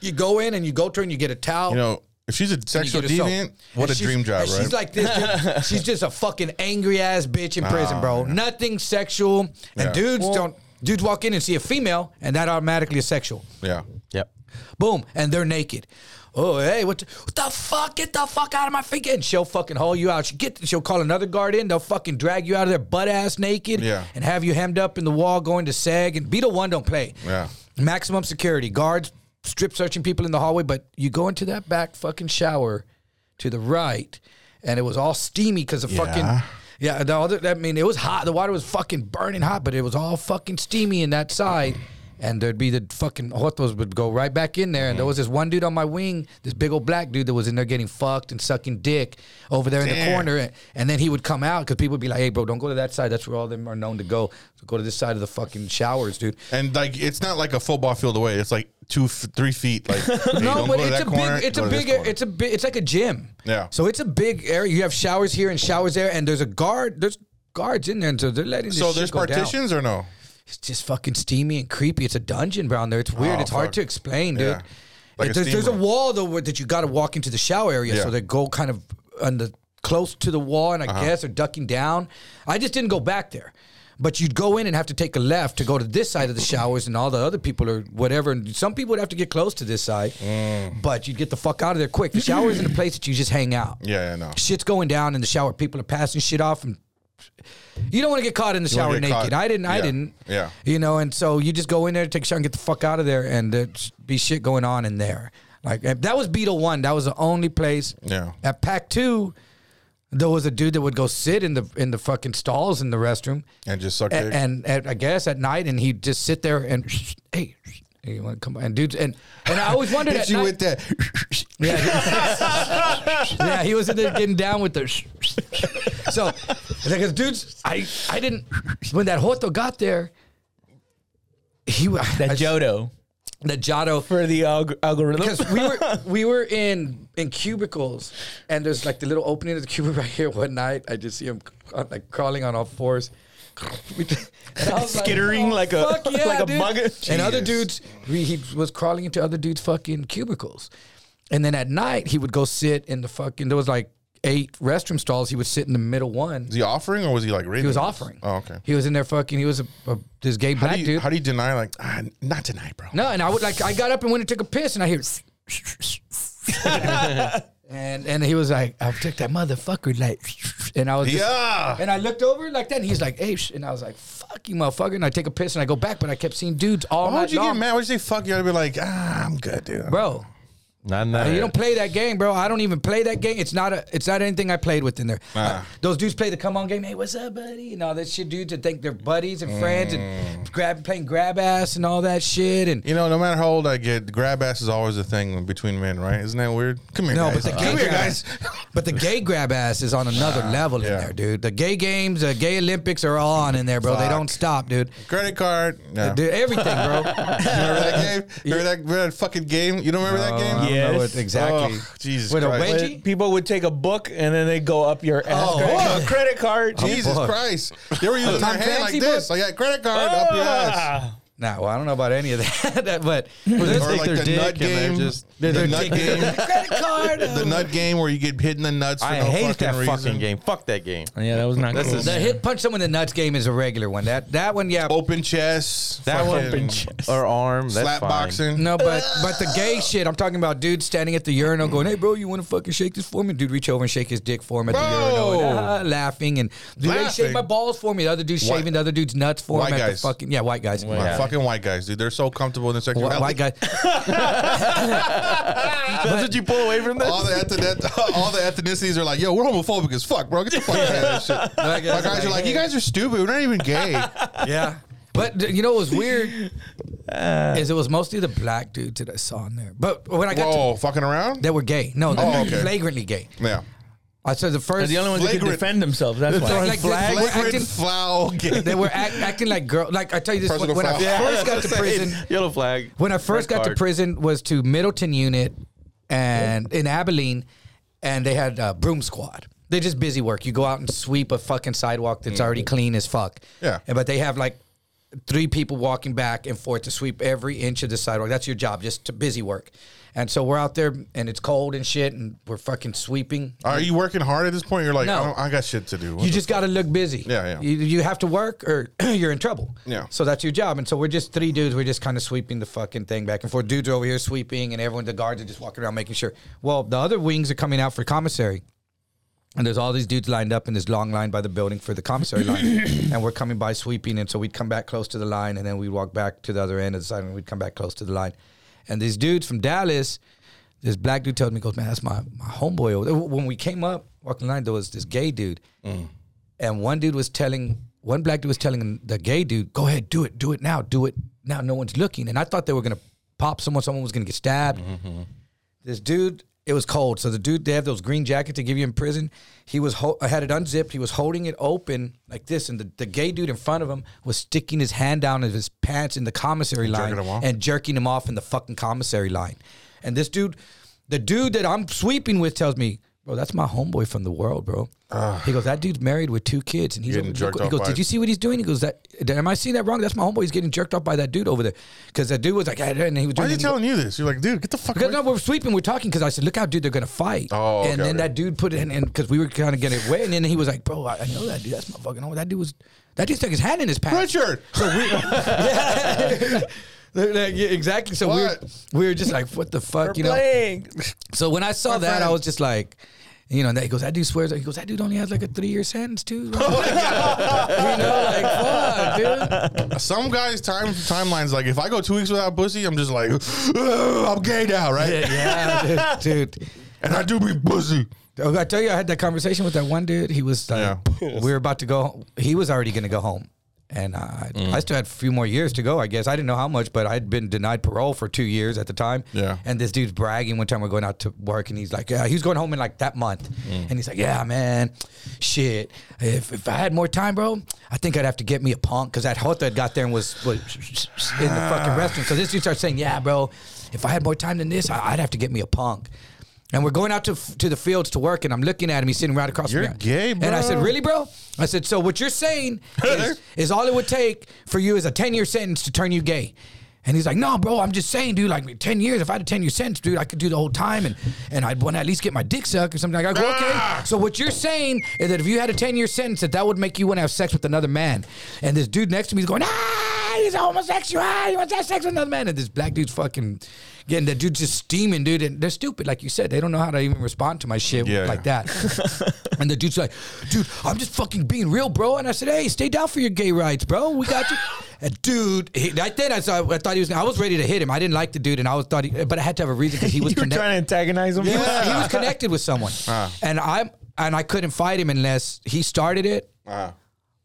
Speaker 4: you go in and you go to her and you get a towel.
Speaker 3: you know, if she's a
Speaker 4: and you
Speaker 3: sexual
Speaker 4: get a soap.
Speaker 3: deviant, what
Speaker 4: And
Speaker 3: a
Speaker 4: she's-
Speaker 3: dream job,
Speaker 4: and
Speaker 3: right?
Speaker 4: She's like this. dude. she's just a fucking angry ass bitch in prison, bro. Nothing sexual. And
Speaker 3: Yeah.
Speaker 4: dudes
Speaker 3: Well-
Speaker 4: don't dudes walk in and see a female and that automatically is sexual.
Speaker 3: yeah.
Speaker 2: Yep.
Speaker 4: Boom, and they're naked. Oh, hey, what the, what the fuck? Get the fuck out of my freaking. And she'll fucking haul you out. She get, she'll call another guard in. They'll fucking drag you out of there butt ass naked
Speaker 3: Yeah.
Speaker 4: and have you hemmed up in the wall going to sag. And Beetle 1 don't play.
Speaker 3: Yeah.
Speaker 4: Maximum security. Guards strip searching people in the hallway, but you go into that back fucking shower to the right, and it was all steamy because the
Speaker 3: Yeah.
Speaker 4: fucking. Yeah, the other, I mean, it was hot. The water was fucking burning hot, but it was all fucking steamy in that side. And there'd be the fucking hotos would go right back in there. And
Speaker 3: Mm-hmm.
Speaker 4: there was this one dude on my wing, this big old black dude that was in there getting fucked and sucking dick over there in the
Speaker 3: Damn.
Speaker 4: corner. And, and then he would come out because people would be like, hey, bro, don't go to that side. That's where all them are known to go. So go to this side of the fucking showers, dude.
Speaker 3: And like, it's not like a football field away. It's like two, f- three feet. Like, hey,
Speaker 4: No,
Speaker 3: don't
Speaker 4: but
Speaker 3: go to
Speaker 4: it's
Speaker 3: that
Speaker 4: a
Speaker 3: corner,
Speaker 4: big, it's
Speaker 3: go
Speaker 4: a
Speaker 3: to this
Speaker 4: big,
Speaker 3: corner.
Speaker 4: it's a big, it's like a gym.
Speaker 3: Yeah.
Speaker 4: So it's a big area. You have showers here and showers there, and there's a guard. There's guards in there, and so they're letting. This
Speaker 3: so
Speaker 4: shit
Speaker 3: there's
Speaker 4: go down.
Speaker 3: partitions or no?
Speaker 4: It's just fucking steamy and creepy. It's a dungeon down there. It's weird.
Speaker 3: Oh,
Speaker 4: it's hard
Speaker 3: fuck.
Speaker 4: to explain, dude.
Speaker 3: Yeah. Like a
Speaker 4: there's,
Speaker 3: steam
Speaker 4: there's a
Speaker 3: room.
Speaker 4: wall though where, that you got to walk into the shower area,
Speaker 3: Yeah. Uh-huh.
Speaker 4: so they go kind of on the close to the wall, and I guess they're ducking down. I just didn't go back there. But you'd go in and have to take a left to go to this side of the showers, and all the other people are whatever. And some people would have to get close to this side,
Speaker 3: Mm.
Speaker 4: but you'd get the fuck out of there quick. The shower isn't a place that you just hang out.
Speaker 3: Yeah, yeah, no.
Speaker 4: Shit's going down in the shower. People are passing shit off, and you don't want to get caught in the
Speaker 3: You wanna
Speaker 4: shower
Speaker 3: get
Speaker 4: naked.
Speaker 3: caught.
Speaker 4: I didn't. I
Speaker 3: Yeah.
Speaker 4: didn't.
Speaker 3: Yeah.
Speaker 4: You know, and so you just go in there, take a shower, and get the fuck out of there, and there'd be shit going on in there. Like eh, that was Beetle One. That was the only place.
Speaker 3: Yeah.
Speaker 4: At Pack Two, there was a dude that would go sit in the in the fucking stalls in the restroom,
Speaker 3: And just suck
Speaker 4: a-
Speaker 3: dick.
Speaker 4: and, at, I guess at night, and he'd just sit there and hey. hey, You want to come and dudes and and I always wondered at
Speaker 3: Hit you
Speaker 4: night-
Speaker 3: with that.
Speaker 4: yeah, he- yeah, he was in there getting down with the. so, because dudes, I I didn't when that Hoto got there. He wa-
Speaker 5: That
Speaker 4: I-
Speaker 5: Jodo
Speaker 4: that Jotto
Speaker 5: for the alg- algorithm.
Speaker 4: because we were we were in in cubicles and there's like the little opening of the cubicle right here. One night I just see him cr- like crawling on all fours. And I was "Oh,
Speaker 5: Skittering like a-
Speaker 4: fuck yeah,
Speaker 5: like a
Speaker 4: dude.
Speaker 5: bug.
Speaker 4: And other
Speaker 3: Jeez.
Speaker 4: dudes, he, he was crawling into other dudes' fucking cubicles, and then at night he would go sit in the fucking. There was like eight restroom stalls. He would sit in the middle one.
Speaker 3: Was he offering or was he like raping?
Speaker 4: He was offering.
Speaker 3: Oh, okay.
Speaker 4: He was in there fucking. He was a, a this gay
Speaker 3: How
Speaker 4: black
Speaker 3: do you,
Speaker 4: dude.
Speaker 3: How do you deny? Like, ah, not tonight, bro.
Speaker 4: No, and I would like I got up and went and took a piss, and I hear. And, and he was like, I'll take that motherfucker, like, and I was, just-
Speaker 3: Yeah.
Speaker 4: and I looked over like that, and he's like, hey, sh-" and I was like, fuck you, motherfucker, and I take a piss, and I go back, but I kept seeing dudes all
Speaker 3: Why
Speaker 4: night
Speaker 3: would you
Speaker 4: long,
Speaker 3: get mad? Why'd you say fuck you? I'd be like, ah, I'm good, dude.
Speaker 4: bro.
Speaker 2: Not that.
Speaker 4: You don't play that game, bro. I don't even play that game. It's not a. It's not anything I played with in there.
Speaker 3: Ah.
Speaker 4: Uh, those dudes play the come on game. Hey, what's up, buddy? And all that shit, dudes that think they're buddies and friends
Speaker 3: Mm.
Speaker 4: and grab playing grab ass and all that shit. And
Speaker 3: You know, no matter how old I get, grab ass is always a thing between men, right? Isn't that weird? Come here,
Speaker 4: No,
Speaker 3: guys.
Speaker 4: but the gay
Speaker 3: Come here,
Speaker 4: grab,
Speaker 3: guys.
Speaker 4: But the gay grab ass is on another level in
Speaker 3: yeah.
Speaker 4: there, dude. The gay games, the gay Olympics are all on in there, bro. They
Speaker 3: Fuck.
Speaker 4: don't stop, dude.
Speaker 3: Credit card. Yeah.
Speaker 4: Dude, everything, bro.
Speaker 3: remember that game? Remember that, remember that fucking game? You don't remember that game?
Speaker 5: Yeah. Yes.
Speaker 4: exactly.
Speaker 3: Ugh, Jesus
Speaker 4: With a
Speaker 3: Christ.
Speaker 4: wedgie?
Speaker 5: But people would take a book and then they go up your ass.
Speaker 4: Oh,
Speaker 5: crack,
Speaker 4: what?
Speaker 5: a credit card.
Speaker 2: Oh,
Speaker 3: Jesus
Speaker 4: Fuck.
Speaker 3: Christ. They were using their
Speaker 4: Tom
Speaker 3: hand
Speaker 4: Clancy
Speaker 3: like this.
Speaker 4: book?
Speaker 3: Like that credit card up your ass.
Speaker 5: Ah.
Speaker 4: Nah, well, I don't know about any of that, that- but
Speaker 2: Just
Speaker 3: Or
Speaker 2: take
Speaker 3: like
Speaker 2: their
Speaker 3: the
Speaker 2: dick
Speaker 3: nut
Speaker 2: and they're
Speaker 3: game.
Speaker 2: just-
Speaker 3: The nut
Speaker 4: taking
Speaker 3: game.
Speaker 4: the credit card.
Speaker 3: The nut game where you get hit in the nuts for
Speaker 2: I
Speaker 3: no
Speaker 2: hate
Speaker 3: fucking
Speaker 2: that
Speaker 3: reason.
Speaker 2: fucking game. Fuck that game.
Speaker 5: Yeah, that was not cool.
Speaker 4: The hit punch someone in the nuts game is a regular one. That that one, yeah.
Speaker 3: Open chess.
Speaker 2: That one
Speaker 3: fucking
Speaker 2: or arm. That's
Speaker 3: Slap
Speaker 2: fine.
Speaker 3: boxing.
Speaker 4: No, but but the gay shit. I'm talking about dude standing at the urinal going, "Hey, bro, you want to fucking shake this for me?" Dude, reach over and shake his dick for him at the
Speaker 3: Bro.
Speaker 4: urinal, and, ah, laughing and dude, they shake
Speaker 3: Laughing.
Speaker 4: my balls for me. The other dude's
Speaker 3: White-
Speaker 4: shaving the other dude's nuts for
Speaker 3: White
Speaker 4: him at
Speaker 3: guys.
Speaker 4: the fucking yeah, white guys.
Speaker 3: My
Speaker 2: Yeah.
Speaker 3: fucking white guys, dude. They're so comfortable in their sexuality.
Speaker 4: Wh- White guy.
Speaker 2: That's what you pull away from this.
Speaker 3: All the, ethnic, all the ethnicities are like, yo, we're homophobic as fuck, bro. Get the fuck out of that shit. My
Speaker 4: guys
Speaker 3: guys are like, you guys are stupid. We're not even gay.
Speaker 4: Yeah. But th- you know what was weird is it was mostly the black dudes that I saw in there. But when I got to,
Speaker 3: Whoa, fucking around?
Speaker 4: they were gay. No, they
Speaker 3: Oh,
Speaker 4: were
Speaker 3: okay.
Speaker 4: flagrantly gay.
Speaker 3: Yeah.
Speaker 4: I said the
Speaker 5: They're
Speaker 4: first.
Speaker 5: the only ones that can
Speaker 3: Flagrant.
Speaker 5: defend themselves. That's why.
Speaker 4: throwing Like, flags. We're
Speaker 3: Flagrant
Speaker 4: acting-
Speaker 3: foul gay.
Speaker 4: They were act, acting like girl. Like I tell you this when,
Speaker 3: Personal
Speaker 4: when I
Speaker 3: foul. Yeah,
Speaker 4: first got to prison.
Speaker 2: Yellow flag.
Speaker 4: When I first
Speaker 2: Red
Speaker 4: got
Speaker 2: card.
Speaker 4: to prison was to Middleton Unit and in Abilene, and they had uh, broom squad. They just busy work. You go out and sweep a fucking sidewalk that's already
Speaker 2: Mm-hmm.
Speaker 4: clean as fuck.
Speaker 3: Yeah.
Speaker 4: And- But they have like three people walking back and forth to sweep every inch of the sidewalk. That's your job, just to busy work. And so we're out there and it's cold and shit, and we're fucking sweeping.
Speaker 3: Are you working hard at this point? You're like,
Speaker 4: No.
Speaker 3: I, don't- I got shit to do.
Speaker 4: you just got to look busy.
Speaker 3: Yeah, yeah.
Speaker 4: You, you have to work or you're in trouble.
Speaker 3: Yeah.
Speaker 4: So that's your job. And so we're just three dudes. We're just kind of sweeping the fucking thing back and forth. Dudes are over here sweeping, and everyone, the guards are just walking around making sure. Well, the other wings are coming out for commissary. And there's all these dudes lined up in this long line by the building for the commissary line. and we're coming by sweeping. And so we'd come back close to the line and then we'd walk back to the other end of the side and we'd come back close to the line. And these dudes from Dallas, this black dude tells me, he goes, man, that's my, my homeboy. Over there. When we came up walking the line, there was this gay dude. And one dude was telling, one black dude was telling the gay dude, go ahead, do it, do it now, do it now. No one's looking. And I thought they were going to pop someone, someone was going to get stabbed this dude it was cold so the dude they have those green jackets they give you in prison he was ho- I had it unzipped he was holding it open like this and the, the gay dude in front of him was sticking his hand down of his pants in the commissary line
Speaker 3: jerking him off?
Speaker 4: and jerking him off in the fucking commissary line and this dude the dude that i'm sweeping with tells me Bro, that's my homeboy from the world, bro. he goes, that dude's married with two kids, and he's
Speaker 3: Getting
Speaker 4: over-
Speaker 3: jerked
Speaker 4: He
Speaker 3: off
Speaker 4: goes,
Speaker 3: by-
Speaker 4: did you see what he's doing? He goes, that am I seeing that wrong? That's my homeboy. He's getting jerked off by that dude over there, because that dude was like, and he was. doing it.
Speaker 3: Why are they
Speaker 4: He goes-
Speaker 3: telling you this? You're like, dude, get the fuck away.
Speaker 4: because no, we're sweeping, we're talking. Because I said, "Look out, dude, they're gonna fight."
Speaker 3: Oh, okay,
Speaker 4: and then
Speaker 3: okay.
Speaker 4: that dude put it in because we were kind of getting away, and then he was like, "Bro, I, I know that dude. That's my fucking homie. That dude was that dude stuck his hand in his pants."
Speaker 3: Richard!
Speaker 4: So we, yeah, Like, yeah, exactly. So we were,
Speaker 3: What?
Speaker 4: we were just like, "What the fuck?" you know. So when I saw that, I
Speaker 3: friend.
Speaker 4: was just like. You know, and he goes, that dude swears. He goes, that dude only has like a three year sentence, too. you know, like, fuck, dude.
Speaker 3: Some guys' time timelines like if I go two weeks without pussy, I'm just like, "Ugh, I'm gay now, right?
Speaker 4: Yeah, dude. dude.
Speaker 3: And I do be pussy.
Speaker 4: Oh, I tell you, I had that conversation with that one dude. He was like, we were about to go. He was already going to go home, and I,
Speaker 3: Mm.
Speaker 4: I still had a few more years to go. I guess I didn't know how much, but I'd been denied parole for two years at the time.
Speaker 3: Yeah.
Speaker 4: And this dude's bragging one time we're going out to work, and he's like, yeah, he's going home in like that month,
Speaker 3: Mm.
Speaker 4: and he's like, yeah, man, shit. If, if I had more time, bro, I think I'd have to get me a punk because that hota had got there and was, was in the
Speaker 3: Ah.
Speaker 4: fucking restaurant. So this dude starts saying, yeah, bro, if I had more time than this, I, I'd have to get me a punk. And we're going out to f- to the fields to work, and I'm looking at him. He's sitting right across
Speaker 3: You're
Speaker 4: from me.
Speaker 3: gay,
Speaker 4: And I
Speaker 3: bro.
Speaker 4: said, "Really, bro?" I said, "So what you're saying is, is all it would take for you is a 10 year sentence to turn you gay." And he's like, "No, bro, I'm just saying, dude. Like 10 years. If I had a 10 year sentence, dude, I could do the whole time, and and I'd want to at least get my dick sucked or something." I go,
Speaker 3: Ah!
Speaker 4: "Okay." So what you're saying is that if you had a 10 year sentence, that that would make you want to have sex with another man. And this dude next to me is going, "Ah." He's a homosexual. Ah, He wants to have sex with another man. And this black dude's fucking getting that dude's just steaming, dude. And they're stupid, like you said. They don't know how to even respond to my shit
Speaker 3: Yeah,
Speaker 4: like
Speaker 3: yeah.
Speaker 4: that that. and the dude's like, dude, I'm just fucking being real, bro. And I said, hey, stay down for your gay rights, bro. We got you. And dude, he, right then I, saw, I thought he was, I was ready to hit him. I didn't like the dude, and I was thought, he, but I had to have a reason because he was
Speaker 5: You were
Speaker 4: connected
Speaker 5: trying to antagonize him.
Speaker 4: he, was, he was connected with someone,
Speaker 3: Ah.
Speaker 4: and I and I couldn't fight him unless he started it,
Speaker 3: Ah.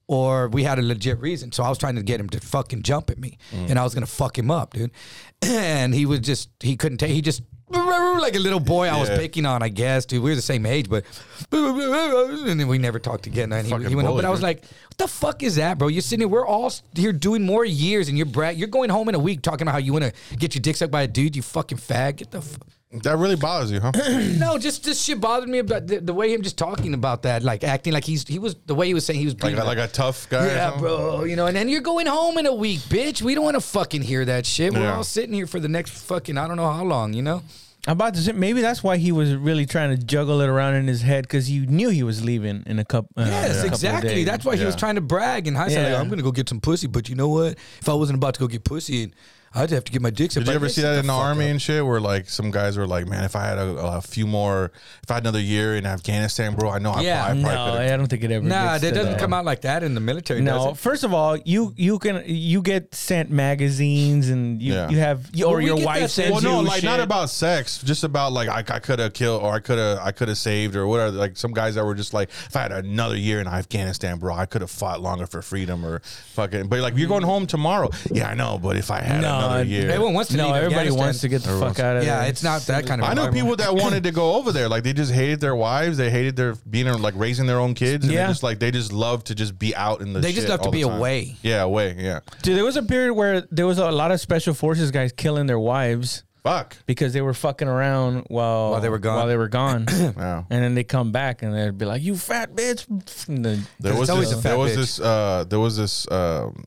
Speaker 4: or we had a legit reason. So I was trying to get him to fucking jump at me,
Speaker 3: Mm.
Speaker 4: and I was gonna fuck him up, dude. And he was just he couldn't take. He just like a little boy I was
Speaker 3: Yeah.
Speaker 4: picking on, I guess, dude. We were the same age, but and then we never talked again. And he,
Speaker 3: Fucking
Speaker 4: he went home,
Speaker 3: bully,
Speaker 4: but I was
Speaker 3: dude.
Speaker 4: like, "What the fuck is that, bro? You're sitting here. We're all here doing more years, and you're brat. You're going home in a week talking about how you want to get your dick sucked by a dude. You fucking fag. Get the." F-
Speaker 3: That really bothers you, huh?
Speaker 4: no, just this shit bothered me about the, the way him just talking about that, like acting like he's he was the way he was saying he was
Speaker 3: like,
Speaker 4: being
Speaker 3: a, like a tough guy. or
Speaker 4: yeah,
Speaker 3: something?
Speaker 4: bro, you know. And then you're going home in a week, bitch. We don't want to fucking hear that shit. We're
Speaker 3: Yeah.
Speaker 4: all sitting here for the next fucking I don't know how long, you know.
Speaker 5: I'm about to say maybe that's why he was really trying to juggle it around in his head because he knew he was leaving in a couple. Uh,
Speaker 4: Yes,
Speaker 5: couple
Speaker 4: exactly.
Speaker 5: days.
Speaker 4: That's why he was
Speaker 3: Yeah.
Speaker 4: trying to brag in hindsight. Like,
Speaker 5: Yeah.
Speaker 4: I'm gonna go get some pussy, but you know what? If I wasn't about to go get pussy and I'd have to get my dicks.
Speaker 3: Did you ever see that in the army and shit, where like some guys were like, "Man, if I had a, a few more, if I had another year in Afghanistan, bro, I know I
Speaker 4: Yeah,
Speaker 3: probably, I probably
Speaker 5: no,
Speaker 3: could've-
Speaker 5: I don't think it ever.
Speaker 4: Nah,
Speaker 5: gets
Speaker 4: that
Speaker 5: to
Speaker 4: doesn't
Speaker 5: that.
Speaker 4: come out like that in the military.
Speaker 5: No,
Speaker 4: does it?
Speaker 5: first of all, you you can you get sent magazines and you
Speaker 3: Yeah.
Speaker 5: you have you,
Speaker 4: Well,
Speaker 5: or
Speaker 4: we
Speaker 5: your
Speaker 4: get
Speaker 5: wife
Speaker 4: that
Speaker 5: sends
Speaker 3: Well, no,
Speaker 5: you
Speaker 3: like
Speaker 5: shit.
Speaker 3: not about sex, just about like I, I could have killed or I could have I could have saved or whatever. Like some guys that were just like, if I had another year in Afghanistan, bro, I could have fought longer for freedom or fucking. But like, you're going
Speaker 4: Mm.
Speaker 3: home tomorrow. Yeah, I know, but if I had
Speaker 5: no.
Speaker 3: another year,
Speaker 4: Everyone wants to
Speaker 5: uh, no,
Speaker 4: leave
Speaker 5: everybody
Speaker 4: Afghanistan.
Speaker 5: wants to get the fuck out of
Speaker 4: yeah,
Speaker 5: there.
Speaker 4: it's not that kind of.
Speaker 3: I know
Speaker 4: environment.
Speaker 3: people that wanted to go over there. Like they just hated their wives. They hated their being like raising their own kids. And
Speaker 5: Yeah.
Speaker 3: they just like they just love to just be out in the.
Speaker 4: They just
Speaker 3: shit
Speaker 4: love to
Speaker 3: all the
Speaker 4: be
Speaker 3: time.
Speaker 4: away.
Speaker 3: Yeah, away. Yeah.
Speaker 5: Dude, there was a period where there was a lot of special forces guys killing their wives
Speaker 3: Fuck.
Speaker 5: because they were fucking around while
Speaker 4: While they were gone.
Speaker 5: While they were gone.
Speaker 3: Wow.
Speaker 5: And then they come back and they'd be like, "You fat bitch!" And then-
Speaker 3: There
Speaker 4: it's
Speaker 3: was
Speaker 4: always
Speaker 3: this,
Speaker 4: a fat
Speaker 3: there was
Speaker 4: bitch.
Speaker 3: this uh there was this um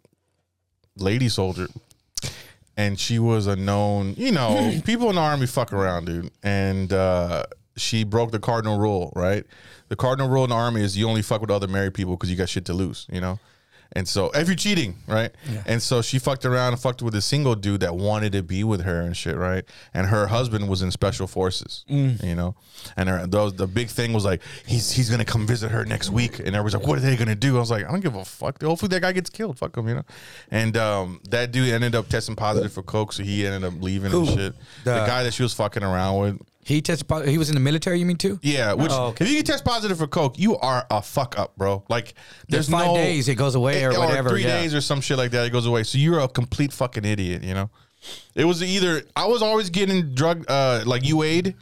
Speaker 3: lady soldier and she was a known you know people in the army fuck around dude and uh she broke the cardinal rule right the cardinal rule in the army is you only fuck with other married people because you got shit to lose you know and so if you're cheating right and so she fucked around and fucked with a single dude that wanted to be with her and shit right and her husband was in special forces you know and her, those, the big thing was like he's he's gonna come visit her next week and everybody's like what are they gonna do i was like i don't give a fuck hopefully that guy gets killed fuck him you know and um, that dude ended up testing positive for coke so he ended up leaving
Speaker 4: Who?
Speaker 3: and shit the
Speaker 4: The-
Speaker 3: guy that she was fucking around with
Speaker 4: He tested. po- He was in the military. You mean too?
Speaker 3: yeah, which
Speaker 4: Oh, okay.
Speaker 3: if you can test positive for coke, you are a fuck up, bro. Like there's
Speaker 4: five
Speaker 3: no,
Speaker 4: days, it goes away or whatever,
Speaker 3: three
Speaker 4: yeah.
Speaker 3: days or some shit like that, it goes away. So you're a complete fucking idiot, you know. It was either I was always getting drug uh like UA'd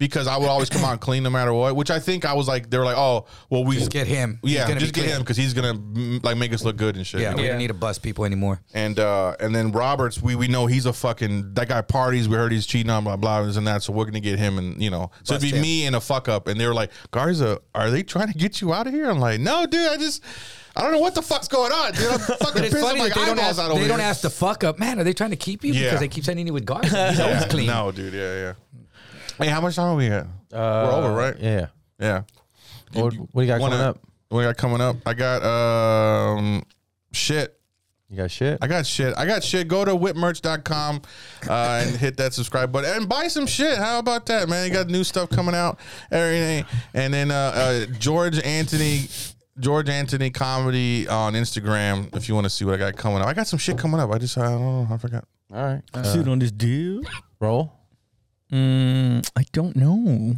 Speaker 3: because I would always come out clean no matter what, which I think I was like they were like, oh well we
Speaker 4: Just get him. He's
Speaker 3: yeah
Speaker 4: gonna
Speaker 3: just
Speaker 4: be
Speaker 3: get him
Speaker 4: clean.
Speaker 3: because he's gonna mm, like make us look good and shit.
Speaker 4: Yeah,
Speaker 3: you know?
Speaker 4: we
Speaker 5: Yeah.
Speaker 4: don't need to bust people anymore.
Speaker 3: And uh, and then Roberts, we we know he's a fucking that guy parties. We heard he's cheating on blah blah this and that. So we're gonna get him and you know. So it'd
Speaker 4: Bust
Speaker 3: be
Speaker 4: him.
Speaker 3: me and a fuck up. And they were like, Garza, are they trying to get you out of here? I'm like, no, dude. I just I don't know what the fuck's going on, dude. I'm fucking
Speaker 4: But it's
Speaker 3: pissed.
Speaker 4: funny that
Speaker 3: I'm like,
Speaker 4: they don't
Speaker 3: eyeballs
Speaker 4: ask.
Speaker 3: out over
Speaker 4: They don't
Speaker 3: here.
Speaker 4: ask the fuck up. Man, are they trying to keep you?
Speaker 3: Yeah.
Speaker 4: Because they keep sending you with guards. He's always
Speaker 3: Yeah,
Speaker 4: clean. Uh,
Speaker 3: No, dude. Yeah, yeah. Hey, how much time are we at? we're over, right?
Speaker 2: Uh, Yeah.
Speaker 3: Yeah.
Speaker 2: What, what do you got
Speaker 3: Wanna-
Speaker 2: coming up?
Speaker 3: What do I got coming up? I got um shit.
Speaker 2: You got shit?
Speaker 3: I got shit. I got shit. Go to whitmerch.com uh, and hit that subscribe button and buy some shit. How about that, man? You got new stuff coming out every day. And then uh, uh, George Anthony, George Anthony comedy on Instagram. If you want to see what I got coming up, I got some shit coming up. I just I don't know. I forgot.
Speaker 2: All right.
Speaker 5: Suit on this deal.
Speaker 2: Roll.
Speaker 5: Mm, I don't know.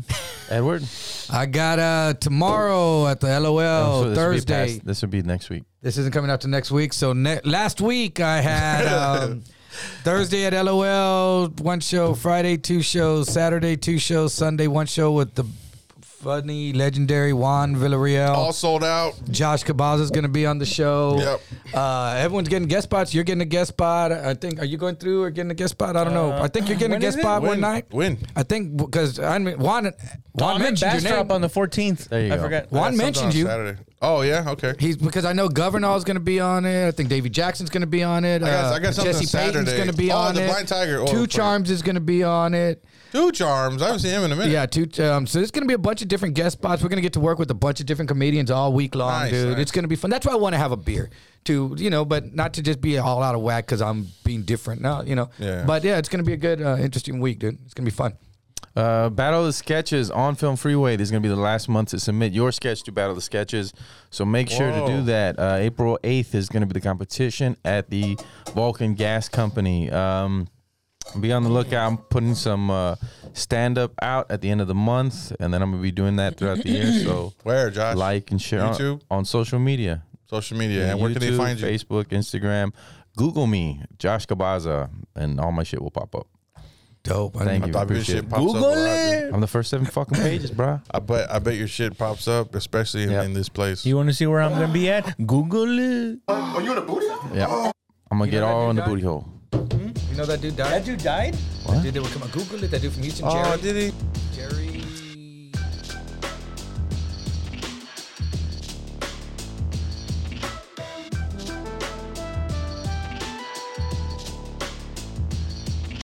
Speaker 2: Edward.
Speaker 4: I got uh tomorrow at the LOL
Speaker 3: Oh,
Speaker 2: So this
Speaker 4: Oh,
Speaker 2: would be
Speaker 4: Thursday.
Speaker 2: past- this would be next week.
Speaker 4: This isn't coming out till next week. So ne- last week I had um, Thursday at LOL one show, Friday two shows, Saturday two shows, Sunday one show with the funny legendary Juan Villarreal.
Speaker 3: All sold out.
Speaker 4: Josh Cabaza's going to be on the show.
Speaker 3: Yep.
Speaker 4: Uh, everyone's getting guest spots. You're getting a guest spot. I think. Are you going through or getting a guest spot? I don't know. I think you're getting a
Speaker 5: Uh, when
Speaker 4: guest
Speaker 5: is it?
Speaker 4: spot one
Speaker 3: When?
Speaker 4: night.
Speaker 3: When?
Speaker 4: I think because I mean, Juan Juan
Speaker 5: I'm in
Speaker 4: mentioned your
Speaker 5: Bastrop
Speaker 4: name.
Speaker 5: on the 14th.
Speaker 2: There you
Speaker 5: I
Speaker 2: go.
Speaker 5: forgot.
Speaker 4: Juan
Speaker 3: Something
Speaker 4: mentioned
Speaker 3: on
Speaker 4: you.
Speaker 3: Saturday. Oh yeah. Okay.
Speaker 4: He's because I know Governor's going to be on it. I think Davy Jackson's going to be on it. Uh,
Speaker 3: I got- I got something
Speaker 4: Jesse Payton's
Speaker 3: Saturday.
Speaker 4: going to be
Speaker 3: Oh,
Speaker 4: on
Speaker 3: the
Speaker 4: it.
Speaker 3: Blind Tiger. Oh,
Speaker 4: Two
Speaker 3: fuck.
Speaker 4: Charms is going to be on it.
Speaker 3: Two charms. I haven't seen him in a minute.
Speaker 4: Yeah, two. Um, so there's going to be a bunch of different guest spots. We're going to get to work with a bunch of different comedians all week long,
Speaker 3: Nice,
Speaker 4: dude.
Speaker 3: nice.
Speaker 4: It's going to be fun. That's why I want to have a beer, to you know, but not to just be all out of whack because I'm being different. No, you know.
Speaker 3: Yeah.
Speaker 4: But yeah, it's going to be a good, uh, interesting week, dude. It's going to be fun.
Speaker 2: Uh, Battle of the Sketches on Film Freeway. This is going to be the last month to submit your sketch to Battle of the Sketches. So make sure
Speaker 3: Whoa.
Speaker 2: to do that. Uh, April 8th is going to be the competition at the Vulcan Gas Company. Um, be on the lookout. I'm putting some uh, stand up out at the end of the month, and then I'm going to be doing that throughout the year. So
Speaker 3: Where, Josh?
Speaker 2: like and share on-
Speaker 3: YouTube?
Speaker 2: on social media.
Speaker 3: Social media. and where can they
Speaker 2: YouTube,
Speaker 3: find you?
Speaker 2: Facebook, Instagram. Google me, Josh Cabaza, and all my shit will pop up.
Speaker 4: Dope. I
Speaker 2: Thank
Speaker 4: mean,
Speaker 2: you.
Speaker 3: I bet your
Speaker 2: Appreciate
Speaker 3: shit
Speaker 2: it.
Speaker 3: pops up. a lot, dude.
Speaker 2: I'm the first seven fucking pages, bro.
Speaker 3: I bet I bet your shit pops up, especially in,
Speaker 2: Yep.
Speaker 3: in this place.
Speaker 5: You want to see where I'm going to be at? Google it.
Speaker 7: Oh, you in a booty?
Speaker 2: Yeah. I'm gonna get
Speaker 4: know that
Speaker 2: all
Speaker 4: new
Speaker 2: in the
Speaker 4: guy?
Speaker 2: booty hole.
Speaker 4: You know that dude died.
Speaker 5: dude died?
Speaker 4: That dude that would come out. Google it. That dude from Houston.
Speaker 3: oh,
Speaker 4: Jerry.
Speaker 3: did he?